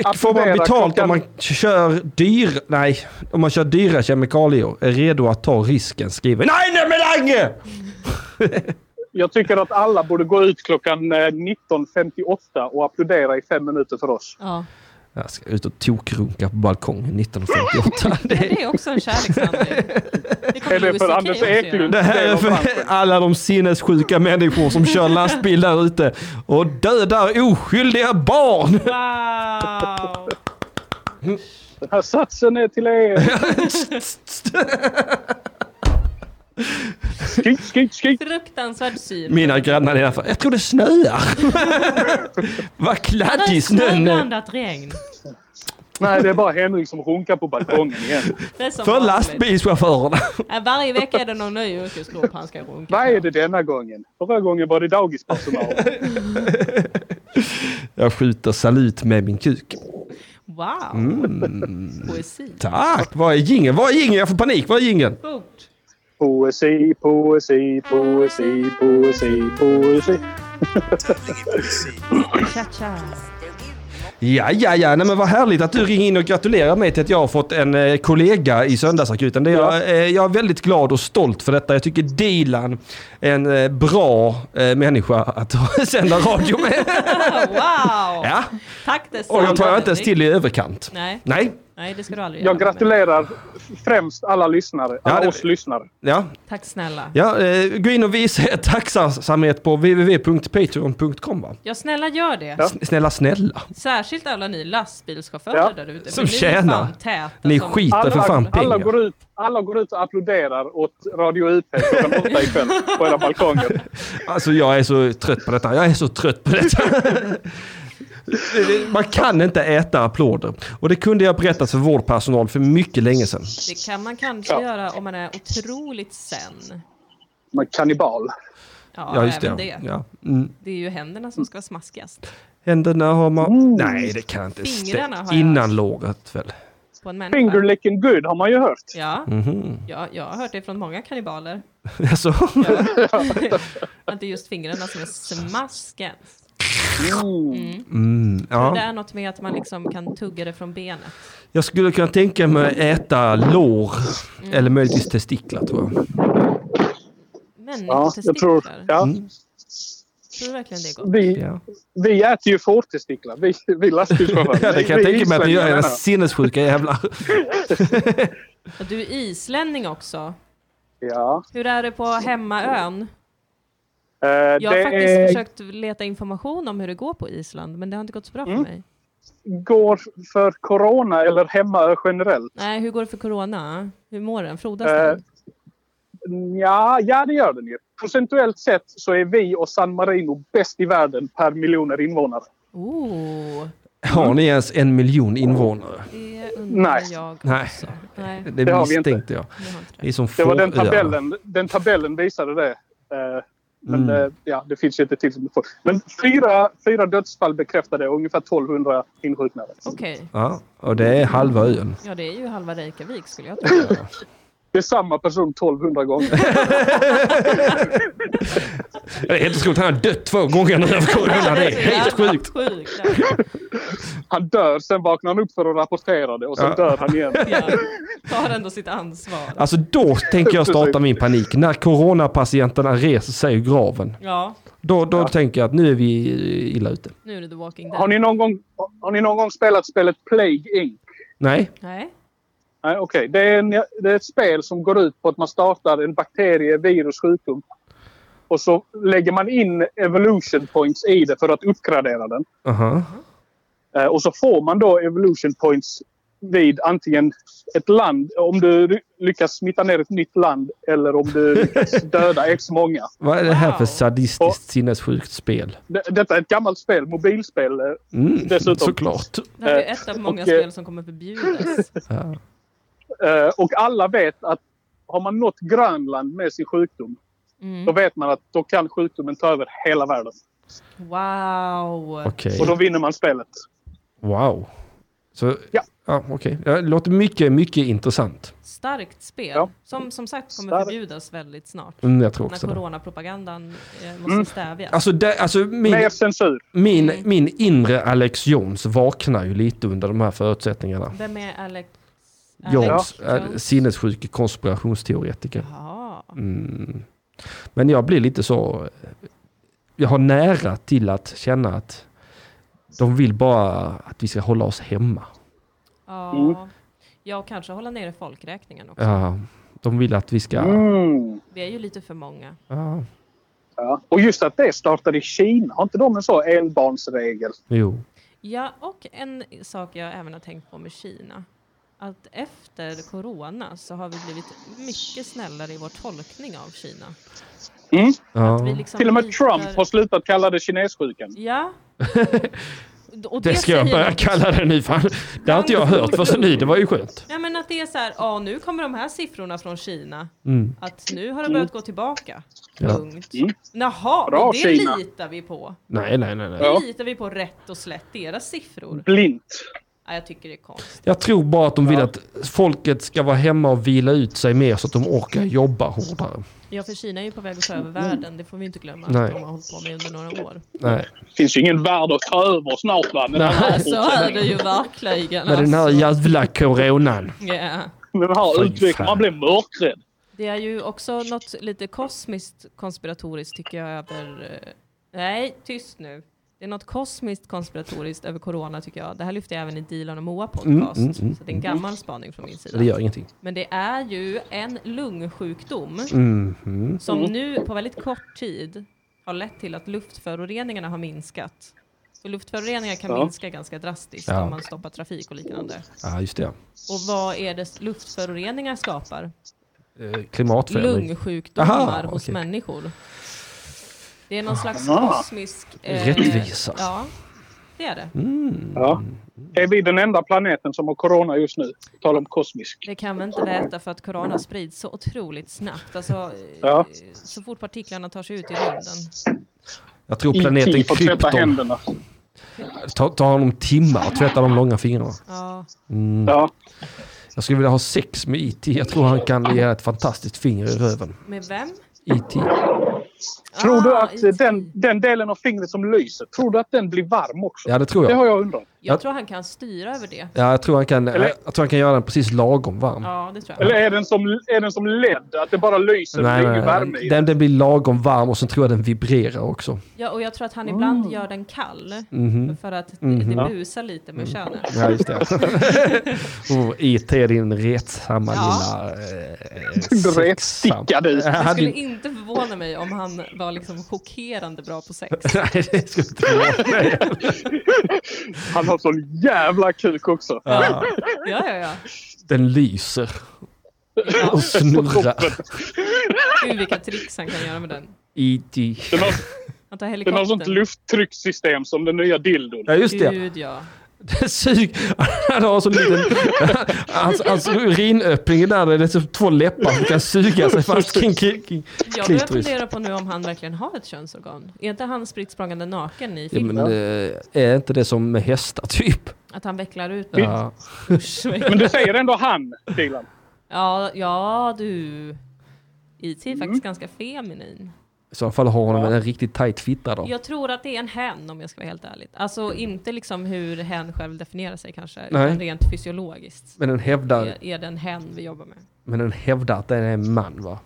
Applådera Får man betalt om klockan- man kör dyr... Nej, om man kör dyra kemikalier, är redo att ta risken, skriver... Nej, nej, men Lange! Jag tycker att alla borde gå ut klockan eh, 19.58 och applådera i fem minuter för oss. Ja. Jag ska ut och tokrunka på balkongen 1958. Det är också en kärlekshandling. kommer Är det Louis för CK Anders också göra. Eklund? Det här är för alla de sinnessjuka människor som kör lastbil där ute och dödar oskyldiga barn. Wow! Den här satsen är till er. Skit, skit, skit. Fruktansvärd syn. Mina grannar är därför, jag tror det snöar. Vad Ja, det kladdig är snön är. snöblandat regn. Nej, det är bara Henrik som runkar på balkongen igen. Det är som För vanligt. lastbilschaufförerna. Ja, Varje vecka är det någon ny yrkesgrupp han ska runka. Vad är det denna gången? Förra gången var det dagispersonal. Jag skjuter salut med min kuk. Wow! Mm. Poesi. Tack! Vad är jingeln? Vad är jingeln? Jag får panik. Vad är jingeln? Fort. Poesi, poesi, poesi, poesi, poesi. Cha-cha. Ja, ja, ja. Nej, men vad härligt att du ringer in och gratulerar mig till att jag har fått en eh, kollega i Söndagsakuten. Det är jag, eh, jag är väldigt glad och stolt för detta. Jag tycker Dilan är en eh, bra eh, människa att sända radio med. Oh, Wow! Ja. Tack detsamma. Och jag tar inte ens till i överkant. Nej. Nej. Nej, det ska du aldrig Jag göra. gratulerar främst alla lyssnare. Alla det- oss lyssnare. Ja, Tack snälla. ja eh, gå in och visa er tacksamhet på www.patreon.com va? Ja, snälla gör det. S- Snälla, snälla. Särskilt alla ni lastbilschaufförer Ja. där ute. för Som ni är tjänar. fan täta Ni som- skiter för fan alla, pengar. går ut, alla går ut och applåderar åt Radio UP klockan åtta ikväll på era balkonger. Alltså jag är så trött på detta. Jag är så trött på detta. Man kan inte äta applåder. Och det kunde jag berättat för vårdpersonal för mycket länge sedan. Det kan man kanske Ja. göra om man är otroligt sen. Man är kannibal. Ja, Ja, just det. även det. Ja. Mm. Det är ju händerna som ska vara smaskigast Händerna har man... Nej, det kan inte Fingrarna stä- har jag Innan låret väl? på en människa. Finger licking good har man ju hört. Ja. Mhm. ja, jag har hört det från många kannibaler. Alltså, Att det är just fingrarna som är smaskens. Mm. mm, Det ja. är något med att man liksom kan tugga det från benet. Jag skulle kunna Mm. tänka mig att äta lår. Eller möjligtvis testiklar tror jag. Människor Ja, jag tror... Ja. Mm. Tror du verkligen det är gott? Vi, vi äter ju fårtestiklar, vi, vi lastbilschaufförer. Ja, det kan Vi- jag vi tänka mig att ni gör, islänningar era menar. sinnessjuka jävlar. Ja, Du är islänning också. Ja. Hur är det på hemmaön? Eh, Jag har det faktiskt är- försökt leta information om hur det går på Island, men det har inte gått så bra Mm. för mig. går för corona eller hemma generellt? Nej, hur går det för corona? Hur mår den? Frodas Eh, den? ja, ja, det gör den ju. Procentuellt sett så är vi och San Marino bäst i världen per miljoner invånare. Oh, Har ni ens en miljon invånare? det undrar Nej. jag. Nej, Nej. det, Det har vi inte. misstänkte jag. Ni är som Det var den fåröar. tabellen, den tabellen visade det. Eh, men Mm. eh, ja, det finns ju inte till som befall. Men fyra, fyra dödsfall bekräftade och ungefär 1200 insjuknade. Okej. Ja, och det är halva ön. Ja, det är ju halva Reykjavik skulle jag tro. Det är samma person 1200 gånger. Det är helt otroligt, han har dött två gånger nu över corona. Det är helt sjukt. sjukt. Han dör, sen vaknar han upp för att rapportera det och sen Ja. dör han igen. Tar ändå sitt ansvar. Alltså då tänker jag starta min panik. När coronapatienterna reser sig ur graven. Ja, Då, då tänker jag att nu är vi eh, illa ute. nu är det The Walking Dead. Har ni någon gång, har ni någon gång spelat spelet Plague Inc? Nej, Nej. Nej, okej. Det, är en- det är ett spel som går ut på att man startar en bakterie, virus, sjukdom. Och så lägger man in evolution points i det för att uppgradera den. aha. Eh, och så får man då evolution points vid antingen ett land, om du ry- lyckas smitta ner ett nytt land eller om du lyckas döda X många. Vad är det här för sadistiskt sinnessjukt spel? D- detta är ett gammalt spel, mobilspel eh, Mm, dessutom. såklart. Det här är Eh, ett av många och, eh, spel som kommer förbjudas. Ja. Eh, och alla vet att har man nått Grönland med sin sjukdom, då Mm. vet man att då kan sjukdomen ta över hela världen. Wow! Okej. Och då vinner man spelet. Wow. Så, Ja. ja okej. Ja, Det låter mycket, mycket intressant. Starkt spel. Ja. Som som sagt kommer Starkt. förbjudas väldigt snart. Mm, jag tror När också det. coronapropagandan eh, måste Mm. stävjas. Alltså, det, alltså min, Mer censur. min, min inre Alex Jones vaknar ju lite under de här förutsättningarna. Vem är Alex? Äh, Jones, Alex ja. äh, sinnessjuk konspirationsteoretiker. Jaha. Mm. Men jag blir lite så... Jag har nära till att känna att de vill bara att vi ska hålla oss hemma. Ja. Mm. ja, och kanske hålla nere folkräkningen också. Ja, de vill att vi ska... Mm. Vi är ju lite för många. Ja, Ja. Och just att det startade i Kina. Har inte de en så enbarnsregel? jo. Ja, och en sak jag även har tänkt på med Kina. Att efter corona så har vi blivit mycket snällare i vår tolkning av Kina. Mm. Ja. Vi liksom Till och med litar- Trump har slutat kalla det kinessjukan. Ja. Och Det ska jag säger börja något. kalla det nu. Fan. Det har inte jag hört förrän nu. Det var ju skönt. Nej men att det är så här, ja nu kommer de här siffrorna från Kina. Mm. Att nu har det börjat gå tillbaka. Ja. Punkt. Mm. Jaha, Bra, men det Kina. litar vi på. Nej, nej, nej. nej. Det Ja. litar vi på rätt och slätt, deras siffror. Blint. Ja, jag tycker det är konstigt. Jag tror bara att de vill att folket ska vara hemma och vila ut sig mer så att de orkar jobba hårdare. Ja för Kina är ju på väg att ta över världen, det får vi inte glömma Nej. att de har hållit på med under några år. Nej. finns ju ingen värld att ta över snart va? Men den, har, Så är det Alltså, ju verkligen. Med den här alltså. jävla coronan. Ja. den har Fy utvecklat. fan. Man blir mörkrädd. Det är ju också något lite kosmiskt konspiratoriskt tycker jag över... eh, Nej, tyst nu. Det är något kosmiskt konspiratoriskt över corona tycker jag. Det här lyfte jag även i Dilan och Moa podcast. Mm, mm, mm. så det är en gammal spaning från min Det sida. gör ingenting. Men det är ju en lungsjukdom Mhm. som nu på väldigt kort tid har lett till att luftföroreningarna har minskat. För luftföroreningar kan Ja. minska ganska drastiskt Ja. om man stoppar trafik och liknande. Ja, just det. Och vad är det luftföroreningar skapar? Eh, Klimatförändring. lungsjukdomar Aha, hos okej. människor. Det är någon slags Aha. kosmisk... eh, Rättvisa. Mm. Ja, det är det. Ja. Är vi den enda planeten som har corona just nu? På Tal om kosmisk. Det kan vi inte veta för att corona sprids så otroligt snabbt. Alltså, eh, Ja. Så fort partiklarna tar sig ut i rymden. Jag tror planeten IT får tvätta Krypton händerna. tar, tar honom timmar att tvätta de långa fingrarna. Ja. Mm. Ja. Jag skulle vilja ha E sex med IT. Jag tror han kan ge ett fantastiskt finger i röven. Med vem? IT. Ah, Tror du att den, den delen av fingret som lyser, tror du att den blir varm också? Ja, det tror jag. Det har jag undrat. Jag tror han kan styra över det. Ja, jag tror han kan, Eller- jag tror han kan göra den precis lagom varm. Ja, det tror jag. Eller är den som, är den som LED? Att det bara lyser? Nej, det är ingen värme i den. den, den blir lagom varm och sen tror jag den vibrerar också. Ja, och jag tror att han ibland gör den kall. Oh. Mhm. För att Mhm. Mm. det, det busar lite med könet. Ja, just det. oh, IT, din retsamma Ja. lilla... Eh, sexsam- Retstickad ut. Ja, Det skulle din- inte förvåna mig om han var liksom chockerande bra på sex. Nej, det skulle inte vara mig. Han har sån jävla kuk också. Ja, Ja, ja, ja. den lyser. Och snurrar. Gud vilka tricks han kan göra med den. E.T. Den har, Han tar den har sånt helikoptern. lufttryckssystem som den nya dildon. Ja, just det. Gud ja. Det Sug. Han har en sån liten... Hans, hans urinöppning är där det är som två läppar som kan suga sig fast kring, kring, kring Jag börjar klitoris. fundera på nu om han verkligen har ett könsorgan. Är inte han spritt språngande naken i Ja, filmen? men, eh, är inte det som med hästar typ? Att han vecklar ut den? Ja. Usch, vad Men äckligt. det säger ändå han, Dilan. ja, ja du. IT är Mm. faktiskt ganska feminin. I så fall har hon en riktigt tight fitta då. Jag tror att det är en hen om jag ska vara helt ärlig. Alltså inte liksom hur hen själv definierar sig kanske, Nej. utan rent fysiologiskt. Men den hävdar, Är, är det en hen vi jobbar med? men den hävdar att den är en man va?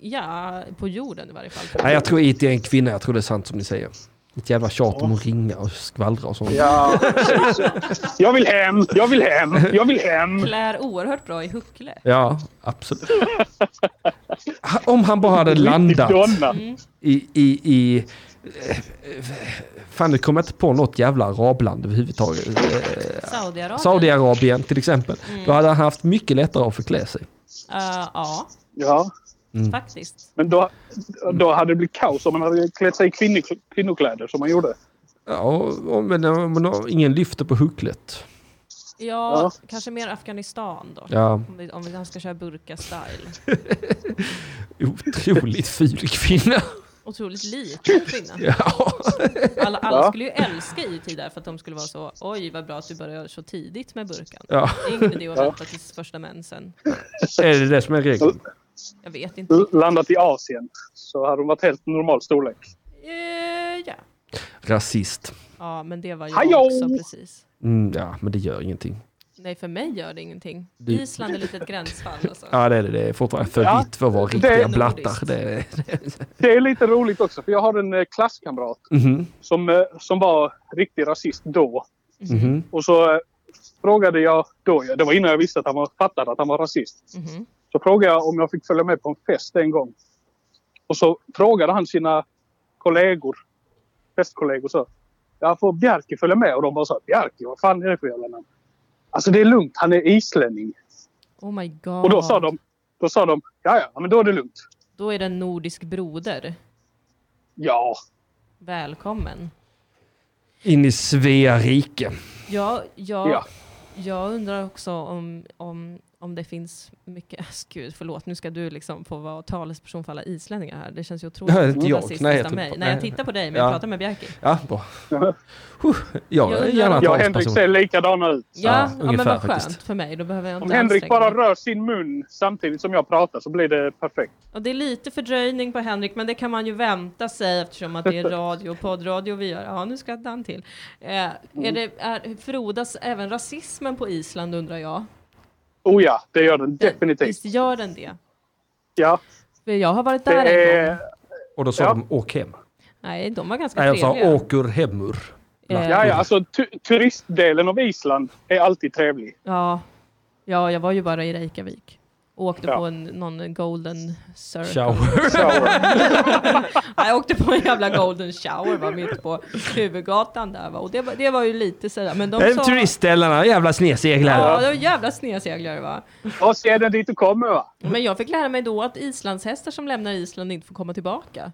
Ja, på jorden i varje fall. Nej jag tror IT är en kvinna, jag tror det är sant som ni säger. Ett jävla tjat om att ringa och skvallra och sånt. Ja, precis. Jag vill hem, jag vill hem, jag vill hem. Klär oerhört bra i huckle. Ja, absolut. Ha- Om han bara hade landat Donna. i... i, i eh, eh, fan, nu kommer jag inte på något jävla arabland överhuvudtaget. Eh, Saudiarabien. Saudiarabien till exempel. Då hade han haft mycket lättare att förklä sig. Eh, ja, Ja, faktiskt. men då, då hade det blivit kaos om man hade klätt sig i kvinnok- kvinnokläder som man gjorde. Ja, och- och- men om man har ingen lyfter på hucklet. Ja, Ja. kanske mer Afghanistan då. Ja, Om, vi, om vi ska köra burka-style. otroligt ful kvinna. Otroligt liten kvinna. Ja. Alla, alla Ja. skulle ju älska IT där för att de skulle vara så oj vad bra att du börjar så tidigt med burkan. ja, Det är ingen idé att vänta tills första mensen. är det det som är regeln? Jag vet inte. L- Landat i Asien så hade de varit helt normal storlek. Eh, ja. Rasist. ja, men det var jag Hallå! också precis. Mm, ja, men det gör ingenting. Nej, för mig gör det ingenting. Du- Island är lite ett gränsfall alltså. Ja, det är det. Det är fortfarande för Ja, vitt för att vara det- riktiga det- blattar. Det är... Det är lite roligt också för jag har en eh, klasskamrat Mhm, som, eh, som var riktig rasist då. mhm. Och så eh, frågade jag då, det var innan jag visste att han var, fattade att han var rasist. Mhm. Så frågade jag om jag fick följa med på en fest en gång. Och så frågade han sina kollegor, festkollegor så. Jag får Bjarke följa med? Och de bara så här, Bjarke, vad fan är det för jävla namn? Alltså det är lugnt, han är islänning. Oh my god. Och då sa de, då sa de, ja ja, men då är det lugnt. Då är det en nordisk broder. Ja, Välkommen. In i Svea rike. Ja, jag, Ja. jag undrar också om, om, om det finns mycket... Gud, förlåt, nu ska du liksom få vara talesperson för alla islänningar här. Det känns ju otroligt Ja, det är inte jag. rasistiskt Nej, jag av tror mig. på- Nej, jag nej. tittar på dig, men jag Ja. pratar med Bjarki. Ja, bra. Huh, Jag är Jag- gärna jag och Henrik talesperson. ser likadana ut. Ja, Ja, ja, ungefär men vad skönt faktiskt. för mig. Då behöver jag Om inte Henrik anstränga bara mig. rör sin mun samtidigt som jag pratar så blir det perfekt. Och det är lite fördröjning på Henrik, men det kan man ju vänta sig eftersom att det är radio, poddradio vi gör. Ja, nu skrattar han till. Eh, är det, är, frodas även rasismen på Island undrar jag? Oh ja, det gör den definitivt. Visst gör den det? Ja, För jag har varit det där en gång. är... Och då sa Ja. de åk hem. Nej, de var ganska Nej, jag sa trevliga. åkur hemur. Eh, Ja, ja, alltså tu- turistdelen av Island är alltid trevlig. Ja. ja, jag var ju bara i Reykjavik. Och åkte Ja. på en, någon golden circle. Shower. Shower. Ja, jag åkte på en jävla golden shower var mitt på huvudgatan där va. Och det, var- det var ju lite sådär. Men de De sa... turistställena, jävla Ja, sneseglare. de var jävla sneseglare va. Och sedan dit du kommer va? Men jag fick lära mig då att islandshästar som lämnar Island inte får komma tillbaka.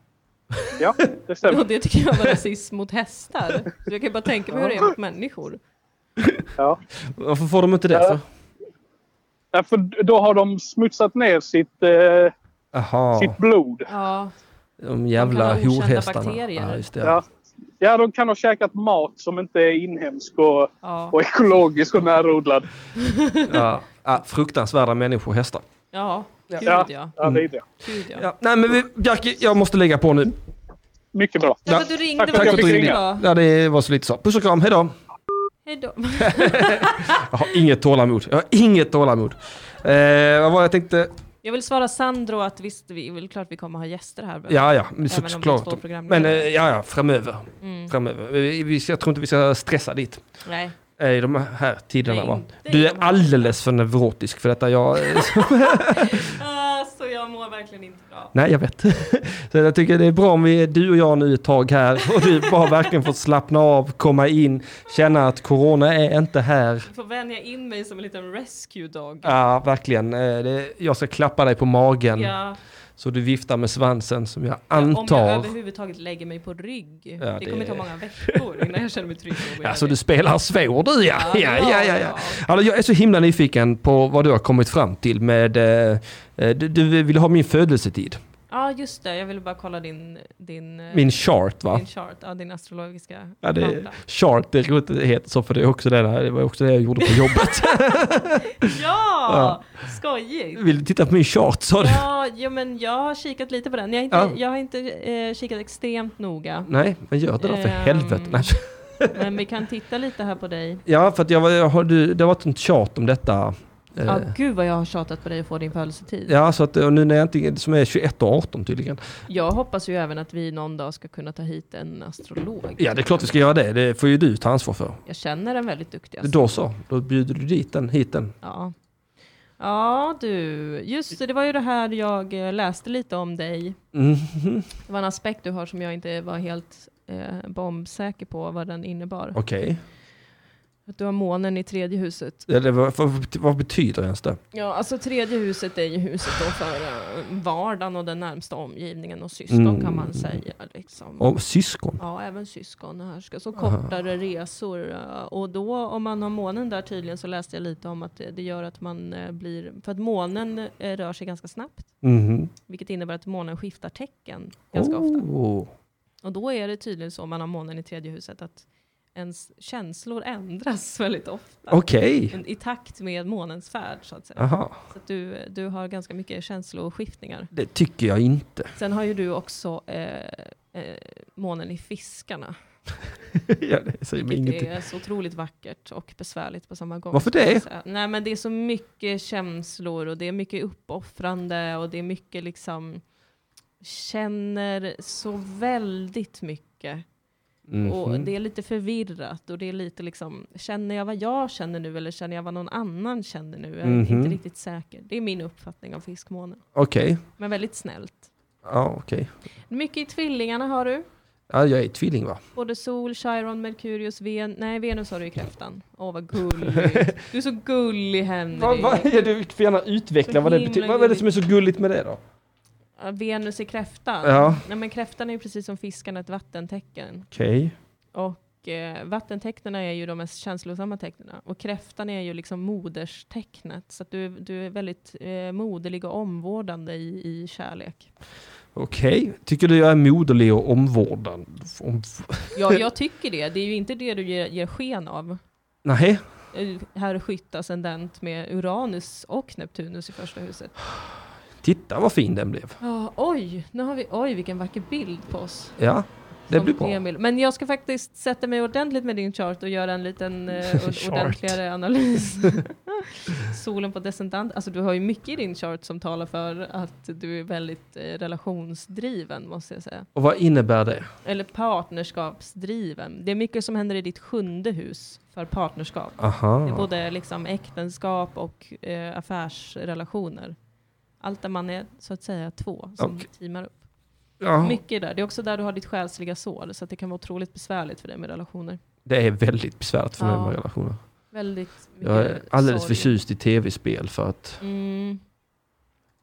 Ja, det stämmer. Och det tycker jag var rasism mot hästar. Så jag kan ju bara tänka mig hur det är mot människor. Ja. Varför får de inte det för? Ja, För då har de smutsat ner sitt, eh, Jaha, sitt blod. Ja, de jävla De kan ha okända horhästarna. bakterier. Ja, just det. Ja. ja, de kan ha käkat mat som inte är inhemsk och, ja, och ekologisk och närodlad. Ja. Ja, fruktansvärda människor och hästar. ja. Gud Ja, ja. ja, det är det. Gud ja. Ja, nej men vi, Bjarke, jag måste lägga på nu. Mycket bra. Ja, men du ringde, Tack, vad för att du kul det ringde. var. Ja, det var så lite så. Puss och kram, hejdå. Hejdå. Jag har inget tålamod. Jag har inget tålamod. Eh, vad var det jag tänkte? Jag vill svara Sandro att visst, vi vill klart vi kommer ha gäster här. Ja, ja, men Även om det är två såklart. programledare. Men eh, ja, ja, framöver. Mm. framöver. Vi, vi, jag tror inte vi ska stressa dit. Nej. eh, I de här tiderna Nej, va? inte Du i är alldeles för neurotisk för detta. Jag, eh, Ah, så jag mår verkligen inte bra. nej, jag vet. Så jag tycker det är bra om vi är du och jag nu ett tag här och du bara verkligen får slappna av, komma in, känna att corona är inte här. Jag får vänja in mig som en liten rescue dog. Ja, verkligen. Eh, det- Jag ska klappa dig på magen Ja, så du viftar med svansen som jag om jag antar. överhuvudtaget lägger mig på rygg. Ja, det det- kommer ta många veckor innan jag känner mig trygg. nog att göra Alltså det. du spelar svår du ja. ja, ja, ja, ja. Alltså, jag är så himla nyfiken på vad du har kommit fram till med... eh, eh, Du, du vill ha min födelsetid. Ja, just det. Jag ville bara kolla din... din eh, Min chart va? Din chart, ja, din astrologiska Ja, det, karta. chart, det är roligt att det heter så för det, är också det, där, det var också det jag gjorde på jobbet. Ja! Skojigt! Vill du titta på min chart sa du? Ja, ja, men jag har kikat lite på den. Jag har inte, Ja. jag har inte eh, kikat extremt noga. Nej, men gör det då Ehm. för helvete. Nej. Men vi kan titta lite här på dig. Ja, för att jag, var- jag har, du, det har varit en tjat om detta. eh, Ja, gud vad jag har tjatat på dig att få din födelsetid. Ja, så att och nu när jag inte, som är 21 och 18 tydligen. Jag hoppas ju även att vi någon dag ska kunna ta hit en astrolog. Ja, det är klart vi ska göra det. Det får ju du ta ansvar för. Jag känner en väldigt duktig astrolog. Då så, då bjuder du dit den, hit den. Ja. ja, du. Just det, det var ju det här jag eh, läste lite om dig. Mhm. Det var en aspekt du har som jag inte var helt eh, bombsäker på vad den innebar. Okej. Att du har månen i tredje huset. Ja, det var- vad, vad betyder ens det? Ja, alltså tredje huset är ju huset då för eh, vardagen och den närmsta omgivningen och syskon Mm. kan man säga. Liksom. Om syskon? Ja, även syskon här ska så Aha. kortare resor. eh, Och då om man har månen där tydligen så läste jag lite om att det, det gör att man eh, blir, för att månen eh, rör sig ganska snabbt, Mhm. vilket innebär att månen skiftar tecken ganska ofta. Oh. Och då är det tydligen så om man har månen i tredje huset att ens känslor ändras väldigt ofta. Okej. Men I takt med månens färd så att säga. Aha. Så att du, du har ganska mycket känsloskiftningar. Det tycker jag inte. Sen har ju du också eh, eh, månen i fiskarna. ja, det säger mig Vilket ingenting. är så otroligt vackert och besvärligt på samma gång. Varför skulle det? jag säga. Nej men det är så mycket känslor och det är mycket uppoffrande och det är mycket liksom känner så väldigt mycket. Och Mhm. det är lite förvirrat och det är lite liksom, känner jag vad jag känner nu eller känner jag vad någon annan känner nu? Jag är Mhm. inte riktigt säker. Det är min uppfattning av fiskmånen. Okej. Men väldigt snällt. Ja, okej. Mycket i tvillingarna har du. Ja, jag är tvilling va? Både Sol, Chiron, Merkurius, Venus. Nej, Venus har du i kräftan. Åh, vad gulligt. Du är så gullig, Henry. Va, va, ja, du får gärna utveckla Så vad det himla betyder. Vad är det som är så gulligt med det då? Ja, Venus i kräftan. Ja. Nej, men kräftan är ju precis som fiskarna ett vattentecken. Okej. Och eh, vattentecknena är ju de mest känslosamma tecknena. Och kräftan är ju liksom moderstecknet. Så att du, du är väldigt eh, moderlig och omvårdande i, i kärlek. Okej. Tycker du jag är moderlig och omvårdande? Om... Ja, jag tycker det. Det är ju inte det du ger, ger sken av. Nej. Eh, Herr skytt ascendent med Uranus och Neptunus i första huset. Titta vad fin den blev. Ja, oj, nu har vi, oj vilken vacker bild på oss. Ja, det Som blir bra. Emil. Men jag ska faktiskt sätta mig ordentligt med din chart och göra en liten eh, ord- Chart. ordentligare analys. Solen på descendant, alltså du har ju mycket i din chart som talar för att du är väldigt eh, relationsdriven måste jag säga. Och vad innebär det? Eller partnerskapsdriven. Det är mycket som händer i ditt sjunde hus för partnerskap. Aha. Det är både liksom äktenskap och eh, affärsrelationer. Allt där man är så att säga två som Okej. teamar upp. Ja. Mycket där. Det är också där du har ditt själsliga sår så att det kan vara otroligt besvärligt för dig med relationer. Det är väldigt besvärligt för mig Ja. med relationer. Väldigt mycket Jag är alldeles sorg. förtjust i tv-spel för att Mm,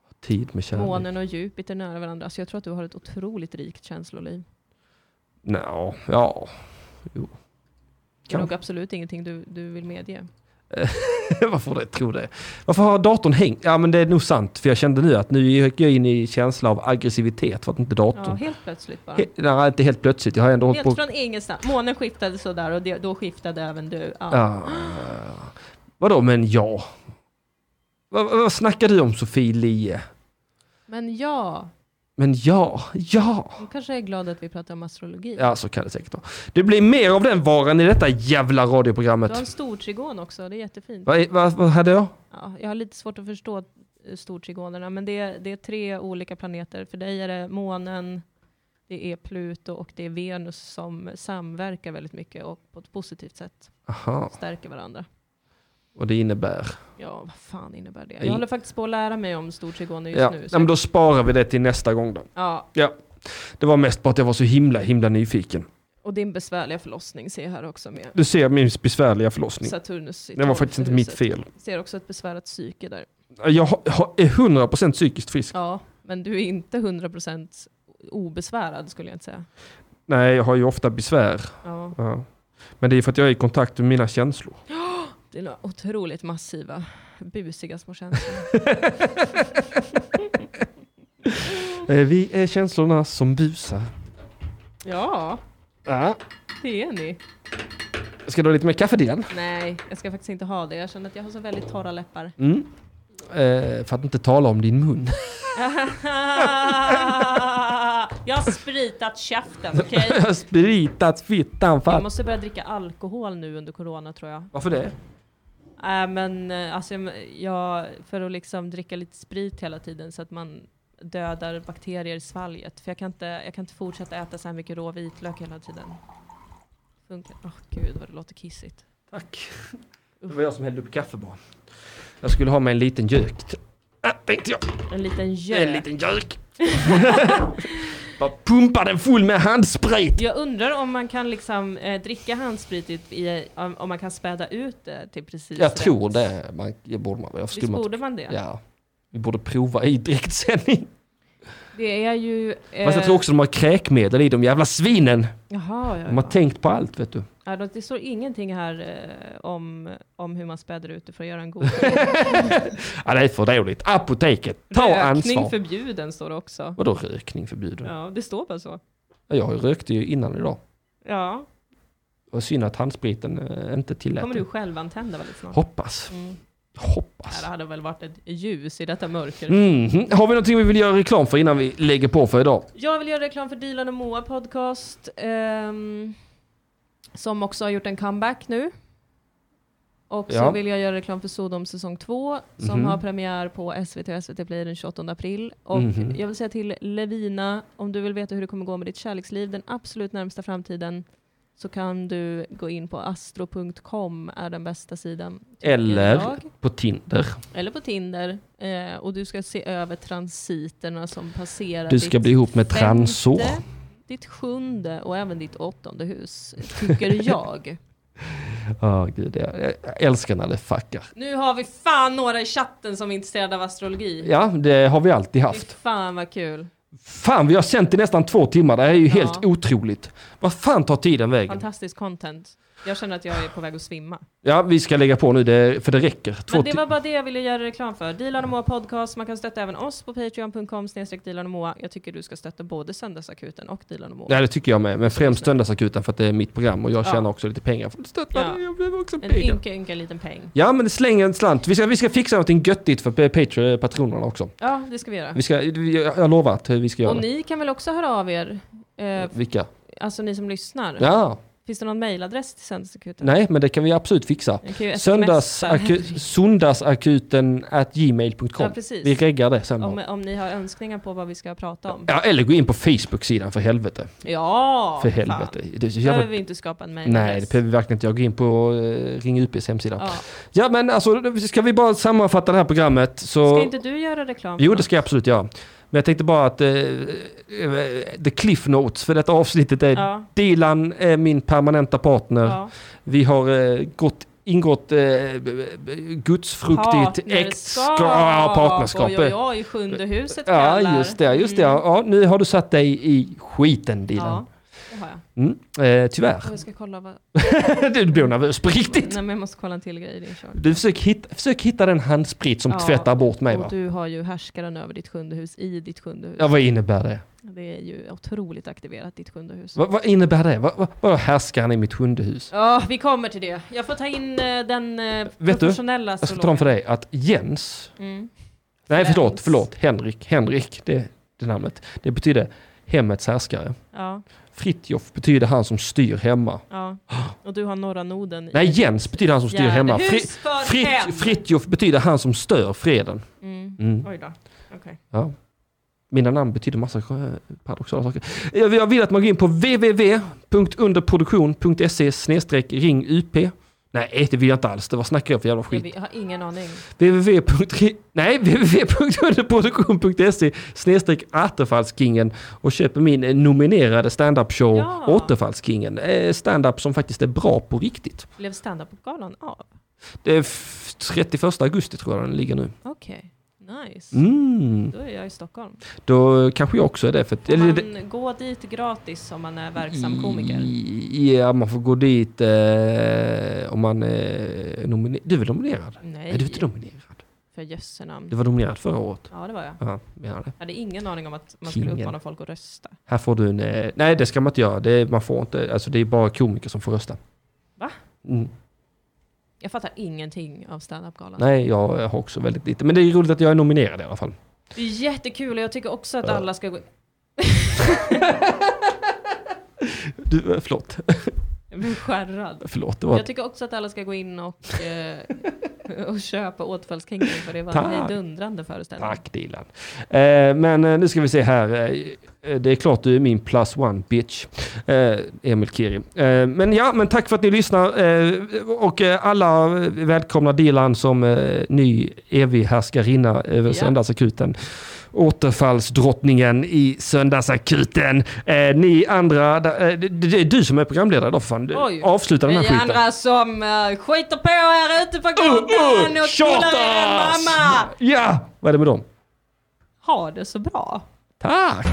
ha tid med kärlek. månen och Jupiter nära varandra. Så jag tror att du har ett otroligt rikt känsloliv. Nå, ja. Jo. Det är Kan- nog absolut ingenting du, du vill medge. Varför har jag tro det? Varför har datorn hängt? Ja men det är nog sant, för jag kände nu att nu gick jag in i känsla av aggressivitet för att inte Ja, datorn... helt plötsligt bara. He- Nej, inte helt plötsligt. Jag har ändå hållit Helt på... från ingenstans. Månen skiftade sådär och det, då skiftade även du. Ja. Ja. Vadå, men ja? Vad, vad snackar du om Sofie Lie? Men ja, Men ja, ja. hon kanske är glad att vi pratar om astrologi. Ja, så kan det säkert vara. Det blir mer av den varan i detta jävla Du har en radioprogrammet. stortrigon också, det är jättefint. Vad vad- vad hade jag? Ja, jag har lite svårt att förstå eh, stortrigonerna, men det är, det är tre olika planeter. För dig är det månen, det är Pluto och det är Venus som samverkar väldigt mycket och på ett positivt sätt Aha, stärker varandra. och det innebär. Ja, vad fan innebär det? I- Jag håller faktiskt på att lära mig om stortrigoner just Ja. nu. Nej, så- men då sparar vi det till nästa gång då. Ja, Ja. Det var mest bara att jag var så himla, himla nyfiken. och din besvärliga förlossning ser jag här också med. Du ser min besvärliga förlossning. Saturnus i Det var faktiskt inte mitt fel. Ser också ett besvärat psyke där. Jag har- har- är 100% psykiskt frisk. Ja, men du är inte 100% obesvärad skulle jag inte säga. Nej, jag har ju ofta besvär. Ja, Ja. Men det är för att jag är i kontakt med mina känslor. dina otroligt massiva, busiga små känslor. Eh, Vi är känslorna som busar. ja, Ja. det är ni. Ska du ha lite mer kaffe till den? Nej, jag ska faktiskt inte ha det. Jag känner att jag har så väldigt torra läppar. Mm. Eh, för att inte tala om din mun. jag har spritat käften, okej? Jag har spritat fittan för Jag att... måste börja dricka alkohol nu under corona tror jag. Varför det? Nej men eh, alltså jag- jag, för att liksom dricka lite sprit hela tiden så att man dödar bakterier i svalget. För jag kan inte, jag kan inte fortsätta äta så här mycket rå vitlök hela tiden. Funkar. Åh gud vad det låter kissigt. Tack. Det var jag som hällde upp kaffe bara. Jag skulle ha mig en liten gök. Ah, tänkte jag. En liten En gök. liten gök. bara pumpa den full med handsprit. Jag undrar om man kan liksom eh, dricka handsprit i, i, om om man kan späda ut det till precis Jag rätt. tror det. Man, jag borde man. Jag skulle Visst man- borde man det? Ja. Vi borde prova i direktsändning. Det är ju... Eh, Fast jag tror också de har kräkmedel i de jävla svinen. Jaha, ja, De har ja. tänkt på allt vet du. Ja, då- det står ingenting här eh, om, om hur man späder ut det för att göra en god Ja, det är för dåligt. Apoteket, ta ansvar. Rökning förbjuden står det också. Vadå rökning förbjuden? Ja, det står bara så. Ja. Jag rökte ju innan idag. Ja, Det var synd att handspriten eh, inte tillät kommer det. du själv antända väldigt snart. Hoppas. Mm. Ja, Hoppas. det hade väl varit ett ljus i detta mörker. Mhm. Har vi någonting vi vill göra reklam för innan vi lägger på för idag? Jag vill göra reklam för Dilan och Moa podcast. ehm, som också har gjort en comeback nu. Och så Ja. vill jag göra reklam för Sodom säsong 2 som Mhm. har premiär på SVT och SVT Play den 28 april. Och Mhm. jag vill säga till Levina, om du vill veta hur det kommer gå med ditt kärleksliv den absolut närmsta framtiden så kan du gå in på astro.com är den bästa sidan. tycker Eller jag. på Tinder. Eller på Tinder. Eh, och du ska se över transiterna som passerar Du ska ditt bli ihop med transor. femte, ditt sjunde och även ditt åttonde hus, tycker jag. Ja, gud. Jag, jag älskar när det fuckar. Nu har vi fan några i chatten som är intresserade av astrologi. Ja, det har vi alltid Fy haft. fan vad kul. Fan, vi har sänt i nästan två timmar. Det här är ju helt otroligt. Vad fan tar tiden vägen? Fantastisk content. Jag känner att jag är på väg att svimma. Ja, vi ska lägga på nu, det, för det räcker. Två Men det ti- var bara det jag ville göra reklam för. Dilan och Moa podcast, man kan stötta även oss på patreon.com snedstreck Dilan och Moa. Jag tycker du ska stötta både Söndagsakuten och Dilan och Moa. Nej, det tycker jag med. Men främst Söndagsakuten för att det är mitt program och jag Ja. tjänar också lite pengar. för att Stötta Ja. det, jag blev också En pengar. ynka, ynka liten peng. Ja, men släng en slant. Vi ska, vi ska fixa någonting göttigt för pa- Patreon- eh, patronerna också. Ja, det ska vi göra. Vi ska, vi- jag jag lovar att vi ska göra Och ni kan väl också höra av er? Eh, det. Vilka? alltså ni som lyssnar. Ja, Finns det någon mejladress till Söndagsakuten? nej, men det kan vi absolut fixa. Jag kan ju smsa. Söndagsaku- Söndagsakuten at Ja, gmail.com. precis. Vi reggar det sen. bara. Om, om ni har önskningar på vad vi ska prata om. Ja, eller gå in på Facebook-sidan för helvete. Ja, för fan. helvete. Det är så Då behöver jävla... vi inte skapa en Nej, mejladress. det behöver vi verkligen inte. Jag går in på uh, Ring UPs hemsida. ja. Ja men alltså, ska vi bara sammanfatta det här programmet så... Ska inte du göra reklam? för Jo det något? ska jag absolut göra. Men jag tänkte bara att eh, eh, the cliff notes för detta avsnittet är Ja. Dilan är min permanenta partner. Ja. Vi har eh, gått, ingått eh, b- b- gudsfruktigt äktenskap. Ja, partnerskap. Oj, oj, oj, sjunde huset Ja kallar. Mm. just det, just det. Ja, nu har du satt dig i skiten Dilan. Ja, det har jag. Mm. Eh, tyvärr. Och jag ska kolla vad... du blir nervös på riktigt. Nej, men jag måste kolla en till grej i din kjol. Du försök hitta, försök hitta den handsprit som Ja, tvättar bort mig va? Och du har ju härskaren över ditt sjunde hus i ditt sjunde hus. Ja vad innebär det? Det är ju otroligt aktiverat, ditt sjunde hus. Vad, vad innebär det? Vad, vad, vad härskar han i mitt sjunde hus? Ja, vi kommer till det. Jag får ta in eh, den eh, Vet du? professionella Jag ska tala om för astrologen. dig att Jens, Mm. Nej, förlåt, förlåt. Henrik. Henrik, det, det namnet. Det betyder hemmets härskare. Ja. Fritjof betyder han som styr hemma. Ja. Och du har norra noden. i- Nej, Jens betyder han som styr Gärde. hemma. Hus Fri, för hem. Frit, Fritjof betyder han som stör freden. Mm. Mm. Oj då. Okej. Ja. Mina namn betyder massa eh, paradoxala saker. Jag jag vill att man går in på www.underproduktion.se ringup. Nej, det vill jag inte alls. Det var snackar jag för jävla Jag skit. vet- Jag har ingen aning. www. Nej, www.underproduktion.se snedstreck Återfallskingen och köper min eh, nominerade stand-up show Ja. Återfallskingen. Eh, Stand-up som faktiskt är bra på riktigt. Blev standup-galan av? Det är f- 31 augusti tror jag den ligger nu. Okej. Nice. Mm. Då är jag i Stockholm. Då kanske jag också är det. För att, Får eller, man det- gå dit gratis om man är verksam komiker? I- Ja, man får gå dit eh, om man är nominerad. Du är väl nominerad? Nej. du är inte nominerad. För jösse namn. Du var nominerad förra året. Ja, det var jag. Ja, menar det. Jag hade ingen aning om att man skulle Kingen. uppmana folk att rösta. Här får du en... eh, Nej, det ska man inte göra. Det, är- man får inte, alltså, det är bara komiker som får rösta. Va? Mm. Jag fattar ingenting av standup-galan. Nej, jag eh, har också väldigt lite. Men det är roligt att jag är nominerad i alla fall. Det är jättekul och jag tycker också att Ja. alla ska gå... Du, eh, förlåt. Jag blev skärrad. Förlåt, det var- Jag tycker också att alla ska gå in och, eh, och köpa Återfallskingen för det var en Tack. hejdundrande föreställning. Tack Dilan. Eh, men eh, nu ska vi se här. Eh, det är klart du är min plus one bitch. Eh, Emil Kiri. Eh, men ja, men tack för att ni lyssnar. Eh, och eh, alla välkomnar Dilan som eh, ny evig härskarinna över Ja. Söndagsakuten. Återfallsdrottningen i Söndagsakuten. Eh, ni andra, där- eh, det, det är du som är programledare då för fan. Du- Oj. Avsluta den här Ni skiten. andra som eh, skiter på er ute på Uh, gatan och knullar er mamma! Ja, vad är det med dem? Ha det så bra! Tack!